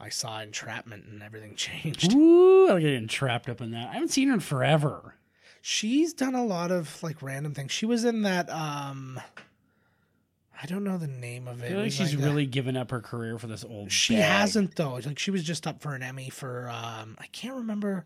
Speaker 2: I saw entrapment and everything changed.
Speaker 1: Ooh, I'm getting trapped up in that. I haven't seen her in forever.
Speaker 2: she's done a lot of like random things. She was in that um I don't know the name of it.
Speaker 1: I feel
Speaker 2: It
Speaker 1: like
Speaker 2: was
Speaker 1: she's
Speaker 2: like a-
Speaker 1: really given up her career for this old.
Speaker 2: she
Speaker 1: bag.
Speaker 2: hasn't though. Like she was just up for an Emmy for um I can't remember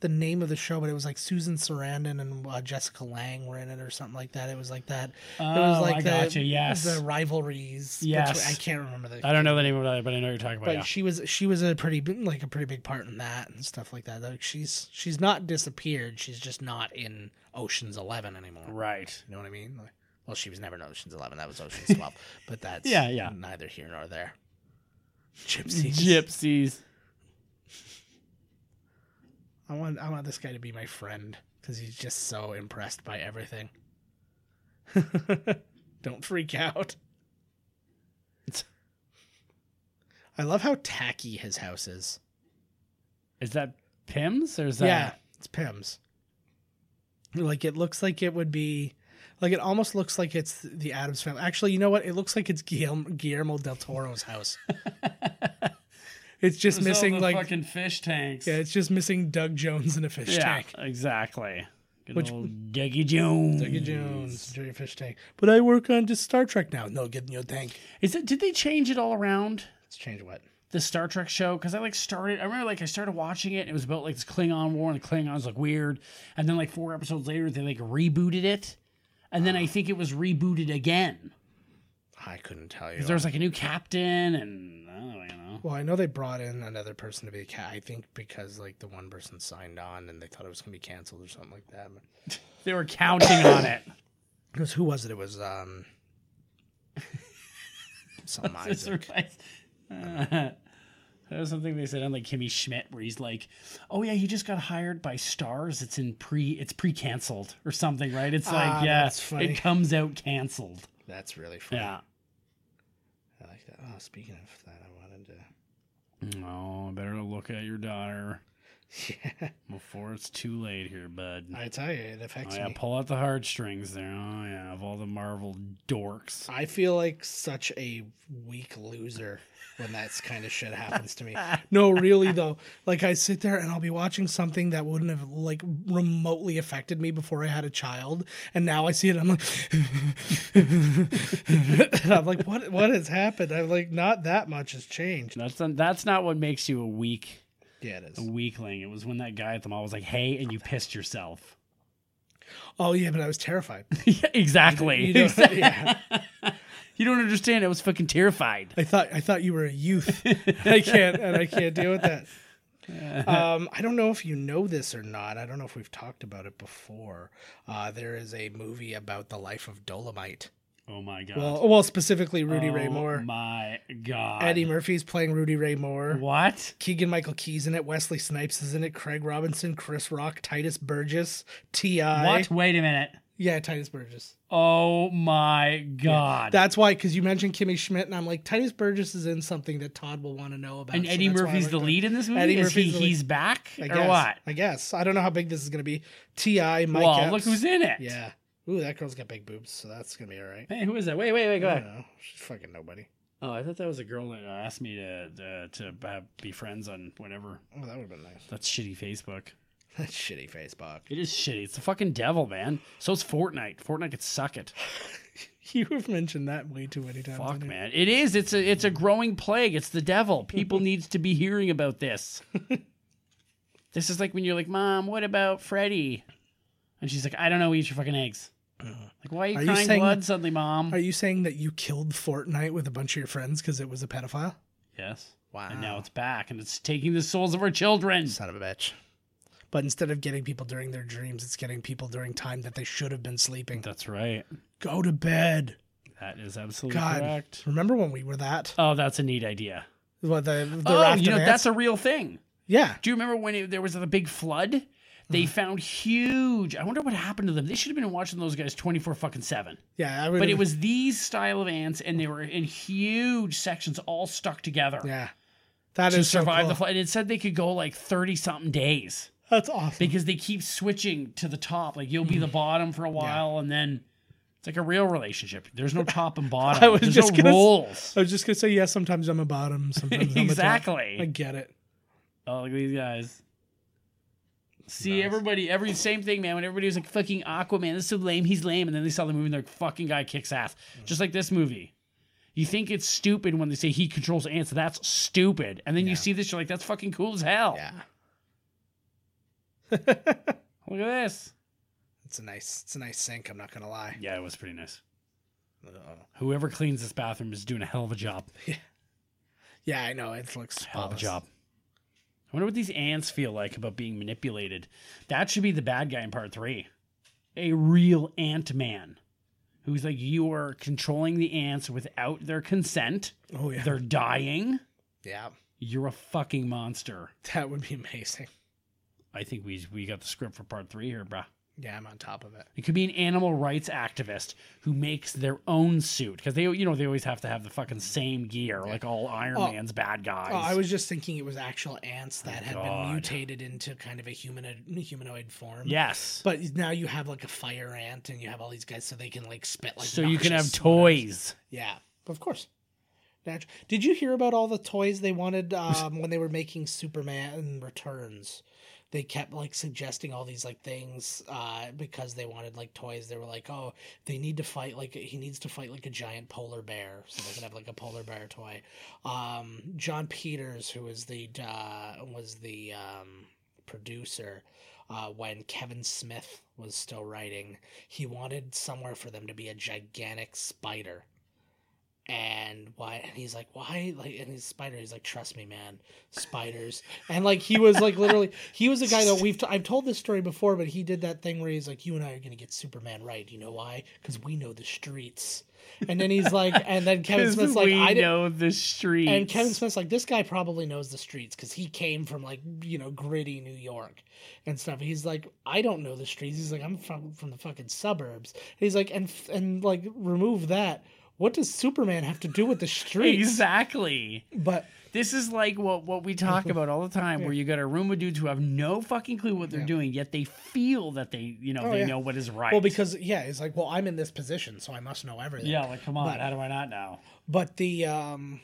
Speaker 2: the name of the show, but it was like Susan Sarandon and uh, Jessica Lang were in it or something like that. It was like that. it was
Speaker 1: Oh,
Speaker 2: like
Speaker 1: I
Speaker 2: the,
Speaker 1: gotcha, yes.
Speaker 2: the rivalries. between-
Speaker 1: Yes.
Speaker 2: I can't remember the.
Speaker 1: I don't know the name of it, but I know what you're talking about.
Speaker 2: But
Speaker 1: yeah.
Speaker 2: she was she was a pretty big- like a pretty big part in that and stuff like that. Like she's she's not disappeared. She's just not in Ocean's Eleven anymore.
Speaker 1: Right.
Speaker 2: You know what I mean? Like, well, she was never in Ocean's Eleven. That was Ocean's Twelve. But that's
Speaker 1: Yeah, yeah.
Speaker 2: neither here nor there. Gypsy.
Speaker 1: Gypsies.
Speaker 2: I want I want this guy to be my friend because he's just so impressed by everything. Don't freak out. I love how tacky his house is.
Speaker 1: Is that Pims or is that?
Speaker 2: yeah, it's Pim's. Like it looks like it would be, like it almost looks like it's the Adams family. Actually, you know what? It looks like it's Guillermo, Guillermo del Toro's house. it's just missing like
Speaker 1: fucking fish tanks.
Speaker 2: yeah, it's just missing Doug Jones in a fish
Speaker 1: Yeah,
Speaker 2: tank.
Speaker 1: exactly. Good
Speaker 2: Which-
Speaker 1: old Dougie Jones.
Speaker 2: Doug Jones, Jerry Fish Tank. But I work on just Star Trek now. No, get in your tank.
Speaker 1: Is it? Did they change it all around?
Speaker 2: Let's change what?
Speaker 1: The Star Trek show because I like started. I remember like I started watching it. And it was about like this Klingon war and the Klingons like weird. And then like four episodes later, they like rebooted it. And then I think it was rebooted again.
Speaker 2: I couldn't tell you.
Speaker 1: There was like a new captain and I don't know, you know.
Speaker 2: Well, I know they brought in another person to be a cat. I think because like the one person signed on and they thought it was gonna be canceled or something like that. But
Speaker 1: They were counting on it.
Speaker 2: Because who was it? It was um some
Speaker 1: That's
Speaker 2: Isaac.
Speaker 1: right. Uh, that was something they said on like Kimmy Schmidt, where he's like, "Oh yeah, he just got hired by Stars. It's in pre, it's pre-canceled or something, right? It's
Speaker 2: Ah,
Speaker 1: like yeah,
Speaker 2: that's funny.
Speaker 1: it comes out canceled.
Speaker 2: That's really funny.
Speaker 1: Yeah.
Speaker 2: I like
Speaker 1: Mm,
Speaker 2: that. Oh, speaking of that, I wanted to
Speaker 1: Oh, better look at your daughter.
Speaker 2: Yeah,
Speaker 1: Before it's too late here, bud.
Speaker 2: I tell you, it affects
Speaker 1: oh, yeah,
Speaker 2: me.
Speaker 1: pull out the heartstrings there. Oh yeah, of all the Marvel dorks.
Speaker 2: I feel like such a weak loser when that kind of shit happens to me. No, really though. Like I sit there and I'll be watching something that wouldn't have like remotely affected me before I had a child, and now I see it. I'm like, and I'm like, what? What has happened? I'm like, not that much has changed.
Speaker 1: That's not, that's not what makes you a weak
Speaker 2: Yeah, it
Speaker 1: a
Speaker 2: is.
Speaker 1: weakling. It was when that guy at the mall was like, "Hey," and you pissed yourself.
Speaker 2: Oh yeah, but I was terrified.
Speaker 1: yeah, exactly.
Speaker 2: You
Speaker 1: You
Speaker 2: don't-
Speaker 1: don't,
Speaker 2: yeah.
Speaker 1: understand. I was fucking terrified.
Speaker 2: I thought I thought you were a youth. I can't and I can't deal with that. Um, I don't know if you know this or not. I don't know if we've talked about it before. Uh, there is a movie about the life of Dolomite.
Speaker 1: Oh my god.
Speaker 2: Well, well, specifically Rudy Ray
Speaker 1: Oh
Speaker 2: Moore.
Speaker 1: My god.
Speaker 2: Eddie Murphy's playing Rudy Ray Moore.
Speaker 1: What?
Speaker 2: Keegan Michael Key's in it. Wesley Snipes is in it. Craig Robinson, Chris Rock, Titus Burgess, Ti.
Speaker 1: What? Wait a minute.
Speaker 2: Yeah, Titus Burgess.
Speaker 1: Oh my god.
Speaker 2: That's why, because you mentioned Kimmy Schmidt, and I'm like, Titus Burgess is in something that Todd will want to know about.
Speaker 1: and
Speaker 2: so
Speaker 1: Eddie
Speaker 2: that's why I
Speaker 1: Murphy's the
Speaker 2: looked up.
Speaker 1: lead in this movie.
Speaker 2: Eddie
Speaker 1: Is he?
Speaker 2: Murphy's the lead.
Speaker 1: He's back
Speaker 2: I
Speaker 1: or
Speaker 2: guess.
Speaker 1: what?
Speaker 2: I guess. I don't know how big this is going to be. T.I. Mike
Speaker 1: Well,
Speaker 2: Epps.
Speaker 1: look who's in it.
Speaker 2: Yeah. Ooh, that girl's got big boobs, so that's going to be all right.
Speaker 1: Hey, who is that? Wait, wait, wait. Go
Speaker 2: I don't
Speaker 1: ahead.
Speaker 2: know. She's fucking nobody.
Speaker 1: Oh, I thought that was a girl that uh, asked me to uh, to uh, be friends on whatever.
Speaker 2: Oh, that would have been nice.
Speaker 1: That's shitty Facebook.
Speaker 2: That's shitty Facebook.
Speaker 1: It is shitty. It's the fucking devil, man. So is Fortnite. Fortnite could suck it.
Speaker 2: You have mentioned that way too many times.
Speaker 1: Fuck,
Speaker 2: haven't you?
Speaker 1: man. It is. It's a it's a growing plague. It's the devil. People needs to be hearing about this. this is like when you're like, Mom, what about Freddy? And she's like, I don't know. Eat your fucking eggs. Like, why are you
Speaker 2: Uh, Are you
Speaker 1: crying
Speaker 2: saying-
Speaker 1: blood suddenly, Mom?
Speaker 2: Are you saying that you killed Fortnite with a bunch of your friends because it was a pedophile?
Speaker 1: yes.
Speaker 2: Wow.
Speaker 1: And now it's back, and it's taking the souls of our children.
Speaker 2: Son of a bitch. But instead of getting people during their dreams, it's getting people during time that they should have been sleeping.
Speaker 1: That's right.
Speaker 2: Go to bed.
Speaker 1: That is absolutely
Speaker 2: God.
Speaker 1: correct.
Speaker 2: Remember when we were that?
Speaker 1: Oh, that's a neat idea.
Speaker 2: What, the, the
Speaker 1: oh,
Speaker 2: raft
Speaker 1: you know
Speaker 2: of ants?
Speaker 1: that's a real thing.
Speaker 2: Yeah.
Speaker 1: Do you remember when it, there was the big flood? They
Speaker 2: Mm.
Speaker 1: found huge. I wonder what happened to them. They should have been watching those guys twenty four fucking seven.
Speaker 2: Yeah. I would
Speaker 1: But it
Speaker 2: have-
Speaker 1: was these style of ants, and they were in huge sections, all stuck together
Speaker 2: Yeah. that is
Speaker 1: to
Speaker 2: so
Speaker 1: survive
Speaker 2: cool.
Speaker 1: the flood. And it said they could go like thirty something days
Speaker 2: That's awesome.
Speaker 1: because they keep switching to the top. Like you'll be the bottom for a while, and then it's like a real relationship. The's no top and bottom.
Speaker 2: I was
Speaker 1: There's
Speaker 2: just
Speaker 1: no
Speaker 2: gonna s-
Speaker 1: rules.
Speaker 2: I was just gonna say, yeah. Sometimes I'm a bottom. Sometimes I'm
Speaker 1: exactly.
Speaker 2: A top. I get it.
Speaker 1: Oh, look at these guys. See everybody, every same thing, man. When everybody was like, "Fucking Aquaman, this is so lame, he's lame," and then they saw the movie, and their fucking guy kicks ass, just like this movie. You think it's stupid when they say he controls ants. That's stupid, and then you see this, you're like, "That's fucking cool as hell." Look at this.
Speaker 2: it's a nice. It's a nice sink. I'm not gonna lie.
Speaker 1: Yeah, it was pretty nice. Whoever cleans this bathroom is doing a hell of a job.
Speaker 2: Yeah, I know. It looks
Speaker 1: Hell of a
Speaker 2: spotless.
Speaker 1: job. I wonder what these ants feel like about being manipulated. That should be the bad guy in part three. A real ant man who's like, you are controlling the ants without their consent.
Speaker 2: Oh yeah.
Speaker 1: They're dying.
Speaker 2: yeah.
Speaker 1: You're a fucking monster.
Speaker 2: That would be amazing.
Speaker 1: I think we we got the script for part three here, bruh.
Speaker 2: Yeah, I'm on top of it.
Speaker 1: It could be an animal rights activist who makes their own suit because they, you know, they always have to have the fucking same gear, like all Iron
Speaker 2: Oh.
Speaker 1: Man's bad guys.
Speaker 2: Oh, I was just thinking it was actual ants that had been
Speaker 1: God.
Speaker 2: mutated into kind of a humanoid humanoid form.
Speaker 1: yes.
Speaker 2: But now you have like a fire ant, and you have all these guys, so they can like spit like.
Speaker 1: so you can have
Speaker 2: noxious whatever.
Speaker 1: toys.
Speaker 2: Yeah, of course. Natu- Did you hear about all the toys they wanted um, when they were making Superman Returns? They kept like suggesting all these like things uh, because they wanted like toys. They were like, "Oh, they need to fight like he needs to fight like a giant polar bear, so they can have like a polar bear toy." Um, John Peters, who was the uh, was the um, producer uh, when Kevin Smith was still writing, he wanted somewhere for them to be a gigantic spider and why and he's like why like and his spider he's like trust me man spiders and like he was like literally he was a guy that we've t- i've told this story before but he did that thing where he's like you and i are gonna get superman right you know why because we know the streets and then he's like and then kevin smith's like
Speaker 1: we
Speaker 2: i didn't
Speaker 1: know the street.
Speaker 2: and Kevin Smith's like, this guy probably knows the streets because he came from like you know gritty New York and stuff. He's like, I don't know the streets. He's like, I'm from from the fucking suburbs. And he's like, and f- and like remove that. What does Superman have to do with the streets?
Speaker 1: Exactly.
Speaker 2: But
Speaker 1: This is like what what we talk about all the time, where you got a room of dudes who have no fucking clue what they're doing, yet they feel that they you know they
Speaker 2: Oh, yeah.
Speaker 1: know what is right.
Speaker 2: well, because yeah, it's like well, I'm in this position, so I must know everything.
Speaker 1: yeah, like come on,
Speaker 2: But-
Speaker 1: how do I not know?
Speaker 2: But the um,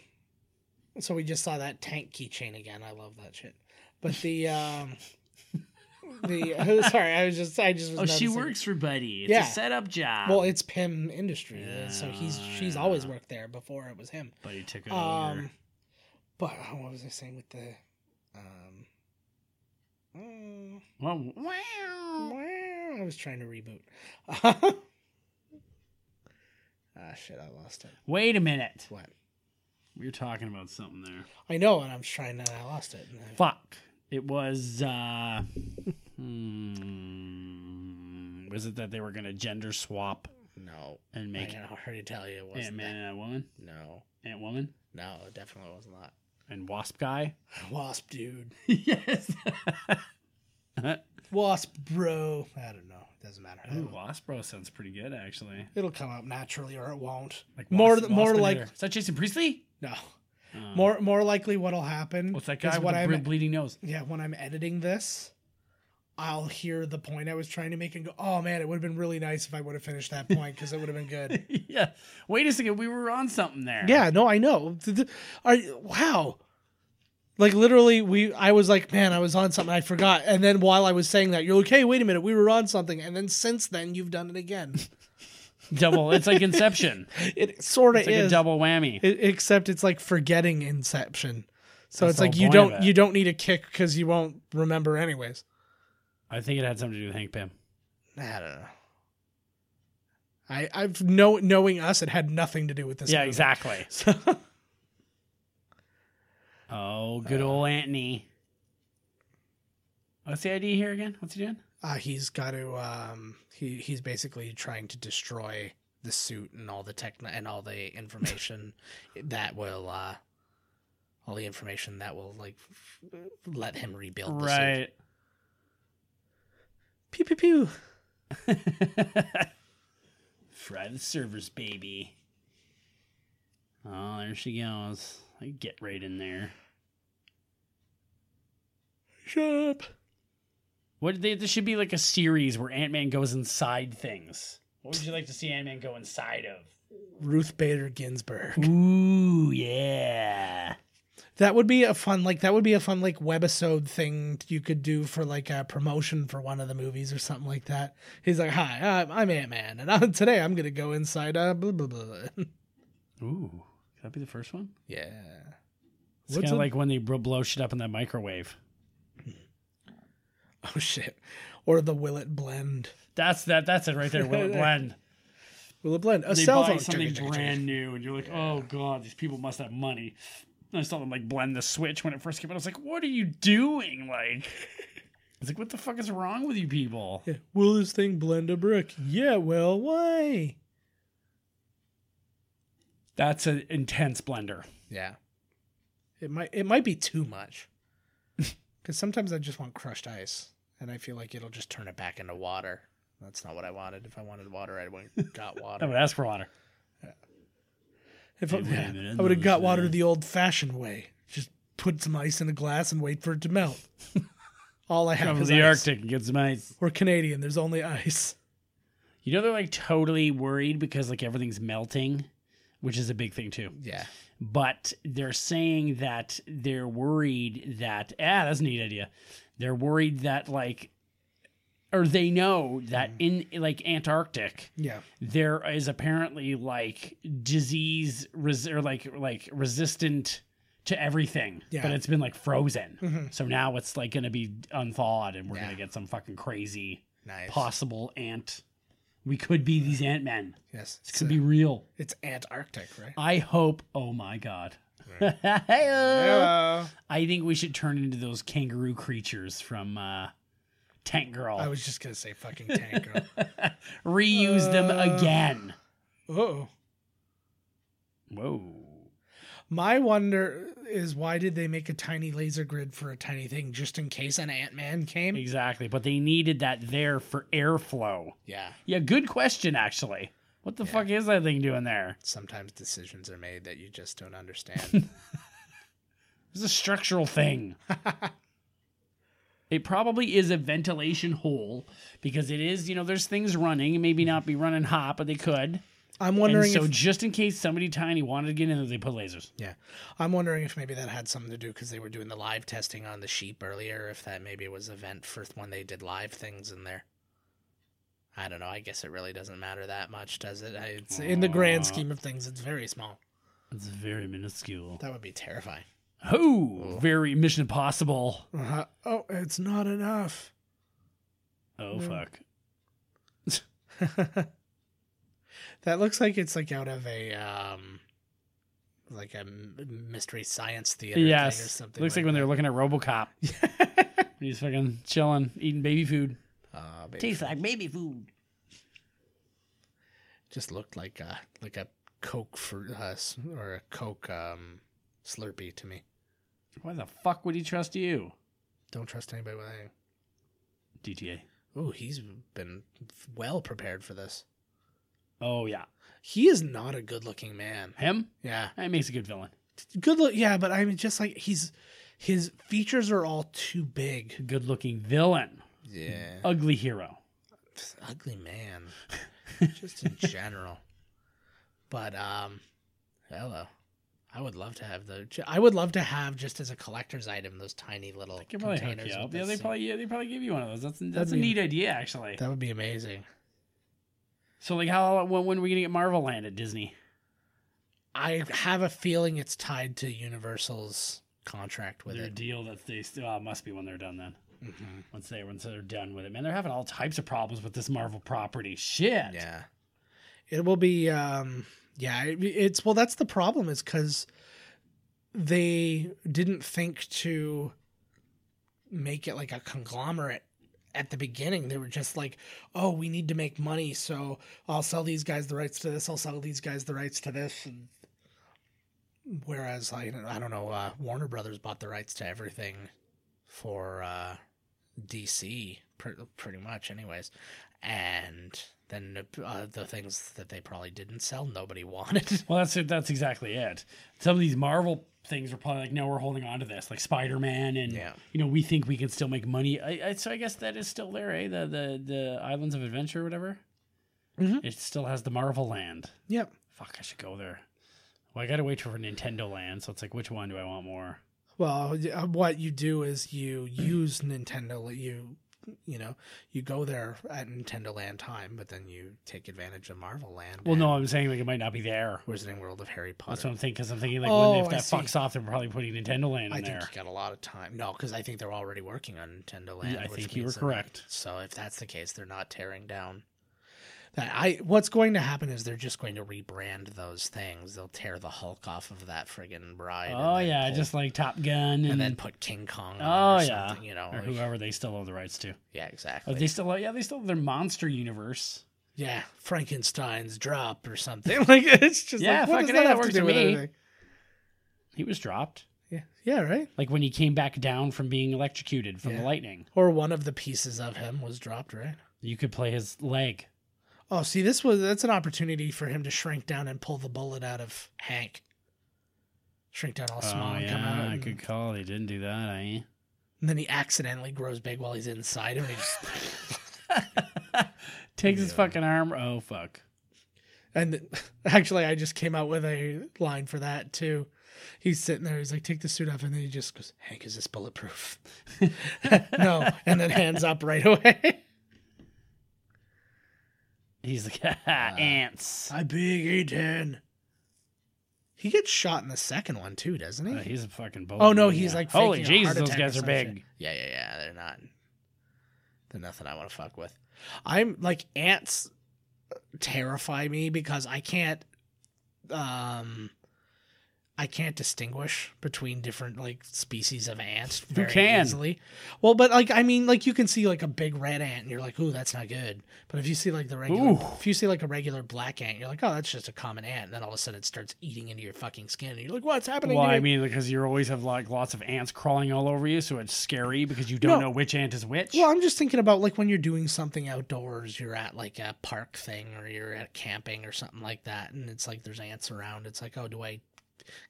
Speaker 2: so we just saw that tank keychain again. I love that shit. But the um, the sorry, I was just I just was
Speaker 1: Oh, she
Speaker 2: noticing.
Speaker 1: works for Buddy. It's
Speaker 2: Yeah.
Speaker 1: a setup job.
Speaker 2: Well, it's Pym Industry, so he's she's always worked there before it was him.
Speaker 1: Buddy took over.
Speaker 2: Um, but uh, what was I saying with the um? mm,
Speaker 1: well, wow.
Speaker 2: well, I was trying to reboot. ah, shit! I lost it.
Speaker 1: Wait a minute.
Speaker 2: What?
Speaker 1: We were talking about something there.
Speaker 2: I know, and I'm trying to. I lost it. and I-
Speaker 1: Fuck. It was. uh hmm, Was it that they were going to gender swap
Speaker 2: No,
Speaker 1: and
Speaker 2: I
Speaker 1: make
Speaker 2: can already tell you it
Speaker 1: Ant
Speaker 2: wasn't.
Speaker 1: Man
Speaker 2: that.
Speaker 1: and a woman?
Speaker 2: No,
Speaker 1: Ant Woman?
Speaker 2: no, it definitely wasn't that.
Speaker 1: And Wasp Guy?
Speaker 2: Wasp dude,
Speaker 1: yes.
Speaker 2: wasp bro. I don't know. It doesn't matter.
Speaker 1: Ooh, Wasp Bro sounds pretty good, actually.
Speaker 2: It'll come up naturally, or it won't.
Speaker 1: Like
Speaker 2: more,
Speaker 1: Wasp-
Speaker 2: th- more
Speaker 1: Waspinator.
Speaker 2: like
Speaker 1: Is that Jason Priestley?
Speaker 2: no.
Speaker 1: Uh,
Speaker 2: More, more likely, what'll happen?
Speaker 1: What's that
Speaker 2: is
Speaker 1: guy with
Speaker 2: when
Speaker 1: the
Speaker 2: I'm-
Speaker 1: ble- bleeding nose?
Speaker 2: yeah, when I'm editing this, I'll hear the point I was trying to make and go, oh man, it would have been really nice if I would have finished that point because it would have been good.
Speaker 1: yeah. Wait a second. We were on something there.
Speaker 2: yeah, no, I know. Th- th- Are, wow. Like literally, we I was like, man, I was on something I forgot, and then while I was saying that, you're like, hey, wait a minute, we were on something, and then since then you've done it again.
Speaker 1: Double. It's like Inception.
Speaker 2: It sort of
Speaker 1: It's like a
Speaker 2: is,
Speaker 1: double whammy.
Speaker 2: e- except it's like forgetting Inception. So
Speaker 1: That's
Speaker 2: it's
Speaker 1: the
Speaker 2: like
Speaker 1: whole
Speaker 2: you
Speaker 1: point of
Speaker 2: don't
Speaker 1: it.
Speaker 2: you don't need a kick because you won't remember anyways.
Speaker 1: I think it had something to do with Hank Pym.
Speaker 2: I don't know. I I've know knowing us, it had nothing to do with this.
Speaker 1: yeah,
Speaker 2: movie.
Speaker 1: exactly.
Speaker 2: So,
Speaker 1: Oh, good old Antony. What's the idea here again? What's he doing?
Speaker 2: uh, he's got to. Um, he he's basically trying to destroy the suit and all the tech and all the information that will. Uh, all the information that will like f- let him rebuild the suit.
Speaker 1: Right.
Speaker 2: Pew pew pew.
Speaker 1: Fry the servers, baby. Oh, there she goes. I get right in there.
Speaker 2: Shut up.
Speaker 1: What they, this should be like a series where Ant Man goes inside things. What would you like to see Ant Man go inside of?
Speaker 2: Ruth Bader Ginsburg.
Speaker 1: Ooh, yeah.
Speaker 2: That would be a fun like that would be a fun like webisode thing you could do for like a promotion for one of the movies or something like that. He's like, "Hi, I'm, I'm Ant Man, and uh, today I'm gonna go inside uh blah blah blah."
Speaker 1: Ooh, could that be the first one?
Speaker 2: yeah.
Speaker 1: It's
Speaker 2: What's
Speaker 1: kind of
Speaker 2: a-
Speaker 1: like when they bro- blow shit up in that microwave.
Speaker 2: Oh shit. Or the will it blend?
Speaker 1: That's that. That's it right there. Will it blend?
Speaker 2: Will it blend? A
Speaker 1: they
Speaker 2: cell
Speaker 1: buy
Speaker 2: phone.
Speaker 1: something brand new, and you're like, oh god, these people must have money. And I saw them like blend the switch when it first came out. I was like, what are you doing? Like, it's like, what the fuck is wrong with you people?
Speaker 2: Yeah. Will this thing blend a brick? Yeah. Well, why?
Speaker 1: That's an intense blender.
Speaker 2: Yeah. It might it might be too much. Cuz sometimes I just want crushed ice and I feel like it'll just turn it back into water. That's not what I wanted. If I wanted water, I would have got
Speaker 1: I
Speaker 2: water.
Speaker 1: would ask for water.
Speaker 2: if I,
Speaker 1: Hey, wait a minute,
Speaker 2: I would have got
Speaker 1: those,
Speaker 2: water
Speaker 1: uh,
Speaker 2: the old-fashioned way. Just put some ice in a glass and wait for it to melt. All I have
Speaker 1: Over
Speaker 2: is
Speaker 1: the
Speaker 2: ice.
Speaker 1: Arctic and get some ice.
Speaker 2: We're Canadian. There's only ice.
Speaker 1: You know they're like totally worried because like everything's melting, which is a big thing too.
Speaker 2: Yeah.
Speaker 1: but they're saying that they're worried that ah that's a neat idea they're worried that like or they know that
Speaker 2: Mm.
Speaker 1: in like antarctic
Speaker 2: Yeah.
Speaker 1: there is apparently like disease res- or like like resistant to everything
Speaker 2: Yeah. Mm-hmm.
Speaker 1: but it's been like frozen so now it's like gonna be unthawed and we're
Speaker 2: Yeah.
Speaker 1: gonna get some fucking crazy
Speaker 2: Nice.
Speaker 1: possible ant we could be these ant men
Speaker 2: Yes.
Speaker 1: this
Speaker 2: It's,
Speaker 1: could be real
Speaker 2: it's Antarctic, right?
Speaker 1: I hope. Oh my god. I think we should turn into those kangaroo creatures from uh, Tank Girl.
Speaker 2: I was just gonna say fucking tank girl.
Speaker 1: Reuse them
Speaker 2: Uh.
Speaker 1: again.
Speaker 2: oh.
Speaker 1: Whoa.
Speaker 2: My wonder is why did they make a tiny laser grid for a tiny thing just in case an Ant Man came?
Speaker 1: Exactly, but they needed that there for airflow.
Speaker 2: Yeah.
Speaker 1: Yeah, good question actually. What the fuck is that thing doing there?
Speaker 2: Sometimes decisions are made that you just don't understand.
Speaker 1: It's a structural thing. it probably is a ventilation hole because it is, you know, there's things running. Maybe not be running hot, but they could.
Speaker 2: I'm
Speaker 1: And
Speaker 2: wondering
Speaker 1: so,
Speaker 2: if
Speaker 1: just in case somebody tiny wanted to get in there, they put lasers.
Speaker 2: Yeah. I'm wondering if maybe that had something to do because they were doing the live testing on the sheep earlier, if that maybe was a vent for when they did live things in there. I don't know. I guess it really doesn't matter that much, does it? I- It's in the grand scheme of things, it's very small.
Speaker 1: It's very minuscule.
Speaker 2: That would be terrifying.
Speaker 1: Oh, very Mission Impossible.
Speaker 2: Uh-huh. Oh, it's not enough.
Speaker 1: Oh
Speaker 2: Hmm.
Speaker 1: fuck.
Speaker 2: That looks like it's like out of a um, like a m- mystery science theater thing or
Speaker 1: Yes.
Speaker 2: something.
Speaker 1: Looks like, when they were looking at RoboCop. He's fucking chilling, eating baby food.
Speaker 2: that. Aw, baby.
Speaker 1: Tastes like baby food.
Speaker 2: just looked like a like a Coke for us or a Coke um, Slurpee to me.
Speaker 1: Why the fuck would he trust you?
Speaker 2: Don't trust anybody with anything.
Speaker 1: DTA.
Speaker 2: Ooh, he's been f- well prepared for this.
Speaker 1: Oh yeah.
Speaker 2: He is not a good-looking man.
Speaker 1: Him?
Speaker 2: Yeah,
Speaker 1: That makes a good villain.
Speaker 2: good look. Yeah, but I mean, just like he's his features are all too big.
Speaker 1: Good looking villain.
Speaker 2: Yeah,
Speaker 1: Ugly hero.
Speaker 2: ugly man, just in general. But um, hello. I would love to have the. I would love to have just as a collector's item those tiny little
Speaker 1: They could probably hook
Speaker 2: containers.
Speaker 1: you
Speaker 2: with
Speaker 1: up. Yeah,
Speaker 2: this
Speaker 1: they
Speaker 2: thing.
Speaker 1: probably yeah, they probably give you one of those. That's that's
Speaker 2: That'd
Speaker 1: a
Speaker 2: be-
Speaker 1: neat idea actually.
Speaker 2: That would be amazing.
Speaker 1: So like how when, when are we gonna get Marvel Land at Disney?
Speaker 2: I have a feeling it's tied to Universal's contract with
Speaker 1: Their
Speaker 2: it. Mm-hmm.
Speaker 1: deal that they still uh, must be when they're done then. Once they once they're done with it, man, they're having all types of problems with this Marvel property. Shit.
Speaker 2: Yeah. It will be um yeah, it- it's well that's the problem is cuz they didn't think to make it like a conglomerate at the beginning. They were just like, "Oh, we need to make money, so I'll sell these guys the rights to this, I'll sell these guys the rights to this." And whereas like I don't know, uh, Warner Brothers bought the rights to everything for uh DC pr- pretty much anyways and then uh, the things that they probably didn't sell nobody wanted
Speaker 1: Well, that's it. That's exactly it. Some of these Marvel things are probably like, no, we're holding on to this, like Spider Man, and
Speaker 2: Yeah.
Speaker 1: you know, we think we can still make money. I, I, so I guess that is still there, eh? The the the Islands of Adventure, or whatever.
Speaker 2: Mhm.
Speaker 1: It still has the Marvel Land.
Speaker 2: yep
Speaker 1: Fuck, I should go there. Well, I gotta wait for Nintendo Land, so it's like, which one do I want more?
Speaker 2: well y- uh, what you do is you use nintendo you you know you go there at nintendo land time but then you take advantage of marvel land
Speaker 1: Well,
Speaker 2: and
Speaker 1: no, I'm saying like it might not be there.
Speaker 2: wizarding world of harry
Speaker 1: That's
Speaker 2: potter
Speaker 1: what I'm thinking. Because I'm thinking like,
Speaker 2: Oh,
Speaker 1: when if
Speaker 2: I
Speaker 1: that
Speaker 2: see.
Speaker 1: fucks off, they're probably putting Nintendo Land in
Speaker 2: i think
Speaker 1: there.
Speaker 2: you got a lot of time no because i think they're already working on nintendo land
Speaker 1: Yeah, I
Speaker 2: which
Speaker 1: think you were
Speaker 2: means that-
Speaker 1: correct.
Speaker 2: so if that's the case they're not tearing down that i what's going to happen is they're just going to rebrand those things they'll tear the hulk off of that friggin' bride and
Speaker 1: Oh
Speaker 2: then
Speaker 1: yeah,
Speaker 2: pull
Speaker 1: just like Top Gun and,
Speaker 2: and then put King Kong.
Speaker 1: oh
Speaker 2: On or
Speaker 1: yeah,
Speaker 2: something, you know,
Speaker 1: or
Speaker 2: like-
Speaker 1: whoever they still own the rights to.
Speaker 2: yeah,
Speaker 1: Oh,
Speaker 2: exactly.
Speaker 1: they still, yeah, they still have their monster universe.
Speaker 2: yeah, Frankenstein's drop or something. Like it's just
Speaker 1: Yeah,
Speaker 2: like, what does
Speaker 1: fucking
Speaker 2: that
Speaker 1: A,
Speaker 2: have
Speaker 1: that
Speaker 2: to
Speaker 1: works
Speaker 2: do
Speaker 1: for
Speaker 2: with
Speaker 1: me.
Speaker 2: anything?
Speaker 1: He was dropped,
Speaker 2: Yeah, yeah, right.
Speaker 1: like when he came back down from being electrocuted from
Speaker 2: Yeah.
Speaker 1: the lightning.
Speaker 2: Or one of the pieces of him was dropped, right?
Speaker 1: You could play his leg.
Speaker 2: Oh, see, this was that's an opportunity for him to shrink down and pull the bullet out of Hank. Shrink down
Speaker 1: Oh,
Speaker 2: all small and come out, and,
Speaker 1: call. They didn't do that. I.
Speaker 2: and then he accidentally grows big while he's inside him. And, he just,
Speaker 1: eh? Takes his fucking arm. Oh fuck.
Speaker 2: and actually, I just came out with a line for that too. He's sitting there. He's like, "Take the suit off," and then he just goes, "Hank, is this bulletproof?" no, and then hands up right away.
Speaker 1: He's like "Ha, ha, ants.
Speaker 2: I big Ethan. He gets shot in the second one too, doesn't
Speaker 1: Oh,
Speaker 2: he?
Speaker 1: he's a fucking bully.
Speaker 2: oh no,
Speaker 1: yeah.
Speaker 2: he's like
Speaker 1: holy
Speaker 2: faking a
Speaker 1: Jesus,
Speaker 2: heart
Speaker 1: those
Speaker 2: attack or
Speaker 1: guys are
Speaker 2: some shit.
Speaker 1: big.
Speaker 2: Yeah, yeah, yeah. They're not. They're nothing I want to fuck with. I'm like ants terrify me because I can't. Um, I can't distinguish between different like species of ants very
Speaker 1: can?
Speaker 2: easily. Well, but like I mean, like you can see like a big red ant and you're like, "Ooh, that's not good." But if you see like the regular,
Speaker 1: Ooh.
Speaker 2: if you see like a regular black ant, you're like, "Oh, that's just a common ant." And then all of a sudden, it starts eating into your fucking skin, and you're like, "What's happening?"
Speaker 1: Well,
Speaker 2: to me?"
Speaker 1: I mean, because you always have like lots of ants crawling all over you, so it's scary because you don't
Speaker 2: No.
Speaker 1: know which ant is which.
Speaker 2: Well, I'm just thinking about like when you're doing something outdoors, you're at like a park thing or you're at camping or something like that, and it's like there's ants around. It's like, oh, do I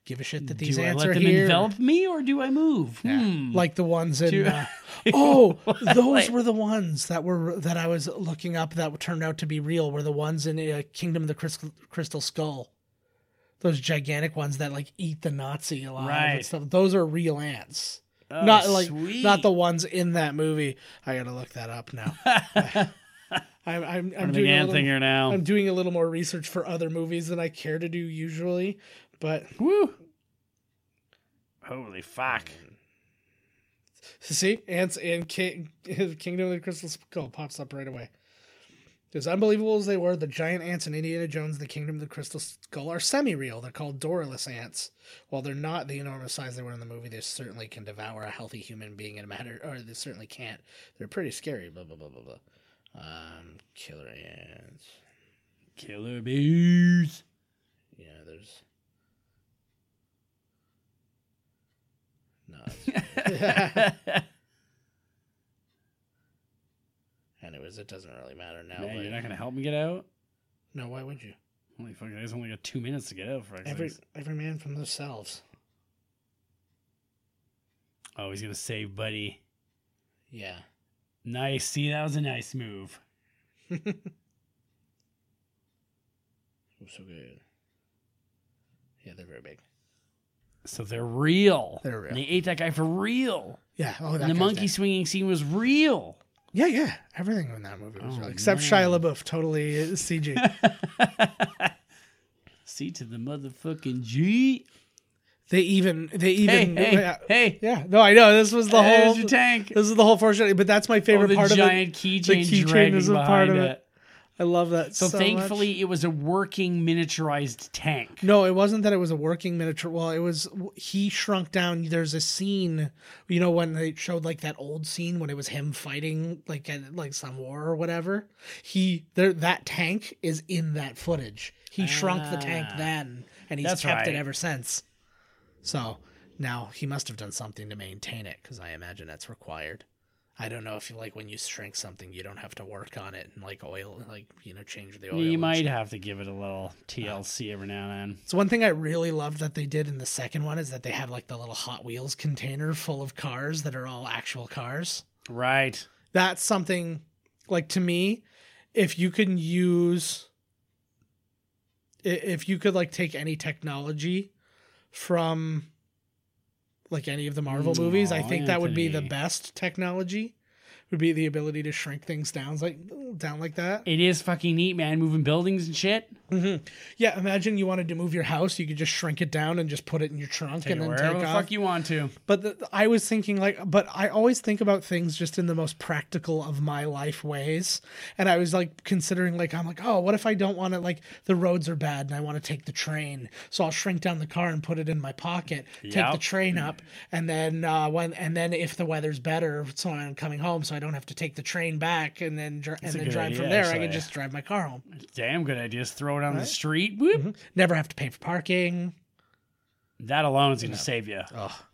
Speaker 2: give a shit that these
Speaker 1: do I
Speaker 2: ants
Speaker 1: let
Speaker 2: are
Speaker 1: them
Speaker 2: here?
Speaker 1: envelop me or do I move?
Speaker 2: Yeah.
Speaker 1: Hmm.
Speaker 2: Like the ones in.
Speaker 1: Do-
Speaker 2: uh, oh, those were the ones that were that I was looking up that turned out to be real. Were the ones in uh, Kingdom of the Crystal, Crystal Skull? Those gigantic ones that like eat the Nazi alive and
Speaker 1: Right.
Speaker 2: stuff. Those are real ants.
Speaker 1: Oh,
Speaker 2: not like
Speaker 1: sweet.
Speaker 2: not the ones in that movie. I gotta look that up now. I'm I'm, I'm
Speaker 1: I'm
Speaker 2: doing
Speaker 1: doing
Speaker 2: a
Speaker 1: ant thing
Speaker 2: little,
Speaker 1: here now.
Speaker 2: I'm doing a little more research for other movies than I care to do usually, but
Speaker 1: Woo! Holy fuck!
Speaker 2: see, ants and King, Kingdom of the Crystal Skull pops up right away. As unbelievable as they were, the giant ants in Indiana Jones: The Kingdom of the Crystal Skull are semi-real. They're called Doralus ants. While they're not the enormous size they were in the movie, they certainly can devour a healthy human being in a matter, or they certainly can't. They're pretty scary. Blah blah blah blah blah. Um, killer ants.
Speaker 1: Killer bees.
Speaker 2: Yeah, there's. No. it's- Anyways, it doesn't really matter now.
Speaker 1: Man,
Speaker 2: but-
Speaker 1: you're not gonna help me get out.
Speaker 2: No, why would you?
Speaker 1: Holy fuck! I just only got two minutes to get out. For
Speaker 2: Every
Speaker 1: Every...
Speaker 2: every man from themselves.
Speaker 1: Oh, he's gonna save Buddy.
Speaker 2: Yeah.
Speaker 1: Nice. See, that was a nice move.
Speaker 2: Oh, so good. Yeah, they're very big.
Speaker 1: So they're real.
Speaker 2: They're real.
Speaker 1: And they ate that guy for real.
Speaker 2: Yeah. Oh, that
Speaker 1: and the
Speaker 2: guy's
Speaker 1: monkey
Speaker 2: dead.
Speaker 1: swinging scene was real.
Speaker 2: Yeah, yeah. Everything in that movie was
Speaker 1: Oh,
Speaker 2: real, except
Speaker 1: man.
Speaker 2: Shia LaBeouf. Totally uh, CG.
Speaker 1: See to the motherfucking G.
Speaker 2: they even they
Speaker 1: Hey,
Speaker 2: even
Speaker 1: hey,
Speaker 2: yeah.
Speaker 1: hey.
Speaker 2: Yeah. No, I know this was the
Speaker 1: There's
Speaker 2: whole
Speaker 1: your tank.
Speaker 2: this is the whole foreshadowing, but that's my
Speaker 1: Oh,
Speaker 2: favorite
Speaker 1: the
Speaker 2: part of it.
Speaker 1: giant keychain
Speaker 2: keychain
Speaker 1: dragging
Speaker 2: is a
Speaker 1: behind
Speaker 2: part of
Speaker 1: it.
Speaker 2: it. I love that.
Speaker 1: So,
Speaker 2: So, much.
Speaker 1: thankfully, it was a working miniaturized tank.
Speaker 2: No, it wasn't that it was a working miniature. Well, it was he shrunk down. There's a scene, you know, when they showed like that old scene when it was him fighting like at, like some war or whatever. He there that tank is in that footage. He shrunk the tank
Speaker 1: Ah.
Speaker 2: then, and he's
Speaker 1: That's
Speaker 2: kept it
Speaker 1: right.
Speaker 2: ever since. So now he must have done something to maintain it because I imagine that's required. I don't know if like when you shrink something, you don't have to work on it and like oil, like you know, change the oil.
Speaker 1: you
Speaker 2: and
Speaker 1: might have to give it a little TLC every now and then.
Speaker 2: so one thing I really loved that they did in the second one is that they have like the little Hot Wheels container full of cars that are all actual cars.
Speaker 1: Right.
Speaker 2: That's something like to me, if you can use i- if you could like take any technology from like any of the Marvel
Speaker 1: Mm,
Speaker 2: movies, I
Speaker 1: aw,
Speaker 2: think that would be the
Speaker 1: Anthony.
Speaker 2: best technology. Would be the ability to shrink things down like down like that.
Speaker 1: It is fucking neat, man. Moving buildings and shit.
Speaker 2: Yeah, imagine you wanted to move your house, you could just shrink it down and just put it in your trunk
Speaker 1: Take it
Speaker 2: and then
Speaker 1: wherever
Speaker 2: take
Speaker 1: the
Speaker 2: off.
Speaker 1: fuck you want to.
Speaker 2: But the, I was thinking like, but I always think about things just in the most practical of my life ways. And I was like considering like, I'm like, oh, what if I don't want to like the roads are bad and I want to take the train, so I'll shrink down the car and put it in my pocket, take the
Speaker 1: Yep.
Speaker 2: train up, and then uh, when and then if the weather's better, so I'm coming home, so I don't have to take the train back and then dri- and
Speaker 1: a
Speaker 2: then
Speaker 1: good
Speaker 2: drive from
Speaker 1: idea,
Speaker 2: there. I
Speaker 1: actually.
Speaker 2: can just drive my car home.
Speaker 1: Damn good idea. Just throw it on the street. Whoop.
Speaker 2: Never have to pay for parking.
Speaker 1: That alone is going to save you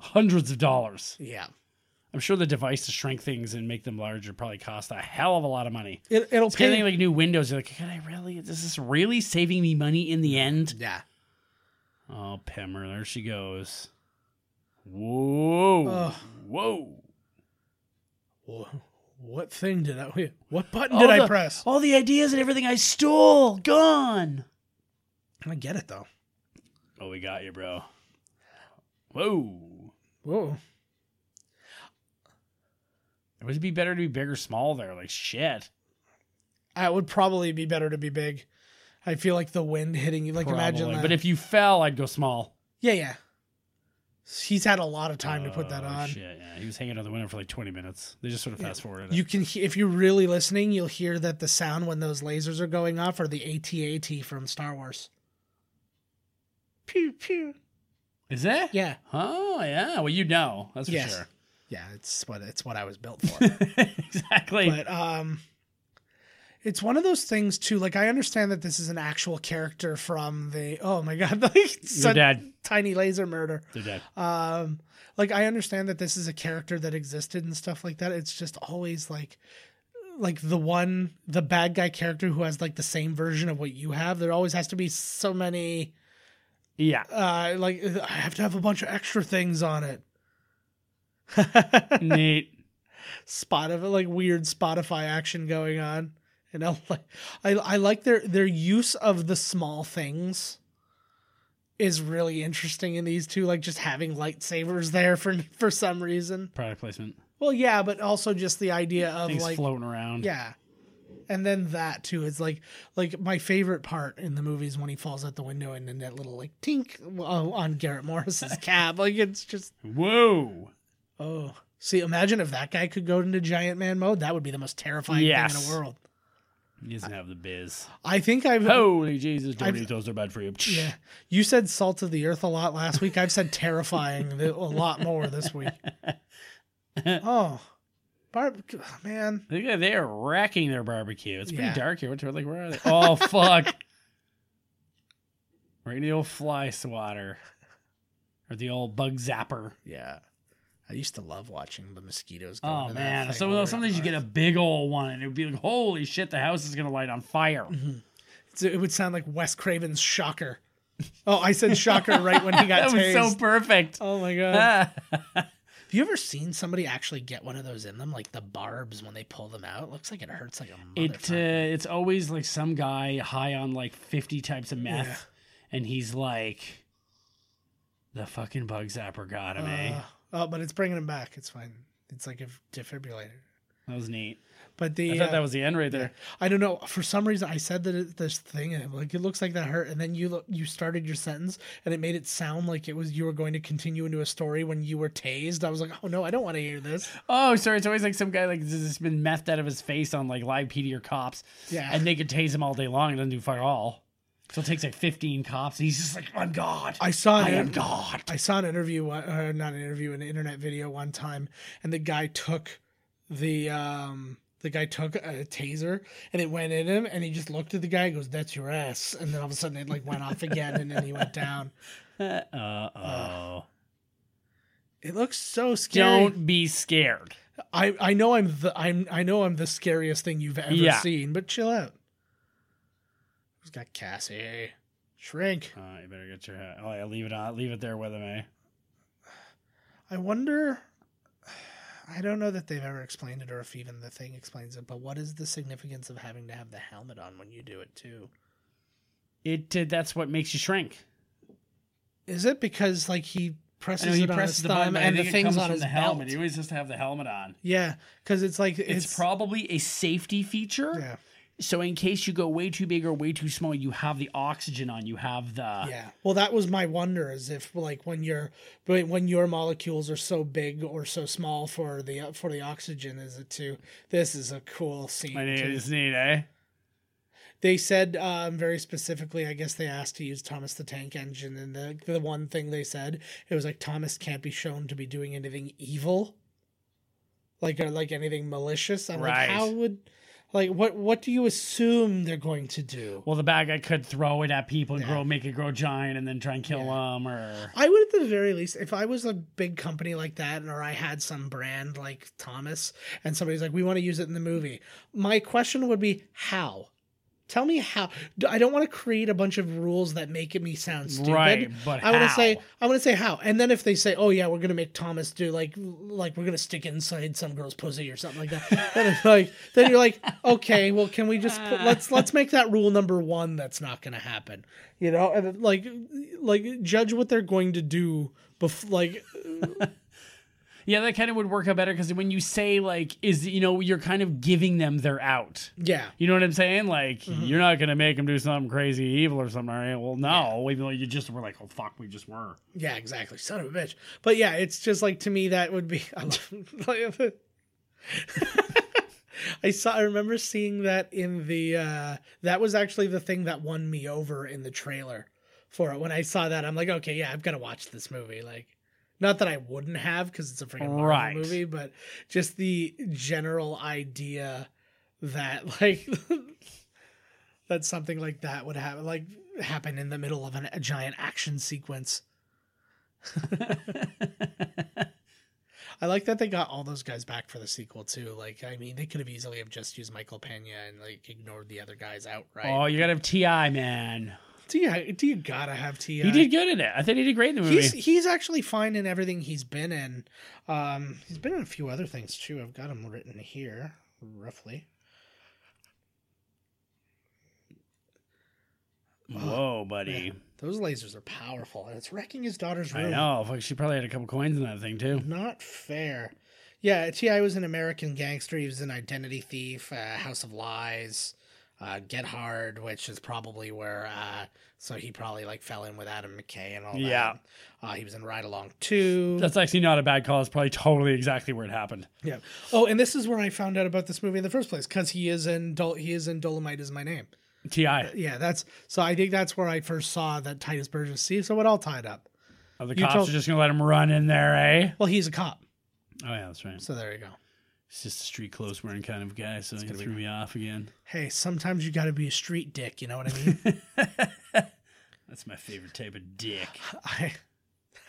Speaker 1: hundreds of dollars.
Speaker 2: Yeah.
Speaker 1: I'm sure the device to shrink things and make them larger probably cost a hell of a lot of money.
Speaker 2: It, it'll
Speaker 1: It's
Speaker 2: pay.
Speaker 1: kind of like new windows. You're like, can I really? Is this really saving me money in the end?
Speaker 2: yeah.
Speaker 1: Oh, Pimmer, there she goes. Whoa.
Speaker 2: Ugh.
Speaker 1: Whoa.
Speaker 2: Wha- What thing did I? What button
Speaker 1: All
Speaker 2: did I
Speaker 1: the-
Speaker 2: press?
Speaker 1: All the ideas and everything I stole, gone.
Speaker 2: I get it though.
Speaker 1: Oh, we got you, bro. Whoa.
Speaker 2: Whoa.
Speaker 1: It would be better to be big or small there. Like, shit.
Speaker 2: It would probably be better to be big. I feel like the wind hitting you. Like imagine
Speaker 1: Probably.
Speaker 2: that.
Speaker 1: But if you fell, I'd go small.
Speaker 2: yeah, yeah. He's had a lot of time to put that
Speaker 1: Oh,
Speaker 2: on.
Speaker 1: Shit, yeah. He was hanging out the window for like 20 minutes. They just sort of fast forwarded.
Speaker 2: You can, he- if you're really listening, you'll hear that the sound when those lasers are going off are the ATAT from Star Wars. Pew pew.
Speaker 1: Is it?
Speaker 2: Yeah.
Speaker 1: Oh yeah. Well, you know that's for
Speaker 2: Yes.
Speaker 1: sure.
Speaker 2: Yeah, it's what it's what I was built for.
Speaker 1: exactly.
Speaker 2: but um it's one of those things too like i understand that this is an actual character from the oh my god like
Speaker 1: They're
Speaker 2: son-
Speaker 1: dead.
Speaker 2: tiny laser murder
Speaker 1: They're dead.
Speaker 2: um like i understand that this is a character that existed and stuff like that it's just always like like the one the bad guy character who has like the same version of what you have there always has to be so many
Speaker 1: Yeah.
Speaker 2: uh like i have to have a bunch of extra things on it
Speaker 1: Neat.
Speaker 2: spot of like weird Spotify action going on. And I like I I like their their use of the small things is really interesting in these two, like just having lightsabers there for for some reason.
Speaker 1: Product placement.
Speaker 2: Well, yeah, but also just the idea of
Speaker 1: Things
Speaker 2: like
Speaker 1: floating around.
Speaker 2: yeah. And then that too is like like my favorite part in the movies when he falls out the window and then that little like tink uh, on Garrett Morris's cab. Like it's just
Speaker 1: Whoa.
Speaker 2: Oh, see, imagine if that guy could go into giant man mode. That would be the most terrifying thing
Speaker 1: Yes.
Speaker 2: in the world.
Speaker 1: He doesn't have the biz.
Speaker 2: I think I've.
Speaker 1: Holy Jesus! Doritos
Speaker 2: I've-
Speaker 1: those are bad for you.
Speaker 2: Yeah, you said salt of the earth a lot last week. I've said terrifying a lot more this week. Oh, Barb, man,
Speaker 1: They are they are racking their barbecue. It's pretty
Speaker 2: Yeah.
Speaker 1: dark here. What like where are they? Oh fuck. We're in the old fly swatter. Or the old bug zapper.
Speaker 2: yeah. I used to love watching the mosquitoes. Go
Speaker 1: Oh
Speaker 2: into that
Speaker 1: man.
Speaker 2: thing
Speaker 1: So
Speaker 2: over
Speaker 1: well, sometimes you
Speaker 2: and
Speaker 1: get a big old one and it would be like, holy shit, the house is gonna light on fire.
Speaker 2: over. Mhm. It would sound like Wes Craven's Shocker. Oh, I said Shocker right when he got
Speaker 1: that was
Speaker 2: tased.
Speaker 1: so perfect.
Speaker 2: oh my god.
Speaker 1: Ah.
Speaker 2: Have you ever seen somebody actually get one of those in them, like the barbs when they pull them out? It looks like it hurts like a
Speaker 1: it uh,
Speaker 2: motherfucker.
Speaker 1: it's always like some guy high on like 50 types of meth and he's like the fucking bug zapper got him, eh?
Speaker 2: Uh, oh, but it's bringing him back. It's fine. It's like a defibrillator.
Speaker 1: That was neat.
Speaker 2: But the
Speaker 1: I
Speaker 2: I,
Speaker 1: thought that was the end right there.
Speaker 2: I don't know. For some reason, I said that it, this thing and like it looks like that hurt, and then you look, you started your sentence and it made it sound like it was you were going to continue into a story when you were tased. I was like, oh no, I don't want to hear this.
Speaker 1: Oh, sorry. It's always like some guy like has just been methed out of his face on like live PD or cops.
Speaker 2: Yeah.
Speaker 1: And they could tase him all day long and doesn't do fuck all. So it takes like 15 cops. And he's just like, I'm God.
Speaker 2: I saw
Speaker 1: I
Speaker 2: an-
Speaker 1: am God.
Speaker 2: I saw an interview, one- or not an interview, an internet video one time, and the guy took the um the guy took a taser and it went in him, and he just looked at the guy, and goes, "That's your ass," and then all of a sudden it like went off again, and then he went down.
Speaker 1: Uh oh.
Speaker 2: It looks so scary.
Speaker 1: Don't be scared.
Speaker 2: I I know I'm the I'm I know I'm the scariest thing you've ever
Speaker 1: Yeah.
Speaker 2: seen, but chill out. Who's got Cassie? Shrink.
Speaker 1: Uh, you better get your hat. Oh, yeah, leave it on. Leave it there with him, eh?
Speaker 2: I wonder. I don't know that they've ever explained it or if even the thing explains it, but what is the significance of having to have the helmet on when you do it too?
Speaker 1: It, uh, that's what makes you shrink.
Speaker 2: Is it because like he
Speaker 1: I
Speaker 2: presses
Speaker 1: know he
Speaker 2: it on his
Speaker 1: presses the button,
Speaker 2: thumb
Speaker 1: but I
Speaker 2: and the
Speaker 1: think it comes
Speaker 2: thing's on
Speaker 1: from
Speaker 2: his
Speaker 1: the helmet. He
Speaker 2: belt?
Speaker 1: always has to have the helmet on.
Speaker 2: Yeah, because it's like
Speaker 1: It's,
Speaker 2: it's,
Speaker 1: probably a safety feature.
Speaker 2: yeah
Speaker 1: So in case you go way too big or way too small, you have the oxygen on. You have the
Speaker 2: yeah. Well, that was my wonder is if like when your when when your molecules are so big or so small for the for the oxygen is it too? This is a cool scene.
Speaker 1: I
Speaker 2: too.
Speaker 1: need, it's neat, eh?
Speaker 2: they said um, very specifically i guess they asked to use thomas the tank engine and the, the one thing they said it was like thomas can't be shown to be doing anything evil like or like anything malicious i'm
Speaker 1: Right.
Speaker 2: like how would like what what do you assume they're going to do
Speaker 1: Well, the bad guy could throw it at people and
Speaker 2: Yeah.
Speaker 1: grow, make it grow giant, and then try and kill them. Or
Speaker 2: I would, at the very least, if I was a big company like that, or I had some brand like Thomas, and somebody's like, "We want to use it in the movie," my question would be, "How? Tell me how." D- I don't want to create a bunch of rules that make me sound stupid.
Speaker 1: Right, but
Speaker 2: I want to
Speaker 1: how?
Speaker 2: say, I want to say how. And then if they say, "Oh yeah, we're gonna make Thomas do like, like we're gonna stick inside some girl's pussy or something like that," then it's like, then you're like, "Okay, well, can we just put, let's let's make that rule number one that's not gonna happen." you know and like like judge what they're going to do bef- like
Speaker 1: yeah, that kind of would work out better because when you say like, is you know, you're kind of giving them their out.
Speaker 2: yeah
Speaker 1: You know what I'm saying? Like, you're not gonna make them do something crazy, evil, or something. Right? Well, no, even though you just were like, oh fuck, we just were.
Speaker 2: yeah exactly son of a bitch but yeah it's just like to me that would be I, love- I saw i remember seeing that in the uh that was actually the thing that won me over in the trailer for it. When I saw that, I'm like, okay, yeah, I've got to watch this movie. Like, not that I wouldn't have because it's a freaking Marvel
Speaker 1: Right.
Speaker 2: movie, but just the general idea that like that something like that would happen, like happen in the middle of an, a giant action sequence. I like that they got all those guys back for the sequel too. Like, I mean, they could have easily have just used Michael Pena and like ignored the other guys outright.
Speaker 1: Oh, you gotta have Ti, man.
Speaker 2: Do you do you gotta have Ti?
Speaker 1: Oh, He did good in it. I think he did great in the movie.
Speaker 2: He's he's actually fine in everything he's been in. Um, he's been in a few other things too. I've got him written here roughly.
Speaker 1: Whoa, buddy.
Speaker 2: Those lasers are powerful, and it's wrecking his daughter's room.
Speaker 1: I know. Fuck, she probably had a couple coins in that thing too.
Speaker 2: Not fair. Yeah, Ti was an American gangster. He was an identity thief, uh, House of Lies, uh, Get Hard, which is probably where. Uh, so he probably like fell in with Adam McKay and all
Speaker 1: Yeah.
Speaker 2: that. uh, he was in Ride Along Two.
Speaker 1: That's actually not a bad call. It's probably totally exactly where it happened.
Speaker 2: Yeah. Oh, and this is where I found out about this movie in the first place because he is in Dol- he is in Dolomite is my name.
Speaker 1: Ti, of
Speaker 2: Yeah, that's so. I think that's where I first saw that Titus Burgess. See, so it all tied up.
Speaker 1: the
Speaker 2: You
Speaker 1: cops
Speaker 2: told-
Speaker 1: are just gonna let him run in there, eh?
Speaker 2: Well, he's a cop,
Speaker 1: Oh yeah, that's right.
Speaker 2: so there you go.
Speaker 1: He's just a street clothes wearing kind of guy, so he
Speaker 2: gonna be
Speaker 1: threw me off again.
Speaker 2: Hey, sometimes you got to be a street dick. You know what I mean?
Speaker 1: That's my favorite type of dick.
Speaker 2: I.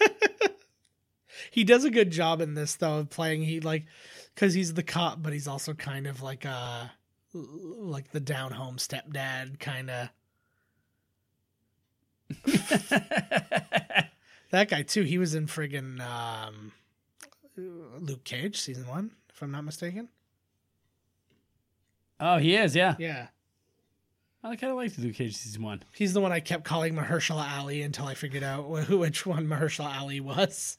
Speaker 2: he does a good job in this though of playing he like because he's the cop, but he's also kind of like uh l- like the down home stepdad kind of. That guy too. He was in friggin' um, Luke Cage season one, if I'm not mistaken.
Speaker 1: oh, he is, yeah.
Speaker 2: Yeah,
Speaker 1: I kind of liked Luke Cage season one.
Speaker 2: he's the one I kept calling Mahershala Ali until I figured out wh- who which one Mahershala Ali was.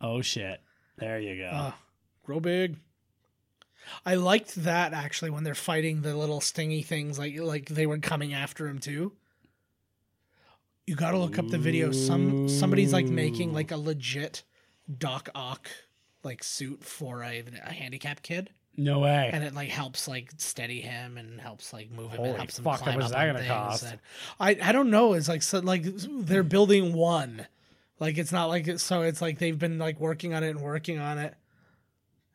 Speaker 1: Oh shit, there you go.
Speaker 2: Oh, grow big. I liked that actually when they're fighting the little stingy things, like like they were coming after him too. You got to look up the video. Some somebody's like making like a legit Doc Ock like suit for a, a handicap kid.
Speaker 1: no way.
Speaker 2: and it like helps like steady him and helps like move him
Speaker 1: Holy
Speaker 2: and helps him
Speaker 1: fuck, how
Speaker 2: climb
Speaker 1: much
Speaker 2: up
Speaker 1: is that
Speaker 2: on
Speaker 1: gonna
Speaker 2: things
Speaker 1: cost?
Speaker 2: and- I I don't know. It's like so like they're building one, like it's not like it's so it's like they've been like working on it and working on it.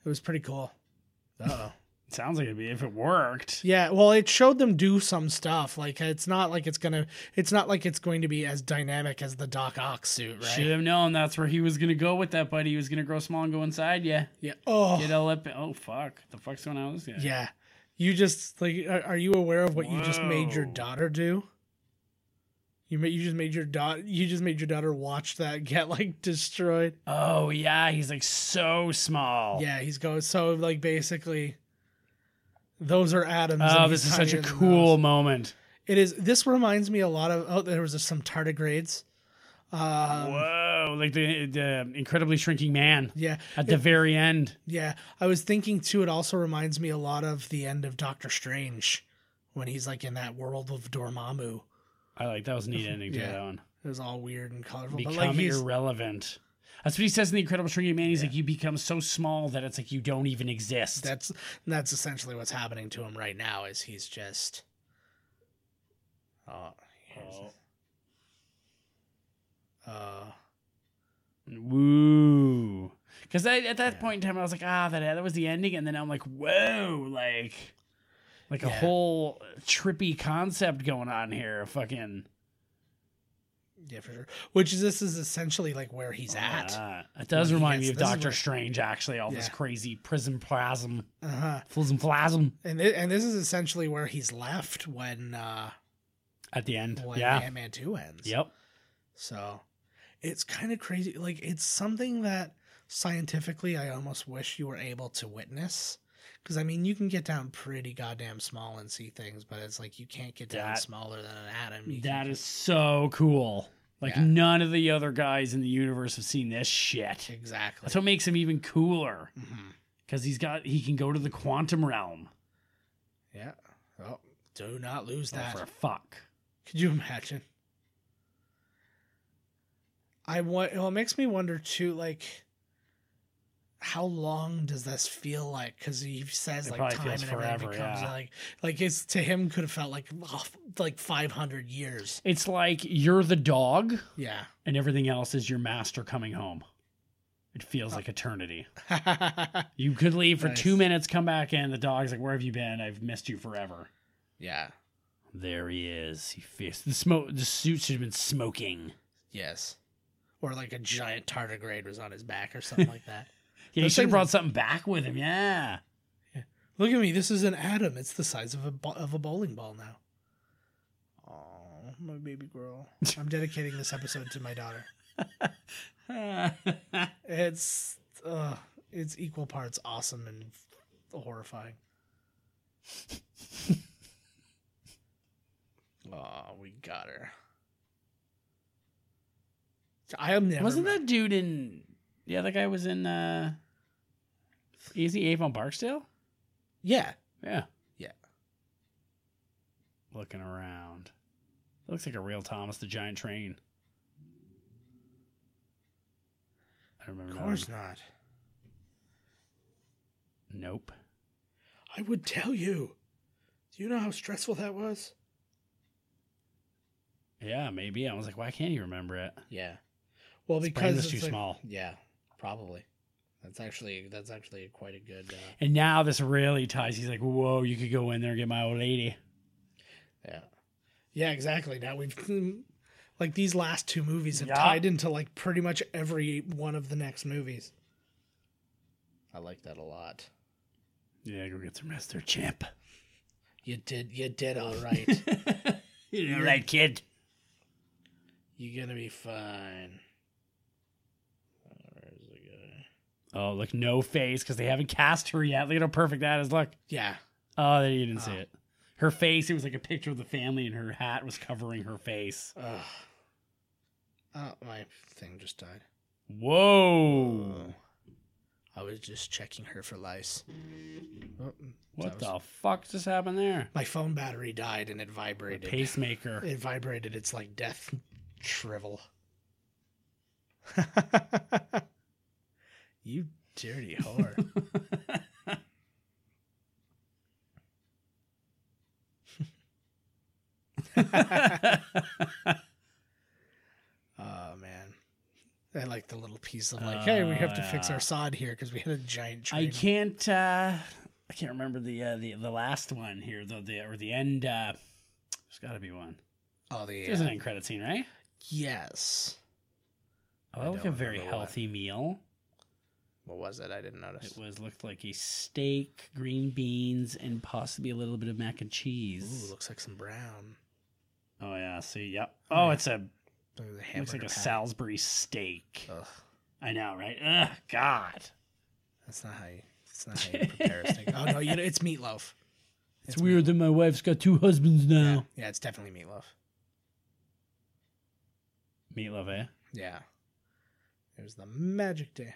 Speaker 2: It was pretty cool. Oh
Speaker 1: Sounds like it'd be if it worked.
Speaker 2: yeah, well, it showed them do some stuff. Like it's not like it's gonna. It's not like it's going to be as dynamic as the Doc Ock suit, right?
Speaker 1: Should have known that's where he was gonna go with that buddy. He was gonna grow small and go inside. Yeah,
Speaker 2: Yeah. Oh
Speaker 1: get all up. Oh fuck, the fuck's going on with this guy?
Speaker 2: yeah. You just like are, are you aware of what you just made your
Speaker 1: Whoa.
Speaker 2: daughter do? You ma- you just made your daughter you just made your daughter watch that get like destroyed.
Speaker 1: Oh yeah, he's like so small.
Speaker 2: Yeah, he's going so like basically those are atoms.
Speaker 1: Oh,
Speaker 2: and
Speaker 1: this
Speaker 2: he's
Speaker 1: is such a
Speaker 2: tinier than
Speaker 1: cool
Speaker 2: those.
Speaker 1: moment.
Speaker 2: It is. This reminds me a lot of. Oh, there was just some tardigrades. Um,
Speaker 1: Whoa, like the, the incredibly shrinking man
Speaker 2: Yeah,
Speaker 1: at the very end.
Speaker 2: yeah. I was thinking too. It also reminds me a lot of the end of Doctor Strange, when he's like in that world of Dormammu.
Speaker 1: I like that was a neat ending to
Speaker 2: Yeah.
Speaker 1: that one.
Speaker 2: It was all weird and colorful.
Speaker 1: Become
Speaker 2: but like he's,
Speaker 1: irrelevant. That's what he says in the Incredible Shrinking Man. He's like, you become so small that it's like you don't even exist.
Speaker 2: that's that's essentially what's happening to him right now. Is he's just. Oh, here's
Speaker 1: Oh.
Speaker 2: Uh,
Speaker 1: Woo. Because at that point in time, I was like, ah, that that was the ending, and then I'm like, whoa, like, like a
Speaker 2: Yeah.
Speaker 1: whole trippy concept going on here. Fucking
Speaker 2: yeah, for sure. Which is this is essentially like where he's at.
Speaker 1: Ah, it does
Speaker 2: When he
Speaker 1: remind me
Speaker 2: gets-
Speaker 1: of
Speaker 2: this is
Speaker 1: Doctor
Speaker 2: where-
Speaker 1: Strange. Actually, all this
Speaker 2: Yeah.
Speaker 1: crazy prism plasm,
Speaker 2: Uh huh.
Speaker 1: flism plasm
Speaker 2: And thi- and this is essentially where he's left when uh
Speaker 1: at the end.
Speaker 2: when
Speaker 1: Yeah.
Speaker 2: Ant Man Two ends.
Speaker 1: Yep.
Speaker 2: So it's kind of crazy. Like it's something that scientifically I almost wish you were able to witness. Because I mean, you can get down pretty goddamn small and see things, but it's like you can't get down
Speaker 1: That-
Speaker 2: smaller than an atom. You
Speaker 1: That
Speaker 2: can-
Speaker 1: is so cool. Like
Speaker 2: Yeah.
Speaker 1: none of the other guys in the universe have seen this shit.
Speaker 2: exactly.
Speaker 1: That's what makes him even cooler
Speaker 2: Mhm.
Speaker 1: because he's got he can go to the quantum realm.
Speaker 2: Yeah. Oh, do not lose
Speaker 1: Oh,
Speaker 2: that.
Speaker 1: for a fuck.
Speaker 2: Could you imagine? I want. Well, it makes me wonder too, like how long does this feel like? Because he says
Speaker 1: It
Speaker 2: like
Speaker 1: probably
Speaker 2: time
Speaker 1: feels
Speaker 2: and everything
Speaker 1: forever,
Speaker 2: becomes
Speaker 1: yeah.
Speaker 2: like like it's to him could have felt like oh, like five hundred years.
Speaker 1: It's like you're the dog
Speaker 2: Yeah,
Speaker 1: and everything else is your master coming home. It feels like eternity. You could leave for
Speaker 2: Nice.
Speaker 1: two minutes, come back in. The dog's like, "Where have you been? I've missed you forever."
Speaker 2: yeah,
Speaker 1: There he is. He fierce. The smoke. The suit should have been smoking.
Speaker 2: yes. Or like a giant tardigrade was on his back or something like that.
Speaker 1: Yeah, he
Speaker 2: Those
Speaker 1: should have
Speaker 2: things-
Speaker 1: brought something back with him. Yeah.
Speaker 2: Look at me. This is an atom. It's the size of a bo- of a bowling ball now. Oh, my baby girl. I'm dedicating this episode to my daughter. It's uh, it's equal parts awesome and horrifying. oh, we got her. I am never
Speaker 1: Wasn't
Speaker 2: mi-
Speaker 1: that dude in? Yeah, that guy was in. uh Easy Avon Barksdale.
Speaker 2: Yeah.
Speaker 1: Yeah.
Speaker 2: Yeah.
Speaker 1: Looking around. It looks like a real Thomas the Giant train. I remember.
Speaker 2: Of
Speaker 1: that
Speaker 2: course
Speaker 1: one.
Speaker 2: not.
Speaker 1: Nope.
Speaker 2: I would tell you. Do you know how stressful that was?
Speaker 1: Yeah, maybe. I was like, why can't you remember it?
Speaker 2: Yeah. Well,
Speaker 1: His brain was
Speaker 2: because it's
Speaker 1: too
Speaker 2: like-
Speaker 1: small.
Speaker 2: Yeah, probably. That's actually that's actually quite a good. Uh,
Speaker 1: And now this really ties. He's like, whoa, you could go in there and get my old lady.
Speaker 2: yeah. Yeah, exactly. Now we've like these last two movies have
Speaker 1: Yeah.
Speaker 2: tied into like pretty much every one of the next movies. I like that a lot.
Speaker 1: Yeah, go get some rest there, champ.
Speaker 2: You did you did all right.
Speaker 1: You know, right, kid?
Speaker 2: You're gonna be fine. Where's the guy?
Speaker 1: Oh, look, no face because they haven't cast her yet. Look at how perfect that is. Look.
Speaker 2: Yeah.
Speaker 1: Oh, you didn't see
Speaker 2: Oh.
Speaker 1: it. Her face, it was like a picture of the family, and her hat was covering her face.
Speaker 2: Ugh. Oh, my thing just died.
Speaker 1: Whoa.
Speaker 2: I was just checking her for lice. Oh,
Speaker 1: what
Speaker 2: that was-
Speaker 1: the fuck just happened there?
Speaker 2: My phone battery died and it
Speaker 1: The
Speaker 2: vibrated.
Speaker 1: pacemaker.
Speaker 2: It vibrated. It's like death shrivel. you dirty whore. oh man. I like the little piece of like, hey, we have to fix
Speaker 1: Oh, yeah.
Speaker 2: our sod here because we had a giant
Speaker 1: I
Speaker 2: train.
Speaker 1: can't. uh I can't remember the uh, the the last one here though. The or the end. uh There's got to be one.
Speaker 2: Oh, the,
Speaker 1: There's an
Speaker 2: uh,
Speaker 1: end credit scene, right?
Speaker 2: yes.
Speaker 1: Oh,
Speaker 2: I
Speaker 1: that looked a
Speaker 2: don't
Speaker 1: very
Speaker 2: remember what.
Speaker 1: healthy meal.
Speaker 2: What was it? I didn't notice.
Speaker 1: It was looked like a steak, green beans, and possibly a little bit of mac and
Speaker 2: Ooh,
Speaker 1: cheese.
Speaker 2: looks like some brown.
Speaker 1: Oh yeah, see, yep. Oh, it's a
Speaker 2: Look at the
Speaker 1: looks like
Speaker 2: hamburger
Speaker 1: a
Speaker 2: patty.
Speaker 1: Salisbury steak.
Speaker 2: Ugh,
Speaker 1: I know, right? Ugh, God.
Speaker 2: that's not how you. That's not how you prepare a steak. Oh no, you know, it's meatloaf.
Speaker 1: It's, weird that my wife's got two husbands
Speaker 2: Yeah,
Speaker 1: now.
Speaker 2: yeah, it's definitely meatloaf.
Speaker 1: Meatloaf, eh?
Speaker 2: Yeah. It was the magic day.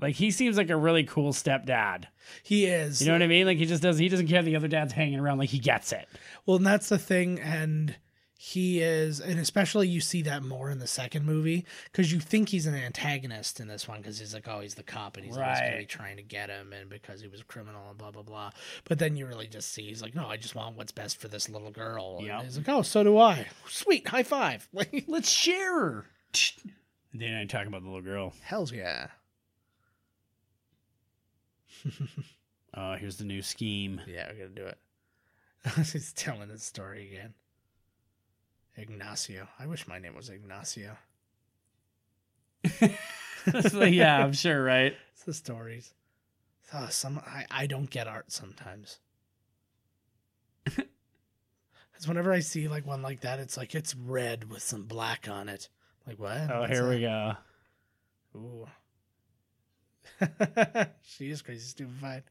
Speaker 1: Like he seems like a really cool stepdad.
Speaker 2: He is.
Speaker 1: You know what I mean? Like he just does. He doesn't care the other dad's hanging around. Like he gets it.
Speaker 2: well, and that's the thing. And he is, and especially you see that more in the second movie because you think he's an antagonist in this one because he's like, oh, he's the cop and he's always going to be
Speaker 1: Right.
Speaker 2: trying to get him and because he was a criminal and blah, blah, blah. But then you really just see he's like, no, I just want what's best for this little girl. And
Speaker 1: Yeah.
Speaker 2: He's like, oh, so do I. Sweet. High five. Like,
Speaker 1: Let's share her. They ain't talking about the little girl.
Speaker 2: Hells yeah.
Speaker 1: Oh, here's the new scheme.
Speaker 2: Yeah, we're gonna do it. He's telling his story again. Ignacio. I wish my name was Ignacio.
Speaker 1: yeah, I'm sure, right?
Speaker 2: It's the stories. Ah, some I, I don't get art sometimes. Because whenever I see like one like that, it's like it's red with some black on it. Like what?
Speaker 1: Oh, here we go.
Speaker 2: go. Ooh. she is crazy stupefied.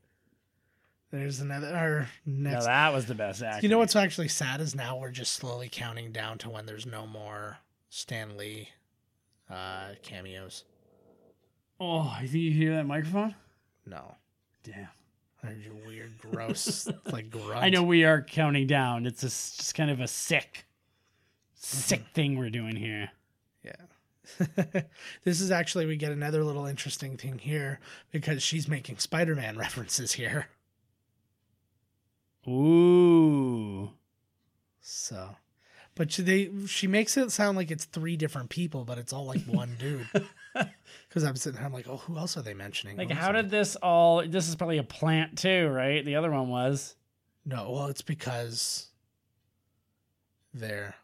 Speaker 2: There's another our
Speaker 1: Now
Speaker 2: next
Speaker 1: that was the best act.
Speaker 2: You know what's actually sad is now we're just slowly counting down to when there's no more Stan Lee uh, cameos.
Speaker 1: Oh, I think you hear that microphone.
Speaker 2: No.
Speaker 1: Damn.
Speaker 2: There's your weird, gross, like grunt.
Speaker 1: I know we are counting down. It's a, s- just kind of a sick, sick thing we're doing here.
Speaker 2: Yeah. this is actually we get another little interesting thing here because she's making Spider-Man references here.
Speaker 1: Ooh.
Speaker 2: So, but she, they she makes it sound like it's three different people, but it's all like one dude. Because I'm sitting there, I'm like, oh, who else are they mentioning?
Speaker 1: Like,
Speaker 2: Who else
Speaker 1: how
Speaker 2: are
Speaker 1: did this all? This is probably a plant too, right? The other one was.
Speaker 2: they-" no? Well, it's because they're.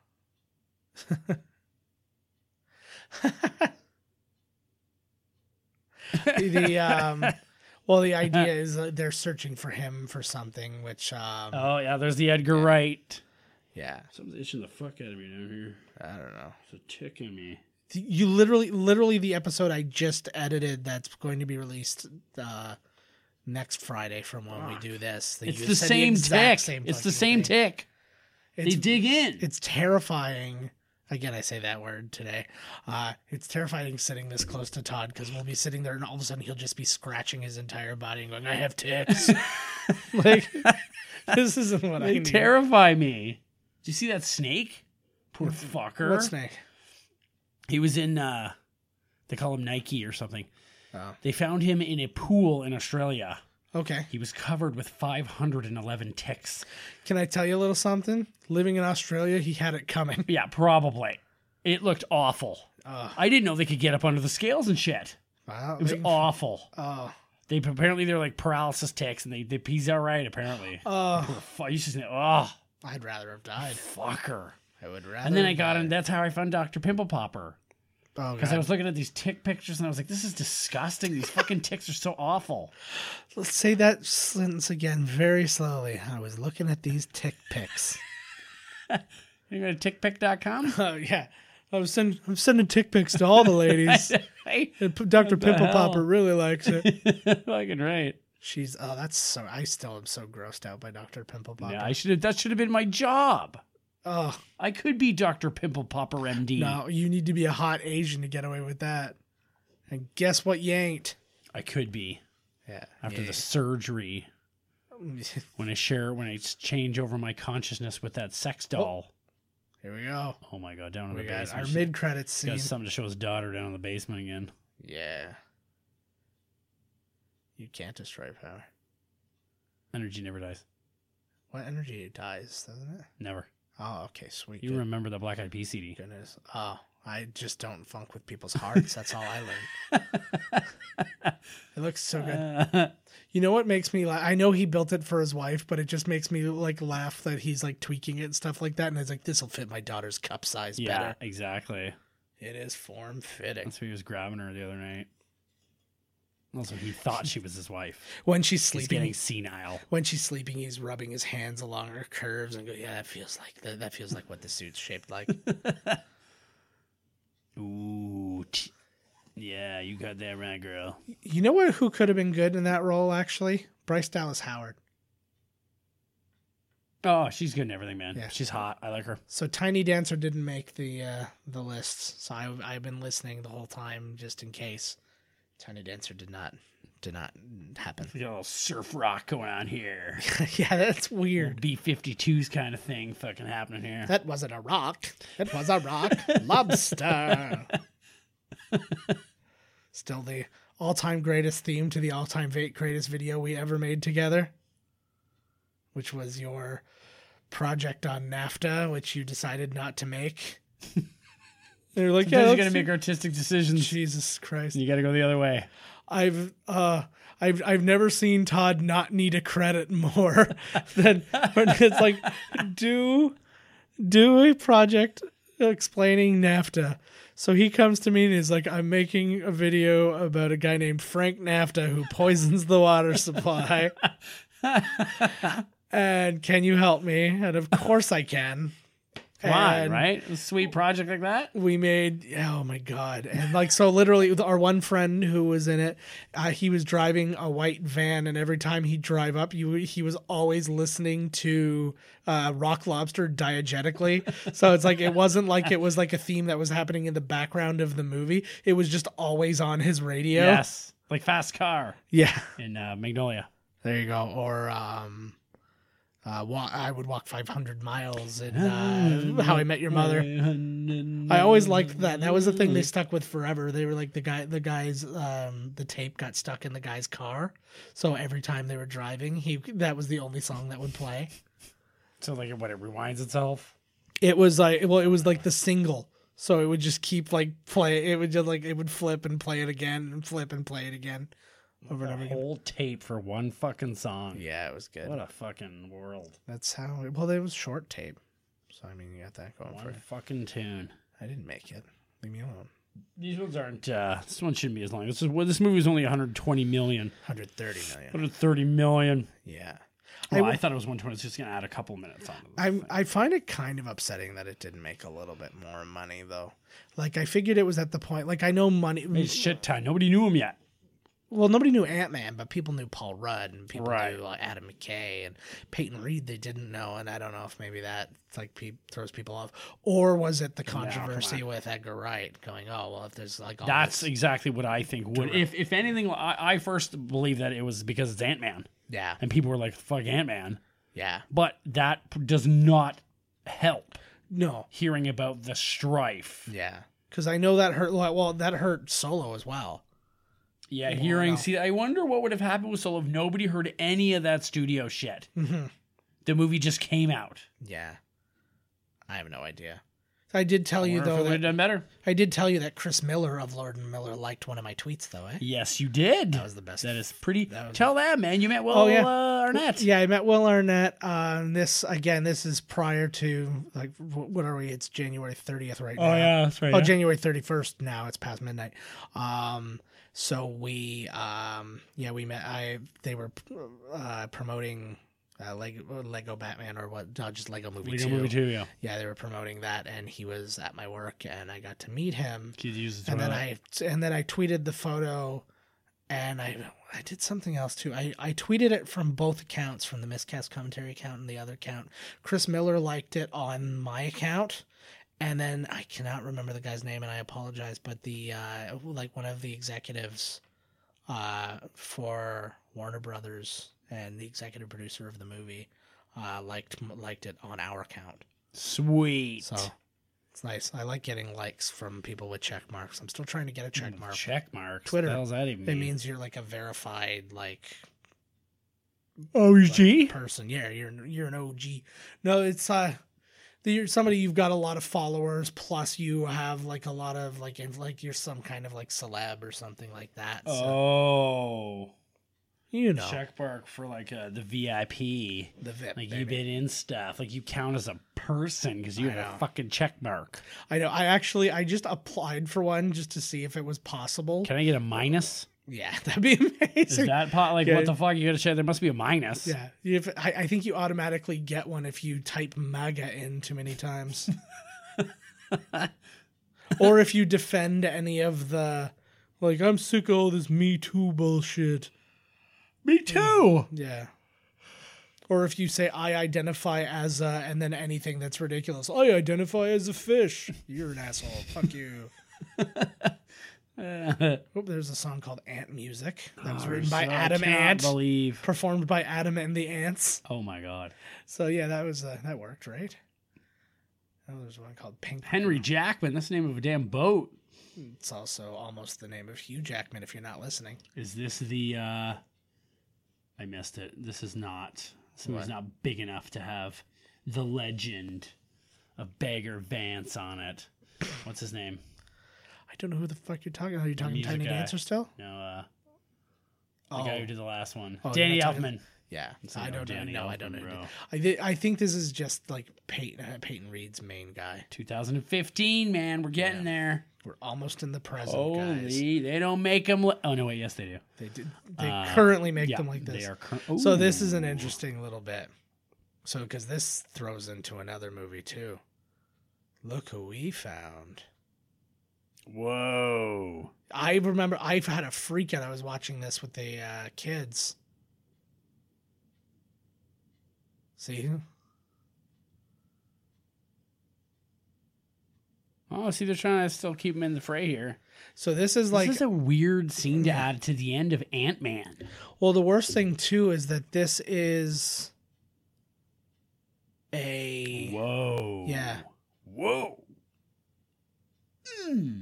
Speaker 2: the um, well, the idea is that they're searching for him for something, which um,
Speaker 1: Oh yeah, there's the Edgar Wright.
Speaker 2: yeah,
Speaker 1: Something's itching the fuck out of me down here.
Speaker 2: I don't know.
Speaker 1: It's a tick in me.
Speaker 2: you literally literally the episode i just edited that's going to be released uh next friday from when we do this That
Speaker 1: It's
Speaker 2: you
Speaker 1: the
Speaker 2: said
Speaker 1: same tick.
Speaker 2: exact
Speaker 1: it's
Speaker 2: fucking
Speaker 1: the same
Speaker 2: thing.
Speaker 1: tick.
Speaker 2: it's,
Speaker 1: they dig in.
Speaker 2: it's terrifying again i say that word today uh it's terrifying sitting this close to todd because we'll be sitting there and all of a sudden he'll just be scratching his entire body and going i have ticks like this isn't what i
Speaker 1: They
Speaker 2: need
Speaker 1: terrify me. Did you see that snake? Poor fucker.
Speaker 2: what snake
Speaker 1: He was in. uh They call him Nike or something.
Speaker 2: Oh.
Speaker 1: They found him in a pool in Australia.
Speaker 2: okay
Speaker 1: He was covered with 511 ticks.
Speaker 2: can i tell you a little something living in australia he had it coming
Speaker 1: Yeah, probably. It looked awful. I didn't know they could get up under the scales and shit.
Speaker 2: wow
Speaker 1: It was
Speaker 2: they-
Speaker 1: awful.
Speaker 2: oh
Speaker 1: They apparently they're like paralysis ticks, and they, they he's all right apparently.
Speaker 2: Oh,
Speaker 1: Fu- you just oh
Speaker 2: I'd rather have died.
Speaker 1: fucker.
Speaker 2: I would rather.
Speaker 1: And then I
Speaker 2: have
Speaker 1: got
Speaker 2: died.
Speaker 1: him. That's how I found Doctor Pimple Popper
Speaker 2: Oh
Speaker 1: because
Speaker 2: god.
Speaker 1: I was looking at these tick pictures and I was like, this is disgusting. These fucking ticks are so awful.
Speaker 2: Let's say that sentence again very slowly. I was looking at these tick pics.
Speaker 1: You go to tickpick.com.
Speaker 2: oh yeah. I was sending I'm sending tick pics to all the ladies.
Speaker 1: Hey,
Speaker 2: and P- Dr. Pimple
Speaker 1: hell?
Speaker 2: Popper really likes it.
Speaker 1: fucking right.
Speaker 2: She's oh that's so I still am so grossed out by Dr. Pimple Popper.
Speaker 1: Yeah, I should have. That should have been my job.
Speaker 2: oh
Speaker 1: I could be Doctor Pimple Popper MD.
Speaker 2: no, you need to be a hot Asian to get away with that. And guess what you ain't?
Speaker 1: I could be
Speaker 2: Yeah.
Speaker 1: after the surgery
Speaker 2: the
Speaker 1: when I share when I s- change over my consciousness with that sex
Speaker 2: Oh.
Speaker 1: doll.
Speaker 2: Here we go.
Speaker 1: Oh, my god, down in
Speaker 2: We
Speaker 1: the
Speaker 2: got
Speaker 1: basement.
Speaker 2: our
Speaker 1: She's
Speaker 2: mid credits scene.
Speaker 1: got something to show his daughter down in the basement again.
Speaker 2: Yeah. You can't destroy power.
Speaker 1: Energy never dies.
Speaker 2: What energy dies, doesn't it?
Speaker 1: Never.
Speaker 2: Oh, okay, sweet.
Speaker 1: You
Speaker 2: Good
Speaker 1: remember the Black Eyed Peas CD?
Speaker 2: goodness. Oh, I just don't funk with people's hearts. That's all I learned. it looks so good.
Speaker 1: Uh,
Speaker 2: You know what makes me laugh? I know he built it for his wife, but it just makes me like laugh that he's like tweaking it and stuff like that. And it's like this will fit my daughter's cup size
Speaker 1: yeah,
Speaker 2: better.
Speaker 1: exactly.
Speaker 2: It is form fitting.
Speaker 1: That's where he was grabbing her the other night. Also, he thought she was his wife.
Speaker 2: When she's
Speaker 1: He's
Speaker 2: sleeping,
Speaker 1: getting senile.
Speaker 2: when she's sleeping, he's rubbing his hands along her curves and go, yeah, that feels like that, that feels like what the suit's shaped like.
Speaker 1: Ooh. T- yeah, you got that right, girl.
Speaker 2: you know what? Who could have been good in that role? Actually, Bryce Dallas Howard.
Speaker 1: Oh, she's good in everything, man.
Speaker 2: Yeah.
Speaker 1: She's hot. I like her.
Speaker 2: So Tiny Dancer didn't make the uh, the lists. So I, I've been listening the whole time just in case. Tiny Dancer did not did not happen.
Speaker 1: We got a little surf rock going on here.
Speaker 2: yeah, that's weird.
Speaker 1: B 52s kind of thing fucking happening here.
Speaker 2: That wasn't a rock. That was a rock lobster. Still the all time greatest theme to the all time va- greatest video we ever made together, which was your project on NAFTA, which you decided not to make. They're like,
Speaker 1: Sometimes
Speaker 2: yeah,
Speaker 1: you
Speaker 2: let's
Speaker 1: gotta
Speaker 2: do-
Speaker 1: make artistic decisions.
Speaker 2: Jesus Christ.
Speaker 1: You gotta go the other way.
Speaker 2: I've uh I've I've never seen Todd not need a credit more than when it's like do do a project explaining NAFTA. So he comes to me and he's like, I'm making a video about a guy named Frank NAFTA who poisons the water supply. and can you help me? And of course I can.
Speaker 1: Why,
Speaker 2: And-
Speaker 1: right? A sweet project like that?
Speaker 2: we made oh my god and like so literally our one friend who was in it uh, he was driving a white van and every time he'd drive up you he was always listening to uh, rock lobster diegetically so it's like it wasn't like it was like a theme that was happening in the background of the movie it was just always on his radio
Speaker 1: Yes. Like Fast Car
Speaker 2: yeah
Speaker 1: in uh, Magnolia.
Speaker 2: there you go or um Uh, wa- I would walk 500 miles in uh, How I Met Your Mother. I
Speaker 1: I
Speaker 2: always liked that. That was the thing they stuck with forever. They were like the guy, the guy's, um, the tape got stuck in the guy's car, so every time they were driving, he that was the only song that would play.
Speaker 1: So like what it rewinds itself.
Speaker 2: It was like, well, it was like the single, so it would just keep like play. It would just like it would flip and play it again, and flip and play it again, over and over
Speaker 1: A
Speaker 2: again.
Speaker 1: whole tape for one fucking song.
Speaker 2: Yeah, it was good.
Speaker 1: What a fucking world.
Speaker 2: That's how. Well, it was short tape, so I mean, you got that going for
Speaker 1: One
Speaker 2: you.
Speaker 1: fucking tune.
Speaker 2: I didn't make it. Leave me alone.
Speaker 1: These ones aren't. Uh, this one shouldn't be as long. This is well, this movie was only 120 million,
Speaker 2: 130 million.
Speaker 1: 130 million.
Speaker 2: Yeah.
Speaker 1: Well, I,
Speaker 2: I,
Speaker 1: thought it was 120. It's just gonna add a couple minutes on. to this.
Speaker 2: I I find it kind of upsetting that it didn't make a little bit more money though. Like I figured it was at the point like I know money
Speaker 1: Made shit ton. Nobody knew him yet.
Speaker 2: well nobody knew Ant-Man but people knew Paul Rudd and people
Speaker 1: Right.
Speaker 2: knew like, Adam McKay and Peyton Reed they didn't know and I don't know if maybe that like pe- throws people off or was it the controversy with Edgar Wright going oh well if there's like all
Speaker 1: That's
Speaker 2: this-
Speaker 1: exactly what I think would. If if anything, I, I first believe that it was because it's Ant Man,
Speaker 2: yeah
Speaker 1: and people were like, "Fuck Ant Man,"
Speaker 2: yeah
Speaker 1: but that p- does not help
Speaker 2: no
Speaker 1: hearing about the strife.
Speaker 2: yeah cuz I know that hurt like well that hurt Solo as well.
Speaker 1: Yeah, hearing.
Speaker 2: no.
Speaker 1: See, I wonder what would have happened with Solo if nobody heard any of that studio shit.
Speaker 2: Mm-hmm.
Speaker 1: The movie just came out.
Speaker 2: Yeah. I have no idea. I did tell you
Speaker 1: Wonder if
Speaker 2: though
Speaker 1: it would have
Speaker 2: that
Speaker 1: done better.
Speaker 2: I did tell you that Chris Miller of Lord and Miller liked one of my tweets though, eh?
Speaker 1: Yes, you did.
Speaker 2: That was the best.
Speaker 1: That is pretty.
Speaker 2: That was-
Speaker 1: Tell that man you met Will
Speaker 2: Oh, yeah.
Speaker 1: uh, Arnett.
Speaker 2: Yeah, I met Will Arnett on this again. This is prior to like wh- what are we? It's January 30th right now.
Speaker 1: that's right.
Speaker 2: Oh, January 31st now. It's past midnight. Um so we um yeah, we met I they were uh promoting uh, Lego, Lego Batman or what? No, just Lego Movie
Speaker 1: Lego
Speaker 2: 2.
Speaker 1: Movie Two. Yeah,
Speaker 2: Yeah, they were promoting that and he was at my work and I got to meet him.
Speaker 1: kids use the
Speaker 2: and then
Speaker 1: toilet.
Speaker 2: I and then I tweeted the photo, and I I did something else too. I I tweeted it from both accounts, from the miscast commentary account and the other account. Chris Miller liked it on my account, and then I cannot remember the guy's name, and I apologize, but the uh, like one of the executives, uh, for Warner Brothers and the executive producer of the movie, uh, liked liked it on our account.
Speaker 1: Sweet.
Speaker 2: So it's nice. I like getting likes from people with check marks. I'm still trying to get a check mark.
Speaker 1: Mm, Check mark.
Speaker 2: Twitter.
Speaker 1: What the hell's that even
Speaker 2: It
Speaker 1: mean?
Speaker 2: means you're like a verified like
Speaker 1: Oh, OG.
Speaker 2: person. Yeah, you're you're an OG. No, it's uh that you're somebody you've got a lot of followers plus you have like a lot of like inf- like you're some kind of like celeb or something like that. So,
Speaker 1: Oh,
Speaker 2: you know
Speaker 1: check mark for like uh, the VIP.
Speaker 2: the VIP.
Speaker 1: Like
Speaker 2: baby.
Speaker 1: you've been in stuff. Like you count as a person because you
Speaker 2: I
Speaker 1: have
Speaker 2: know.
Speaker 1: a fucking check mark.
Speaker 2: I know. I actually I just applied for one just to see if it was possible.
Speaker 1: Can I get a minus?
Speaker 2: yeah, that'd be
Speaker 1: Is
Speaker 2: amazing.
Speaker 1: that pot like
Speaker 2: Yeah.
Speaker 1: what the fuck? You gotta check. There must be a minus.
Speaker 2: yeah, if I, I think you automatically get one if you type MAGA in too many times, or if you defend any of the like I'm sick of all this Me Too bullshit.
Speaker 1: Me too.
Speaker 2: Yeah, or if you say I identify as a, and then anything that's ridiculous. I identify as a fish. You're an asshole. Fuck you. Oh, there's a song called Ant Music that was written by
Speaker 1: So I
Speaker 2: Adam
Speaker 1: cannot
Speaker 2: Ant,
Speaker 1: Believe.
Speaker 2: performed by Adam and the Ants.
Speaker 1: Oh my god.
Speaker 2: So yeah, that was uh, that worked, right? Oh, there's one called Pink.
Speaker 1: Henry Jackman. That's the name of a damn boat.
Speaker 2: It's also almost the name of Hugh Jackman. If you're not listening,
Speaker 1: Is this the? uh I missed it. This is not. This movie's not big enough to have the legend of Bagger Vance on it. What's his name?
Speaker 2: I don't know who the fuck you're talking. Are you talking
Speaker 1: music
Speaker 2: Tiny
Speaker 1: guy.
Speaker 2: Dancer still?
Speaker 1: No, uh, the
Speaker 2: Oh,
Speaker 1: guy who did the last one.
Speaker 2: Oh,
Speaker 1: Danny
Speaker 2: you're talking-
Speaker 1: Elfman.
Speaker 2: yeah.
Speaker 1: not
Speaker 2: I don't know.
Speaker 1: Danny
Speaker 2: No, I
Speaker 1: Elfman,
Speaker 2: don't know.
Speaker 1: bro.
Speaker 2: I thi- I think this is just like Peyton uh, Peyton Reed's main guy.
Speaker 1: 2015, man. We're getting there.
Speaker 2: We're almost in the present, guys.
Speaker 1: Holy, they don't make them. Li- oh no, wait. Yes, they do.
Speaker 2: They did. They
Speaker 1: Uh,
Speaker 2: currently make
Speaker 1: yeah,
Speaker 2: them like this.
Speaker 1: They are cur-
Speaker 2: So
Speaker 1: Ooh.
Speaker 2: this is an interesting little bit. So because this throws into another movie too. Look who we found.
Speaker 1: Whoa.
Speaker 2: I remember I've had a freak out. I was watching this with the uh, kids. See,
Speaker 1: Oh, see, they're trying to still keep him in the fray here.
Speaker 2: so this is like
Speaker 1: this is a weird scene to add to the end of Ant Man.
Speaker 2: well, the worst thing too is that this is movie.
Speaker 1: Whoa.
Speaker 2: Yeah.
Speaker 1: Whoa.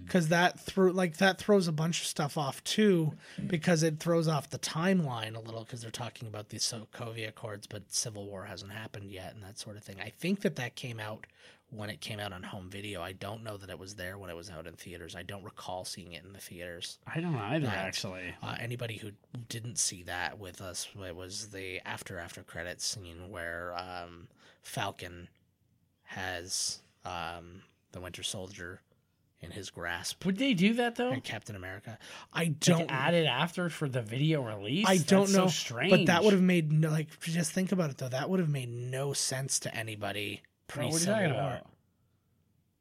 Speaker 2: because that threw like that throws a bunch of stuff off too because it throws off the timeline a little because they're talking about the sokovia accords but civil war hasn't happened yet and that sort of thing i think that that came out when it came out on home video i don't know that it was there when it was out in theaters i don't recall seeing it in the theaters
Speaker 1: I don't either,
Speaker 2: Right.
Speaker 1: actually.
Speaker 2: uh, anybody who didn't see that with us it was the after after credits scene where um, falcon has um, the winter soldier in his grasp
Speaker 1: Would they do that though?
Speaker 2: and Captain America. I
Speaker 1: Don't
Speaker 2: don't
Speaker 1: add it after for the video release.
Speaker 2: I don't
Speaker 1: That's so
Speaker 2: know,
Speaker 1: strange.
Speaker 2: but that would have made no, like just think about it though. That would have made no sense to anybody
Speaker 1: Bro,
Speaker 2: pre
Speaker 1: what are you talking
Speaker 2: Civil War.
Speaker 1: about?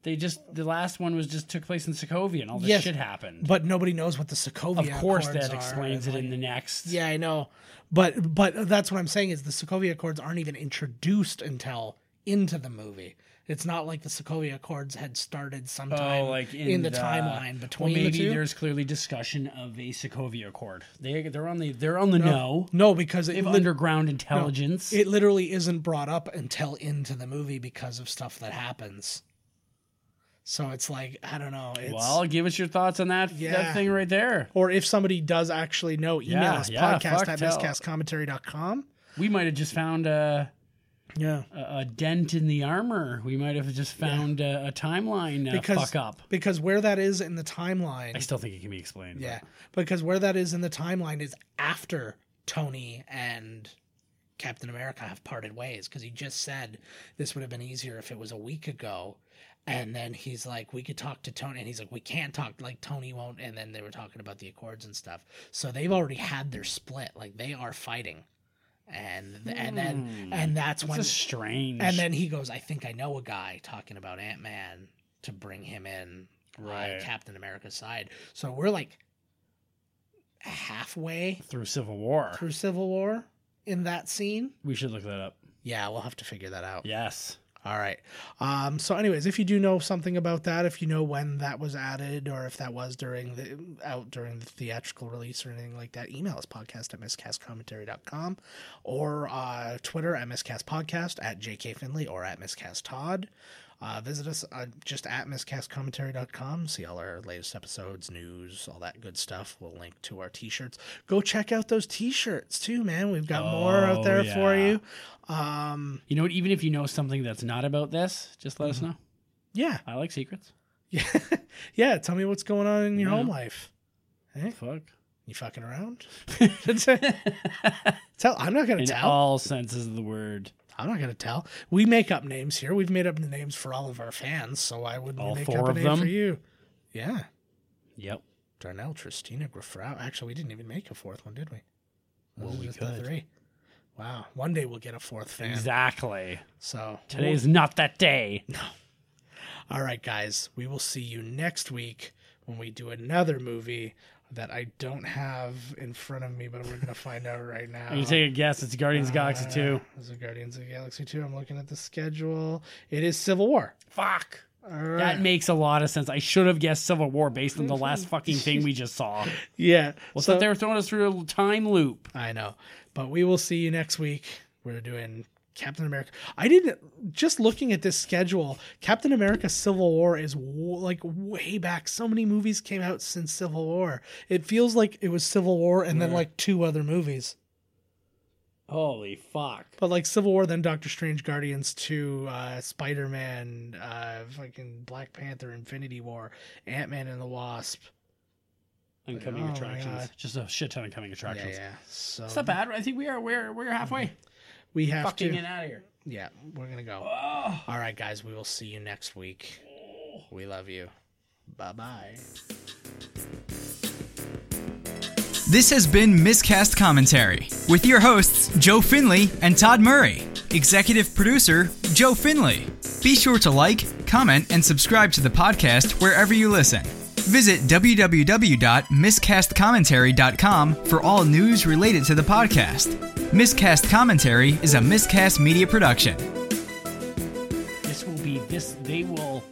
Speaker 1: They just the last one was just took place in Sokovia and all this
Speaker 2: Yes,
Speaker 1: shit happened.
Speaker 2: But nobody knows what the Sokovia.
Speaker 1: of course,
Speaker 2: Accords
Speaker 1: that
Speaker 2: are,
Speaker 1: explains it
Speaker 2: and,
Speaker 1: in the
Speaker 2: like-
Speaker 1: next.
Speaker 2: Yeah, I know, but but that's what I'm saying is the Sokovia Accords aren't even introduced until into the movie. It's not like the Sokovia Accords had started sometime
Speaker 1: Oh, like in,
Speaker 2: the, timeline between
Speaker 1: Well, maybe
Speaker 2: the two.
Speaker 1: there's clearly discussion of a Sokovia Accord. They they're on the they're on the no.
Speaker 2: no, because it
Speaker 1: If
Speaker 2: lit-
Speaker 1: underground intelligence.
Speaker 2: It literally isn't brought up until into the movie because of stuff that happens. So it's like I don't know. It's,
Speaker 1: well, give us your thoughts on that that
Speaker 2: Yeah.
Speaker 1: thing right there.
Speaker 2: or if somebody does actually know, email
Speaker 1: Yeah,
Speaker 2: us
Speaker 1: yeah,
Speaker 2: podcast
Speaker 1: fuck,
Speaker 2: at
Speaker 1: tell.
Speaker 2: miscastcommentary.com.
Speaker 1: We might have just found a,
Speaker 2: Yeah,
Speaker 1: a, a dent in the armor. We might have just found a, a timeline uh,
Speaker 2: because
Speaker 1: fuck up.
Speaker 2: because where that is in the
Speaker 1: I
Speaker 2: timeline.
Speaker 1: still think it can be explained.
Speaker 2: Yeah, because where that is in the timeline is after Tony and Captain America have parted ways. Because he just said this would have been easier if it was a week ago. And then he's like, we could talk to Tony. And he's like, we can't talk. Like, Tony won't. And then they were talking about the accords and stuff. So they've already had their split. Like, they are fighting. And, and then, and that's
Speaker 1: It's
Speaker 2: when.
Speaker 1: just strange.
Speaker 2: And then he goes, I think I know a guy talking about Ant Man to bring him in
Speaker 1: Right.
Speaker 2: uh, Captain America's side. So we're like halfway
Speaker 1: through Civil War,
Speaker 2: through Civil War in that scene.
Speaker 1: we should look that up.
Speaker 2: Yeah, we'll have to figure that out.
Speaker 1: Yes.
Speaker 2: All right. Um, so, anyways, if you do know something about that, if you know when that was added or if that was during the out during the theatrical release or anything like that, email us podcast at miscastcommentary.com or uh, Twitter at miscastpodcast at JK Finley or at miscasttodd. Uh, visit us uh, just at miscastcommentary.com. See all our latest episodes, news, all that good stuff. We'll link to our t shirts. Go check out those t shirts too, man. We've got more
Speaker 1: Oh,
Speaker 2: out there for
Speaker 1: yeah.
Speaker 2: you. Um,
Speaker 1: You know what? Even if you know something that's not about this, just let us
Speaker 2: Mm-hmm.
Speaker 1: know.
Speaker 2: yeah.
Speaker 1: I like secrets.
Speaker 2: Yeah, yeah. Tell me what's going on in your
Speaker 1: Yeah.
Speaker 2: home life.
Speaker 1: Fuck.
Speaker 2: You fucking around? tell. I'm not gonna
Speaker 1: In
Speaker 2: tell.
Speaker 1: all senses of the word,
Speaker 2: I'm not gonna tell. We make up names here. We've made up the names for all of our fans. So why wouldn't
Speaker 1: All
Speaker 2: we make
Speaker 1: four
Speaker 2: up a
Speaker 1: of
Speaker 2: name
Speaker 1: them?
Speaker 2: for you? Yeah,
Speaker 1: yep.
Speaker 2: Darnell, Tristina, Grafrau. Actually, we didn't even make a fourth one, did we? Those
Speaker 1: Well,
Speaker 2: are
Speaker 1: we
Speaker 2: just the
Speaker 1: could.
Speaker 2: three. Wow. One day we'll get a fourth fan.
Speaker 1: Exactly.
Speaker 2: So
Speaker 1: Today is not that day.
Speaker 2: All right, guys, we will see you next week when we do another movie that I don't have in front of me, but we're going to find out right now.
Speaker 1: You take a guess. It's Guardians of the Galaxy Two.
Speaker 2: Is it Guardians of the Galaxy 2? I'm looking at the schedule. It is Civil War.
Speaker 1: Fuck.
Speaker 2: All right.
Speaker 1: That makes a lot of sense. I should have guessed Civil War based on the last fucking thing we just saw.
Speaker 2: yeah.
Speaker 1: Well, so
Speaker 2: so-
Speaker 1: they were throwing us through a time loop.
Speaker 2: I know. But we will see you next week. We're doing Captain America. I didn't just looking at this schedule. Captain America Civil War is w- like way back. So many movies came out since Civil War. It feels like it was Civil War and then like two other movies.
Speaker 1: Holy fuck.
Speaker 2: But like Civil War, then Doctor Strange, Guardians 2, uh, Spider Man, uh, fucking Black Panther, Infinity War, Ant Man and the Wasp.
Speaker 1: Incoming
Speaker 2: Oh my
Speaker 1: attractions.
Speaker 2: God.
Speaker 1: Just a shit ton of coming
Speaker 2: Yeah,
Speaker 1: attractions.
Speaker 2: yeah. So
Speaker 1: It's not bad. I think we are. We're we're halfway.
Speaker 2: we have
Speaker 1: Fucking
Speaker 2: to.
Speaker 1: get out of here.
Speaker 2: Yeah, we're gonna go.
Speaker 1: Oh.
Speaker 2: All right, guys, we will see you next week. We love you. Bye bye.
Speaker 5: This has been Miscast Commentary with your hosts, Joe Finley and Todd Murray. Executive producer, Joe Finley. Be sure to like, comment, and subscribe to the podcast wherever you listen. Visit www.miscastcommentary.com for all news related to the podcast. Miscast Commentary is a miscast media production.
Speaker 1: This will be this. They will.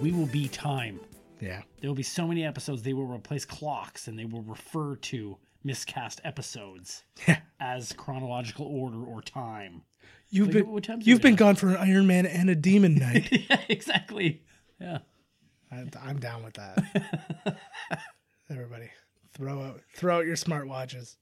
Speaker 1: We will be time.
Speaker 2: Yeah.
Speaker 1: There will be so many episodes. They will replace clocks, and they will refer to miscast episodes as chronological order or time.
Speaker 2: You've
Speaker 1: Like,
Speaker 2: been
Speaker 1: what time is
Speaker 2: you've
Speaker 1: it
Speaker 2: been
Speaker 1: now?
Speaker 2: gone for an Iron Man and a Demon Knight.
Speaker 1: yeah, exactly. Yeah.
Speaker 2: I, I'm down with that. Everybody, throw out throw out your smartwatches.